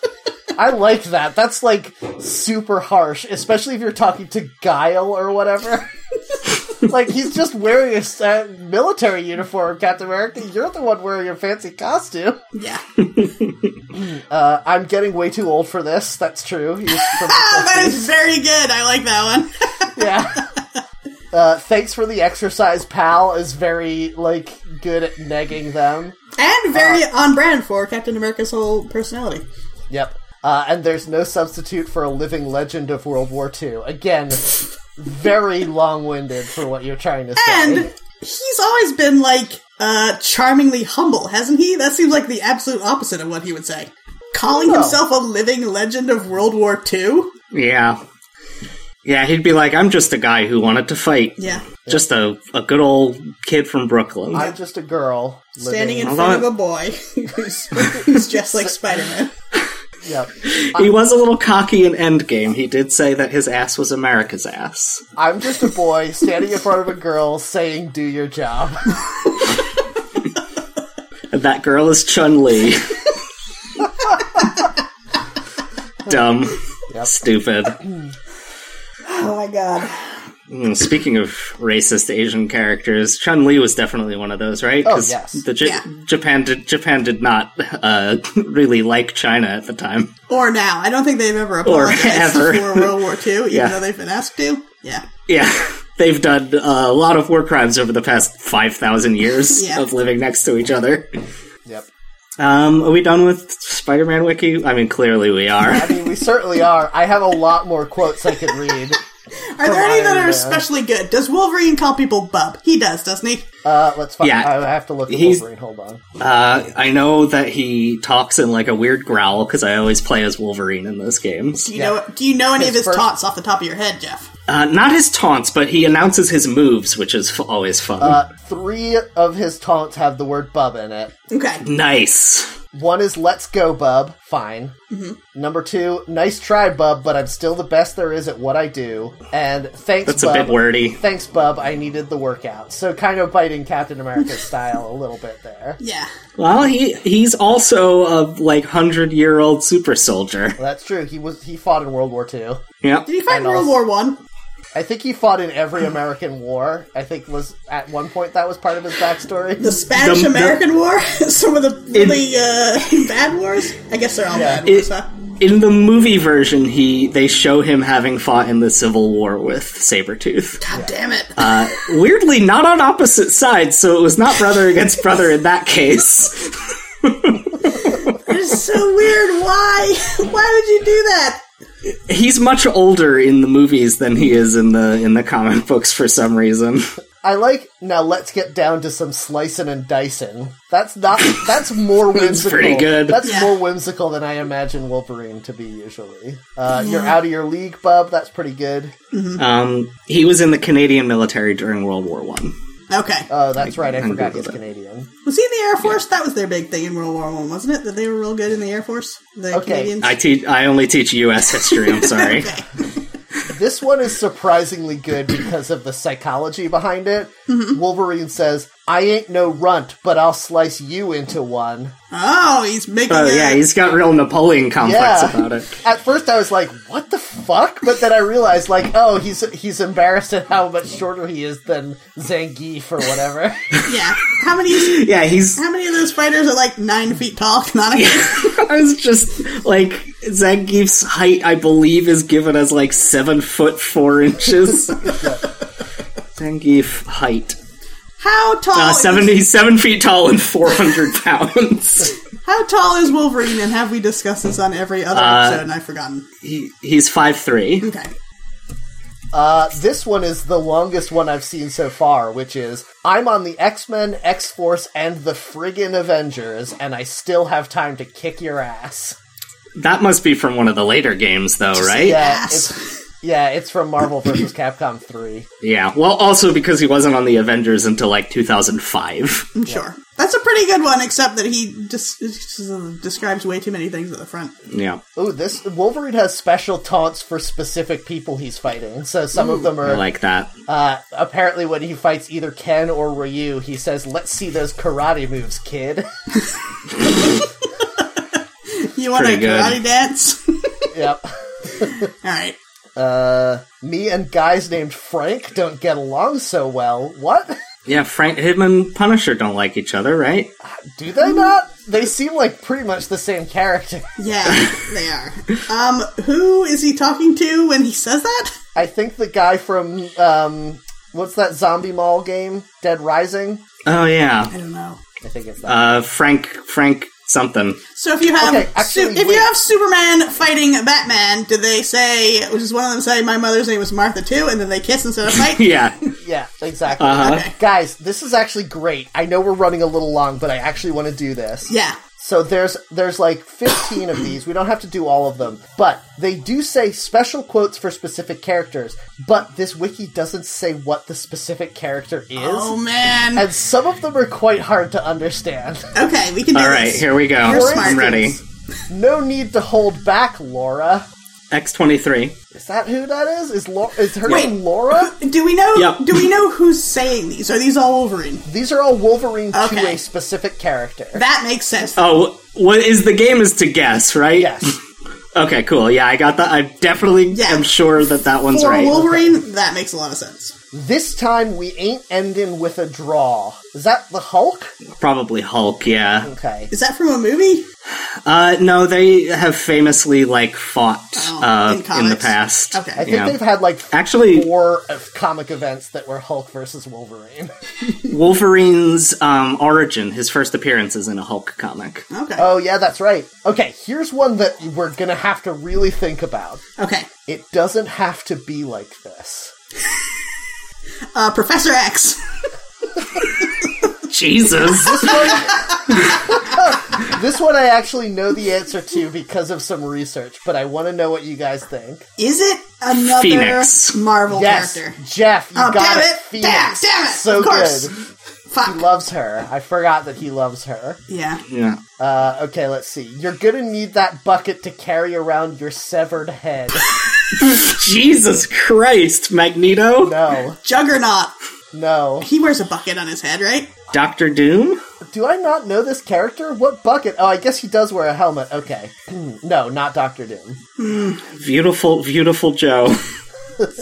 Speaker 1: I like that. That's like super harsh, especially if you're talking to Guile or whatever. like he's just wearing a sa- military uniform, Captain America. You're the one wearing your fancy costume.
Speaker 3: Yeah.
Speaker 1: Uh, I'm getting way too old for this. That's true. He's from the
Speaker 3: Oh, that is very good. I like that one.
Speaker 1: yeah. Uh, thanks for the exercise, pal. Is very like good at negging them.
Speaker 3: and very on brand for Captain America's whole personality.
Speaker 1: Yep. Uh, and there's no substitute for a living legend of World War II. Again, very long-winded for what you're trying to say.
Speaker 3: And he's always been like uh charmingly humble, hasn't he? That seems like the absolute opposite of what he would say. Calling himself a living legend of World War II?
Speaker 2: Yeah. Yeah, he'd be like, I'm just a guy who wanted to fight.
Speaker 3: Yeah.
Speaker 2: Just a, a good old kid from Brooklyn.
Speaker 1: I'm just a girl living-
Speaker 3: Standing in
Speaker 2: Hold
Speaker 3: front
Speaker 2: on.
Speaker 3: of a boy who's, who's dressed like Spider Man.
Speaker 1: Yep.
Speaker 2: he was a little cocky in Endgame. He did say that his ass was America's ass.
Speaker 1: I'm just a boy standing in front of a girl saying, "Do your job."
Speaker 2: And that girl is Chun Li. Dumb. Stupid.
Speaker 3: Oh my god.
Speaker 2: Mm, Speaking of racist Asian characters, Chun Li was definitely one of those, right?
Speaker 1: Oh,
Speaker 2: 'Cause
Speaker 1: yes.
Speaker 2: the J-
Speaker 3: Yeah.
Speaker 2: Japan did Japan did not uh, really like China at the time.
Speaker 3: Or now. I don't think they've ever
Speaker 2: Or
Speaker 3: apologized
Speaker 2: ever.
Speaker 3: before World War II, even
Speaker 2: Yeah.
Speaker 3: though they've been asked to. Yeah.
Speaker 2: Yeah, they've done uh, a lot of war crimes over the past five thousand years
Speaker 3: Yeah.
Speaker 2: of living next to each other.
Speaker 1: Yep.
Speaker 2: Um, are we done with Spider-Man Wiki? I mean, clearly we are.
Speaker 1: I mean, we certainly are. I have a lot more quotes I could read.
Speaker 3: Are there any that
Speaker 1: Iron
Speaker 3: are
Speaker 1: Man.
Speaker 3: especially good? Does Wolverine call people bub? He does, doesn't he?
Speaker 1: Uh, let's find.
Speaker 2: Yeah.
Speaker 1: I have to look at
Speaker 2: He's-
Speaker 1: Wolverine. Hold on.
Speaker 2: Uh, I know that he talks in like a weird growl because I always play as Wolverine in those games.
Speaker 3: Do you know do you know any
Speaker 1: His
Speaker 3: of his
Speaker 1: first-
Speaker 3: taunts off the top of your head, Jeff?
Speaker 2: Uh, not his taunts, but he announces his moves, which is f- always fun.
Speaker 1: Uh, three of his taunts have the word "bub" in it.
Speaker 3: Okay.
Speaker 2: nice.
Speaker 1: One is "Let's go, bub." Fine. Number two, "Nice try, bub," but I'm still the best there is at what I do. And thanks,
Speaker 2: That's
Speaker 1: bub.
Speaker 2: a bit wordy.
Speaker 1: Thanks, bub. I needed the workout. So kind of biting Captain America style a little bit there.
Speaker 3: Yeah.
Speaker 2: Well, he he's also a like hundred year old super soldier.
Speaker 1: Well, that's true. He was he fought in World War II.
Speaker 2: Yep.
Speaker 3: Uh, Did he fight
Speaker 1: And
Speaker 3: in World
Speaker 1: also-
Speaker 3: War One?
Speaker 1: I think he fought in every American war. I think was at one point that was part of his backstory.
Speaker 3: The Spanish
Speaker 2: The-
Speaker 3: American War? Some of the really uh, bad wars? I guess they're all bad wars,
Speaker 2: It-
Speaker 3: huh?
Speaker 2: in the movie version, he they show him having fought in the Civil War with Sabretooth.
Speaker 3: God damn it.
Speaker 2: Uh, weirdly, not on opposite sides, so it was not brother against brother in that case.
Speaker 3: it's so weird. Why? Why would you do that?
Speaker 2: He's much older in the movies than he is in the in the comic books for some reason.
Speaker 1: I like now. Let's get down to some slicing and dicing. That's not. That's more whimsical.
Speaker 2: pretty good.
Speaker 1: That's
Speaker 3: Yeah.
Speaker 1: more whimsical than I imagine Wolverine to be usually. Uh, You're out of your league, bub. That's pretty good.
Speaker 2: Um, he was in the Canadian military during World War One.
Speaker 3: Okay.
Speaker 1: Oh, that's right. I
Speaker 2: can
Speaker 1: forgot
Speaker 2: Google
Speaker 1: he's
Speaker 2: that.
Speaker 1: Canadian.
Speaker 3: Was he in the Air Force? That was their big thing in World War One, wasn't it? That they were real good in the Air Force? The
Speaker 1: Okay.
Speaker 3: Canadians?
Speaker 2: I teach. I only teach U.S. history. I'm sorry.
Speaker 3: Okay.
Speaker 1: This one is surprisingly good because of the psychology behind it. Wolverine says, "I ain't no runt, but I'll slice you into one."
Speaker 3: Oh, he's making
Speaker 2: Oh
Speaker 3: a-
Speaker 2: yeah, he's got real Napoleon complex
Speaker 1: Yeah.
Speaker 2: about it.
Speaker 1: At first, I was like, "What the fuck?" But then I realized, like, oh, he's he's embarrassed at how much shorter he is than Zangief or whatever.
Speaker 3: yeah. How many
Speaker 2: Yeah, he's.
Speaker 3: how manof of those fighters are like nine feet tall canonically?
Speaker 2: I was just like Zangief's height. I believe is given as like seven foot four inches. Zangief height.
Speaker 3: How tall
Speaker 2: Uh,
Speaker 3: is-
Speaker 2: 77 feet tall and 400 pounds.
Speaker 3: how tall is Wolverine and have we discussed this on every other
Speaker 2: Uh,
Speaker 3: episode and I've forgotten.
Speaker 2: he, he's 5'3.
Speaker 3: Okay.
Speaker 1: Uh, this one is the longest one I've seen so far, which is I'm on the X Men, X Force, and the friggin' Avengers, and I still have time to kick your ass.
Speaker 2: That must be from one of the later games, though, right?
Speaker 1: Yeah,
Speaker 3: Ass.
Speaker 1: it's yeah, it's from Marvel vs. Capcom three.
Speaker 2: Yeah. Well, also because he wasn't on the Avengers until like 2005.
Speaker 3: I'm sure. That's a pretty good one, except that he just describes way too many things at the front.
Speaker 2: yeah.
Speaker 1: Ooh, this Wolverine has special taunts for specific people he's fighting. So some of them
Speaker 2: I
Speaker 1: are
Speaker 2: like that.
Speaker 1: uh, apparently when he fights either Ken or Ryu, he says, "Let's see those karate moves, kid."
Speaker 3: You want
Speaker 2: Pretty
Speaker 3: a
Speaker 2: good.
Speaker 3: karate dance? All
Speaker 1: yep.
Speaker 3: right.
Speaker 1: Uh, me and guys named Frank don't get along so well. What?
Speaker 2: Yeah, Frank, him and Punisher don't like each other, right?
Speaker 1: Do they not? They seem like pretty much the same character.
Speaker 3: Yeah, they are. Um, who is he talking to when he says that?
Speaker 1: I think the guy from um, what's that zombie mall game? Dead Rising.
Speaker 2: Oh
Speaker 3: I
Speaker 2: yeah.
Speaker 3: don't know.
Speaker 1: I think it's that.
Speaker 2: Uh, Frank, Frank something.
Speaker 3: So if you have
Speaker 1: Okay, actually,
Speaker 3: su- if
Speaker 1: wait.
Speaker 3: you have Superman fighting Batman, do they say? Does one of them say my mother's name was Martha too, and then they kiss instead of fight?
Speaker 2: Yeah.
Speaker 1: yeah, exactly.
Speaker 3: Okay.
Speaker 1: Guys, this is actually great. I know we're running a little long, but I actually want to do this.
Speaker 3: Yeah.
Speaker 1: So there's there's like 15 of these. We don't have to do all of them, but they do say special quotes for specific characters, but this wiki doesn't say what the specific character is.
Speaker 3: Oh man.
Speaker 1: And some of them are quite hard to understand.
Speaker 3: okay, we can do
Speaker 2: All
Speaker 3: this.
Speaker 2: right, here we go.
Speaker 3: You're smart.
Speaker 2: I'm ready.
Speaker 1: No need to hold back, Laura.
Speaker 2: X23.
Speaker 1: Is that who that is? Is Laura is her
Speaker 3: Wait.
Speaker 1: name Laura?
Speaker 3: Do we know?
Speaker 2: Yep.
Speaker 3: Do we know who's saying these? Are these all Wolverine?
Speaker 1: These are all Wolverine to
Speaker 3: Okay.
Speaker 1: a specific character.
Speaker 3: That makes sense.
Speaker 2: Oh, what is the game is to guess, right?
Speaker 1: yes.
Speaker 2: Okay, cool. Yeah, I got that. I definitely
Speaker 3: Yeah.
Speaker 2: am sure that that one's
Speaker 3: For
Speaker 2: right.
Speaker 3: Wolverine, that makes a lot of sense.
Speaker 1: This time we ain't ending with a draw. Is that the Hulk?
Speaker 2: Probably Hulk, yeah.
Speaker 1: Okay.
Speaker 3: Is that from a movie?
Speaker 2: Uh, no, they have famously, like, fought
Speaker 3: Oh, in
Speaker 2: uh, in, the
Speaker 3: comics.
Speaker 2: past.
Speaker 3: Okay.
Speaker 1: I think
Speaker 2: Yeah.
Speaker 1: they've had like
Speaker 2: Actually,
Speaker 1: four uh, comic events that were Hulk versus Wolverine.
Speaker 2: Wolverine's um, origin, his first appearance is in a Hulk comic.
Speaker 3: Okay.
Speaker 1: oh yeah, that's right. Okay, here's one that we're gonna have to really think about.
Speaker 3: Okay.
Speaker 1: It doesn't have to be like this.
Speaker 3: Uh, Professor X.
Speaker 2: Jesus!
Speaker 1: This one I actually know the answer to because of some research, but I want to know what you guys think.
Speaker 3: Is it another
Speaker 2: Phoenix.
Speaker 3: Marvel
Speaker 1: Yes,
Speaker 3: character?
Speaker 1: Jeff, you
Speaker 3: Oh,
Speaker 1: got
Speaker 3: damn
Speaker 1: it.
Speaker 3: it.
Speaker 1: Phoenix.
Speaker 3: Damn, damn it.
Speaker 1: So
Speaker 3: Of course.
Speaker 1: good. He
Speaker 3: Fuck.
Speaker 1: loves her. I forgot that he loves her.
Speaker 3: Yeah.
Speaker 2: yeah.
Speaker 1: Uh, okay, let's see. You're gonna need that bucket to carry around your severed head.
Speaker 2: Jesus Christ, Magneto?
Speaker 1: No,
Speaker 3: Juggernaut.
Speaker 1: no.
Speaker 3: He wears a bucket on his head, right?
Speaker 2: Doctor Doom?
Speaker 1: Do I not know this character? What bucket? Oh, I guess he does wear a helmet. Okay. Hmm. no, not Doctor Doom.
Speaker 2: Beautiful, beautiful Joe.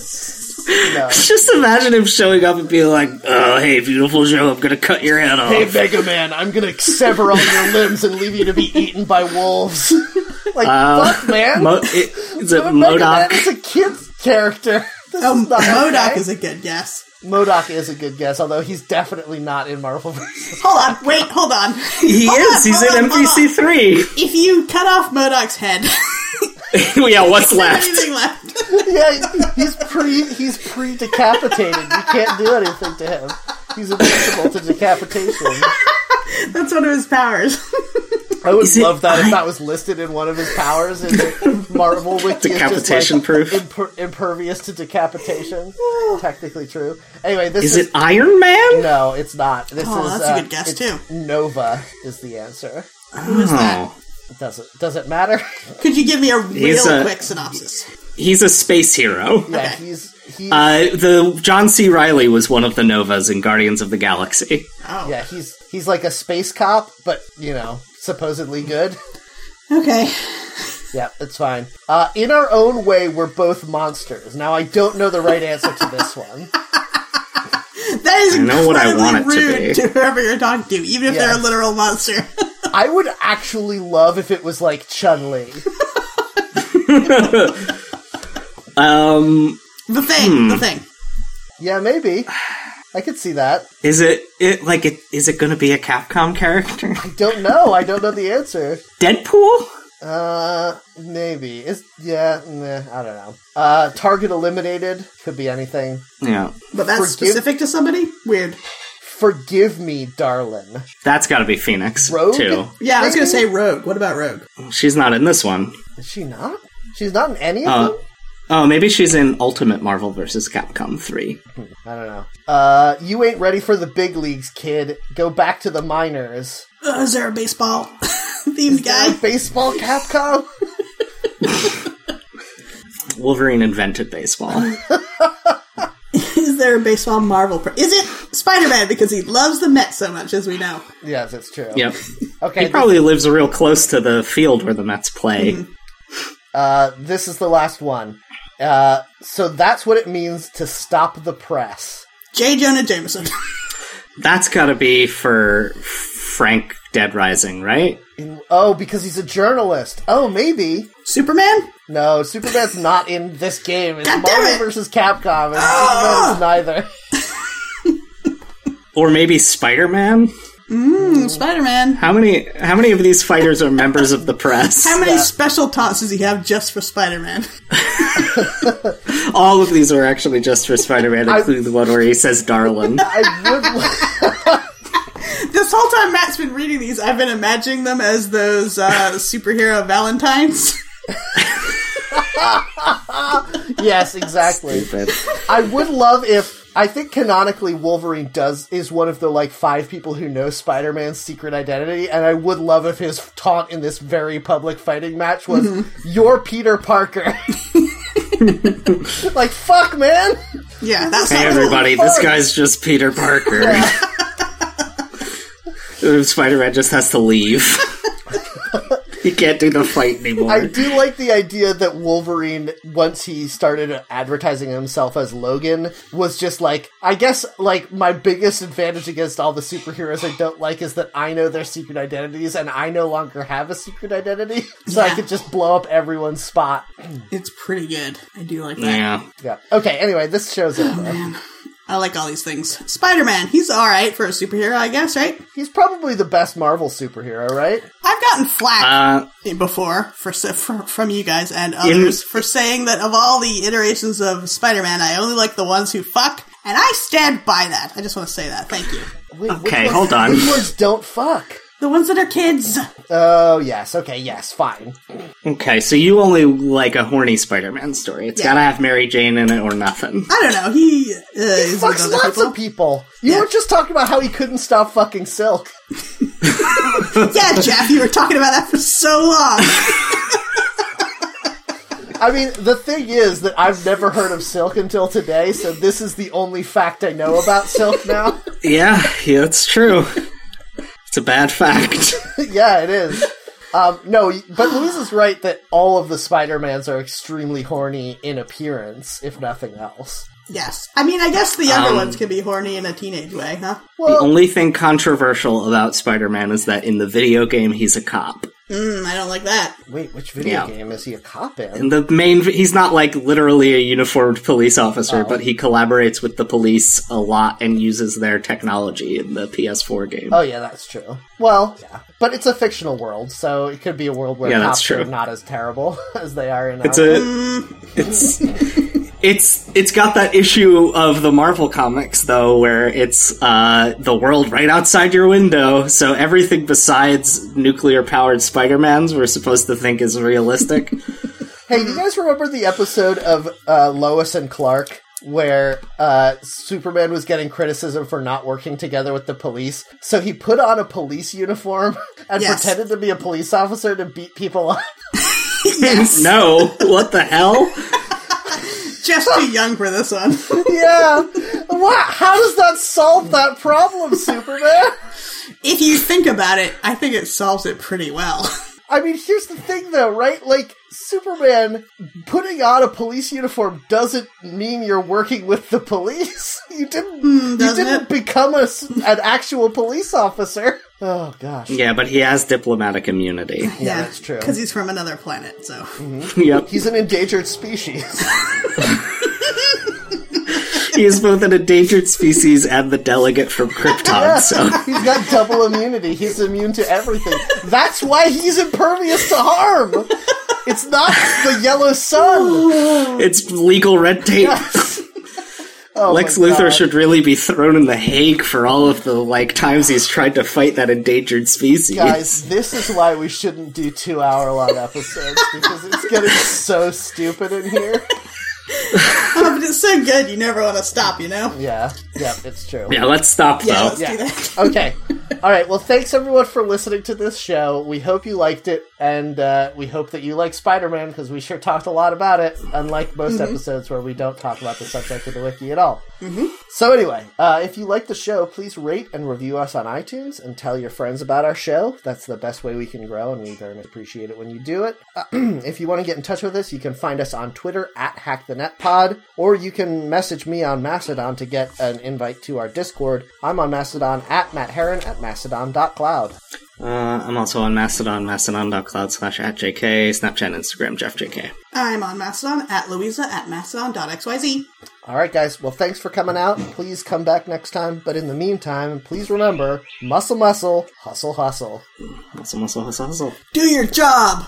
Speaker 1: No.
Speaker 2: Just imagine him showing up and being like, oh, hey, beautiful Joe, I'm gonna cut your head off.
Speaker 1: Hey, Mega Man, I'm gonna sever all your limbs and leave you to be eaten by wolves. like, fuck, man.
Speaker 2: Mo- it, is it
Speaker 1: Mega Man
Speaker 2: Modoc?
Speaker 1: is a kid's character. This
Speaker 3: Oh,
Speaker 1: is not
Speaker 3: Modoc
Speaker 1: okay.
Speaker 3: is a good guess.
Speaker 1: Modoc is a good guess, although he's definitely not in Marvel.
Speaker 3: Hold on. Wait. Hold on.
Speaker 2: He
Speaker 3: Hold
Speaker 2: is,
Speaker 3: on,
Speaker 2: he's
Speaker 3: hold
Speaker 2: in
Speaker 3: on, hold on.
Speaker 2: MPC
Speaker 3: If you cut off Modoc's head, is
Speaker 2: 3. yeah, what's
Speaker 3: there
Speaker 2: left?
Speaker 3: anything left?
Speaker 1: yeah, he's pre he's pre decapitated. You can't do anything to him. He's invincible to decapitation.
Speaker 3: That's one of his powers.
Speaker 1: I would
Speaker 2: Is it-
Speaker 1: love that if that was listed in one of his powers in the Marvel Wiki. It's just
Speaker 2: Decapitation
Speaker 1: like
Speaker 2: proof.
Speaker 1: imper- impervious to decapitation. Technically true. Anyway, this
Speaker 2: Is
Speaker 1: is,
Speaker 2: it Iron Man?
Speaker 1: no, it's not. This
Speaker 3: Oh,
Speaker 1: is
Speaker 3: that's a
Speaker 1: uh,
Speaker 3: good guess,
Speaker 1: it's
Speaker 3: too.
Speaker 1: Nova is the answer.
Speaker 3: Who is
Speaker 2: Oh,
Speaker 3: that?
Speaker 1: Does it does it matter?
Speaker 3: Could you give me a
Speaker 2: He's
Speaker 3: real
Speaker 2: a-
Speaker 3: quick synopsis?
Speaker 2: He's a space hero.
Speaker 1: Yeah,
Speaker 3: Okay.
Speaker 1: he's he's
Speaker 2: Uh, the John C. Riley was one of the Novas in Guardians of the Galaxy.
Speaker 3: Oh.
Speaker 1: yeah he's he's like a space cop, but you know supposedly good.
Speaker 3: Okay.
Speaker 1: Yeah, it's fine. Uh, in our own way, we're both monsters. Now, I don't know the right answer to this one.
Speaker 3: That is
Speaker 2: I know what I
Speaker 3: incredibly
Speaker 2: want it to
Speaker 3: rude
Speaker 2: be.
Speaker 3: to, whoever you're talking to, even if they're a
Speaker 1: Yes.
Speaker 3: literal monster.
Speaker 1: I would actually love if it was like Chun Li.
Speaker 2: Um,
Speaker 3: the thing. The thing.
Speaker 1: Yeah, maybe. I could see that.
Speaker 2: is it, it like it? Is it going to be a Capcom character?
Speaker 1: Don't know. I don't know the answer.
Speaker 2: Deadpool?
Speaker 1: Uh, maybe. Is yeah. Nah, I don't know. Uh, target eliminated could be anything.
Speaker 2: Yeah,
Speaker 3: But that's
Speaker 1: Forgive-
Speaker 3: specific to somebody? Weird.
Speaker 1: Forgive me, darling.
Speaker 2: that's got to be Phoenix
Speaker 1: Rogue?
Speaker 2: too.
Speaker 3: Yeah, I was
Speaker 1: Maybe.
Speaker 3: gonna say Rogue. What about Rogue?
Speaker 2: She's not in this one.
Speaker 1: Is she not? She's not in any of
Speaker 2: Uh,
Speaker 1: them.
Speaker 2: Oh, maybe she's in Ultimate Marvel vs. Capcom 3.
Speaker 1: I don't know. Uh, you ain't ready for the big leagues, kid. Go back to the minors.
Speaker 3: Uh, is there a baseball themed guy?
Speaker 1: Baseball, Capcom.
Speaker 2: Wolverine invented baseball.
Speaker 3: Is there a baseball Marvel? Per- is it Spider Man because he loves the Mets so much, as we know?
Speaker 1: Yes, it's true.
Speaker 2: yep.
Speaker 1: Okay.
Speaker 2: He probably lives real close to the field where the Mets play.
Speaker 1: uh, this is the last one. Uh, so that's what it means to stop the press.
Speaker 3: J. Jonah Jameson.
Speaker 2: That's got to be for Frank Dead Rising, right?
Speaker 1: In- oh, because he's a journalist. Oh, maybe.
Speaker 3: Superman? Hmm,
Speaker 1: No, Superman's not in this game. It's
Speaker 3: God damn
Speaker 1: Marvel
Speaker 3: it!
Speaker 1: versus Capcom, and
Speaker 3: Ah!
Speaker 1: Superman's neither.
Speaker 2: Or maybe Spider Man? Hmm.
Speaker 3: Spider Man.
Speaker 2: How many how many of these fighters are members of the press?
Speaker 3: How many special taunts does he have just for Spider Man?
Speaker 2: All of these are actually just for Spider Man, including the one where he says darling.
Speaker 1: I would. li-
Speaker 3: this whole time Matt's been reading these, I've been imagining them as those uh, superhero Valentines.
Speaker 1: yes, exactly.
Speaker 2: Stupid.
Speaker 1: I would love if I think canonically Wolverine does is one of the like five people who know Spider-Man's secret identity, and I would love if his taunt in this very public fighting match was
Speaker 3: Mm-hmm.
Speaker 1: "You're Peter Parker." like fuck, man.
Speaker 3: yeah, that's
Speaker 2: Hey
Speaker 3: not
Speaker 2: everybody, this
Speaker 1: fuck?
Speaker 2: guy's just Peter Parker. Spider Man just has to leave. He can't do the fight anymore.
Speaker 1: I do like the idea that Wolverine, once he started advertising himself as Logan, was just like, I guess, like, my biggest advantage against all the superheroes I don't like is that I know their secret identities and I no longer have a secret identity. so I
Speaker 3: Yeah.
Speaker 1: could just blow up everyone's spot.
Speaker 3: It's pretty good. I do like that.
Speaker 2: yeah.
Speaker 1: Yeah. Okay, anyway, this show's over.
Speaker 3: I like all these things. Spider Man, he's alright for a superhero, I guess, right?
Speaker 1: He's probably the best Marvel superhero, right?
Speaker 3: I've gotten flack
Speaker 2: Uh,
Speaker 3: before for, s- for from you guys and others for saying that of all the iterations of Spider Man, I only like the ones who fuck, and I stand by that. I just want to say that. Thank you.
Speaker 1: Wait, which
Speaker 2: Okay,
Speaker 1: ones-
Speaker 2: hold on.
Speaker 1: Which ones don't fuck?
Speaker 3: The ones that are kids.
Speaker 1: Oh, yes. Okay, yes, fine.
Speaker 2: okay, so you only like a horny Spider-Man story. It's
Speaker 3: Yeah.
Speaker 2: gotta have Mary Jane in it or nothing.
Speaker 3: I don't know. He, uh, is with
Speaker 1: Fucks
Speaker 3: other
Speaker 1: lots
Speaker 3: people.
Speaker 1: of people. You
Speaker 3: Yeah.
Speaker 1: were just talking about how he couldn't stop fucking Silk.
Speaker 3: Yeah, Jeff, you were talking about that for so long.
Speaker 1: I mean, the thing is that I've never heard of Silk until today, so this is the only fact I know about Silk now.
Speaker 2: Yeah, yeah, it's true. It's a bad fact.
Speaker 1: yeah, it is. Um, no, but Louise is right that all of the Spider-Mans are extremely horny in appearance, if nothing else.
Speaker 3: yes. I mean, I guess the younger
Speaker 2: Um,
Speaker 3: ones can be horny in a teenage way, huh?
Speaker 2: The
Speaker 1: Well,
Speaker 2: only thing controversial about Spider-Man is that in the video game he's a cop.
Speaker 3: Mm, I don't like that.
Speaker 1: wait, which video
Speaker 2: Yeah.
Speaker 1: game is he a cop in?
Speaker 2: And the main he's not like literally a uniformed police officer, but he collaborates with the police a lot and uses their technology in the PS4 game.
Speaker 1: Oh yeah, that's true. Well, yeah. but it's a fictional world, so it could be a world where
Speaker 2: Yeah, that's
Speaker 1: cops are
Speaker 2: true.
Speaker 1: not as terrible as they are in.
Speaker 2: It's
Speaker 1: our-
Speaker 2: a it's it's it's got that issue of the Marvel comics though where it's uh the world right outside your window so everything besides nuclear powered Spider-Mans we're supposed to think is realistic.
Speaker 1: Hey, do you guys remember the episode of uh, Lois and Clark where uh, Superman was getting criticism for not working together with the police? So he put on a police uniform and
Speaker 3: Yes.
Speaker 1: pretended to be a police officer to beat people up.
Speaker 3: Yes.
Speaker 2: no, what the hell?
Speaker 3: Jeff's too young for this one.
Speaker 1: yeah. What? How does that solve that problem, Superman?
Speaker 3: if you think about it, I think it solves it pretty well.
Speaker 1: I mean, here's the thing, though, right? Like, Superman putting on a police uniform doesn't mean you're working with the police. You didn't. you
Speaker 3: Hmm, doesn't
Speaker 1: didn't
Speaker 3: it?
Speaker 1: become a s an actual police officer. Oh gosh.
Speaker 2: Yeah, but he has diplomatic immunity.
Speaker 1: Yeah, that's true.
Speaker 3: Because he's from another planet, so.
Speaker 2: yep.
Speaker 1: He's an endangered species.
Speaker 2: He is both an endangered species and the delegate from Krypton, so
Speaker 1: he's got double immunity. He's immune to everything. That's why he's impervious to harm. It's not the yellow sun.
Speaker 2: it's legal red tape.
Speaker 1: Oh,
Speaker 2: Lex
Speaker 1: my
Speaker 2: Luthor
Speaker 1: God.
Speaker 2: should really be thrown in the Hague for all of the like times he's tried to fight that endangered species.
Speaker 1: Guys, this is why we shouldn't do two hour long episodes because it's getting so stupid in here.
Speaker 3: Oh, but it's so good, you never want to stop, you know?
Speaker 1: Yeah, yeah, it's true.
Speaker 2: Yeah, let's stop
Speaker 3: Yeah,
Speaker 2: though.
Speaker 3: let's do that.
Speaker 1: Okay. All right. Well, thanks everyone for listening to this show. We hope you liked it, and uh, we hope that you like Spider Man because we sure talked a lot about it, unlike most episodes where we don't talk about the subject of the wiki at all. Mm-hmm. So, anyway, uh, if you like the show, please rate and review us on iTunes and tell your friends about our show. That's the best way we can grow, and we very much appreciate it when you do it. Uh, if you want to get in touch with us, you can find us on Twitter at HackTheNetPod, or you can message me on Mastodon to get an invite to our Discord. I'm on Mastodon at Matt Heron at Mastodon.cloud.
Speaker 2: Uh, I'm also on Mastodon, mastodon.cloud slash at JK, Snapchat, Instagram, Jeff JK.
Speaker 3: I'm on Mastodon at Louisa at Mastodon.xyz.
Speaker 1: All right, guys. Well, thanks for coming out. Please come back next time. But in the meantime, please remember muscle, muscle, hustle, hustle.
Speaker 2: Hustle, muscle, hustle, hustle.
Speaker 3: Do your job!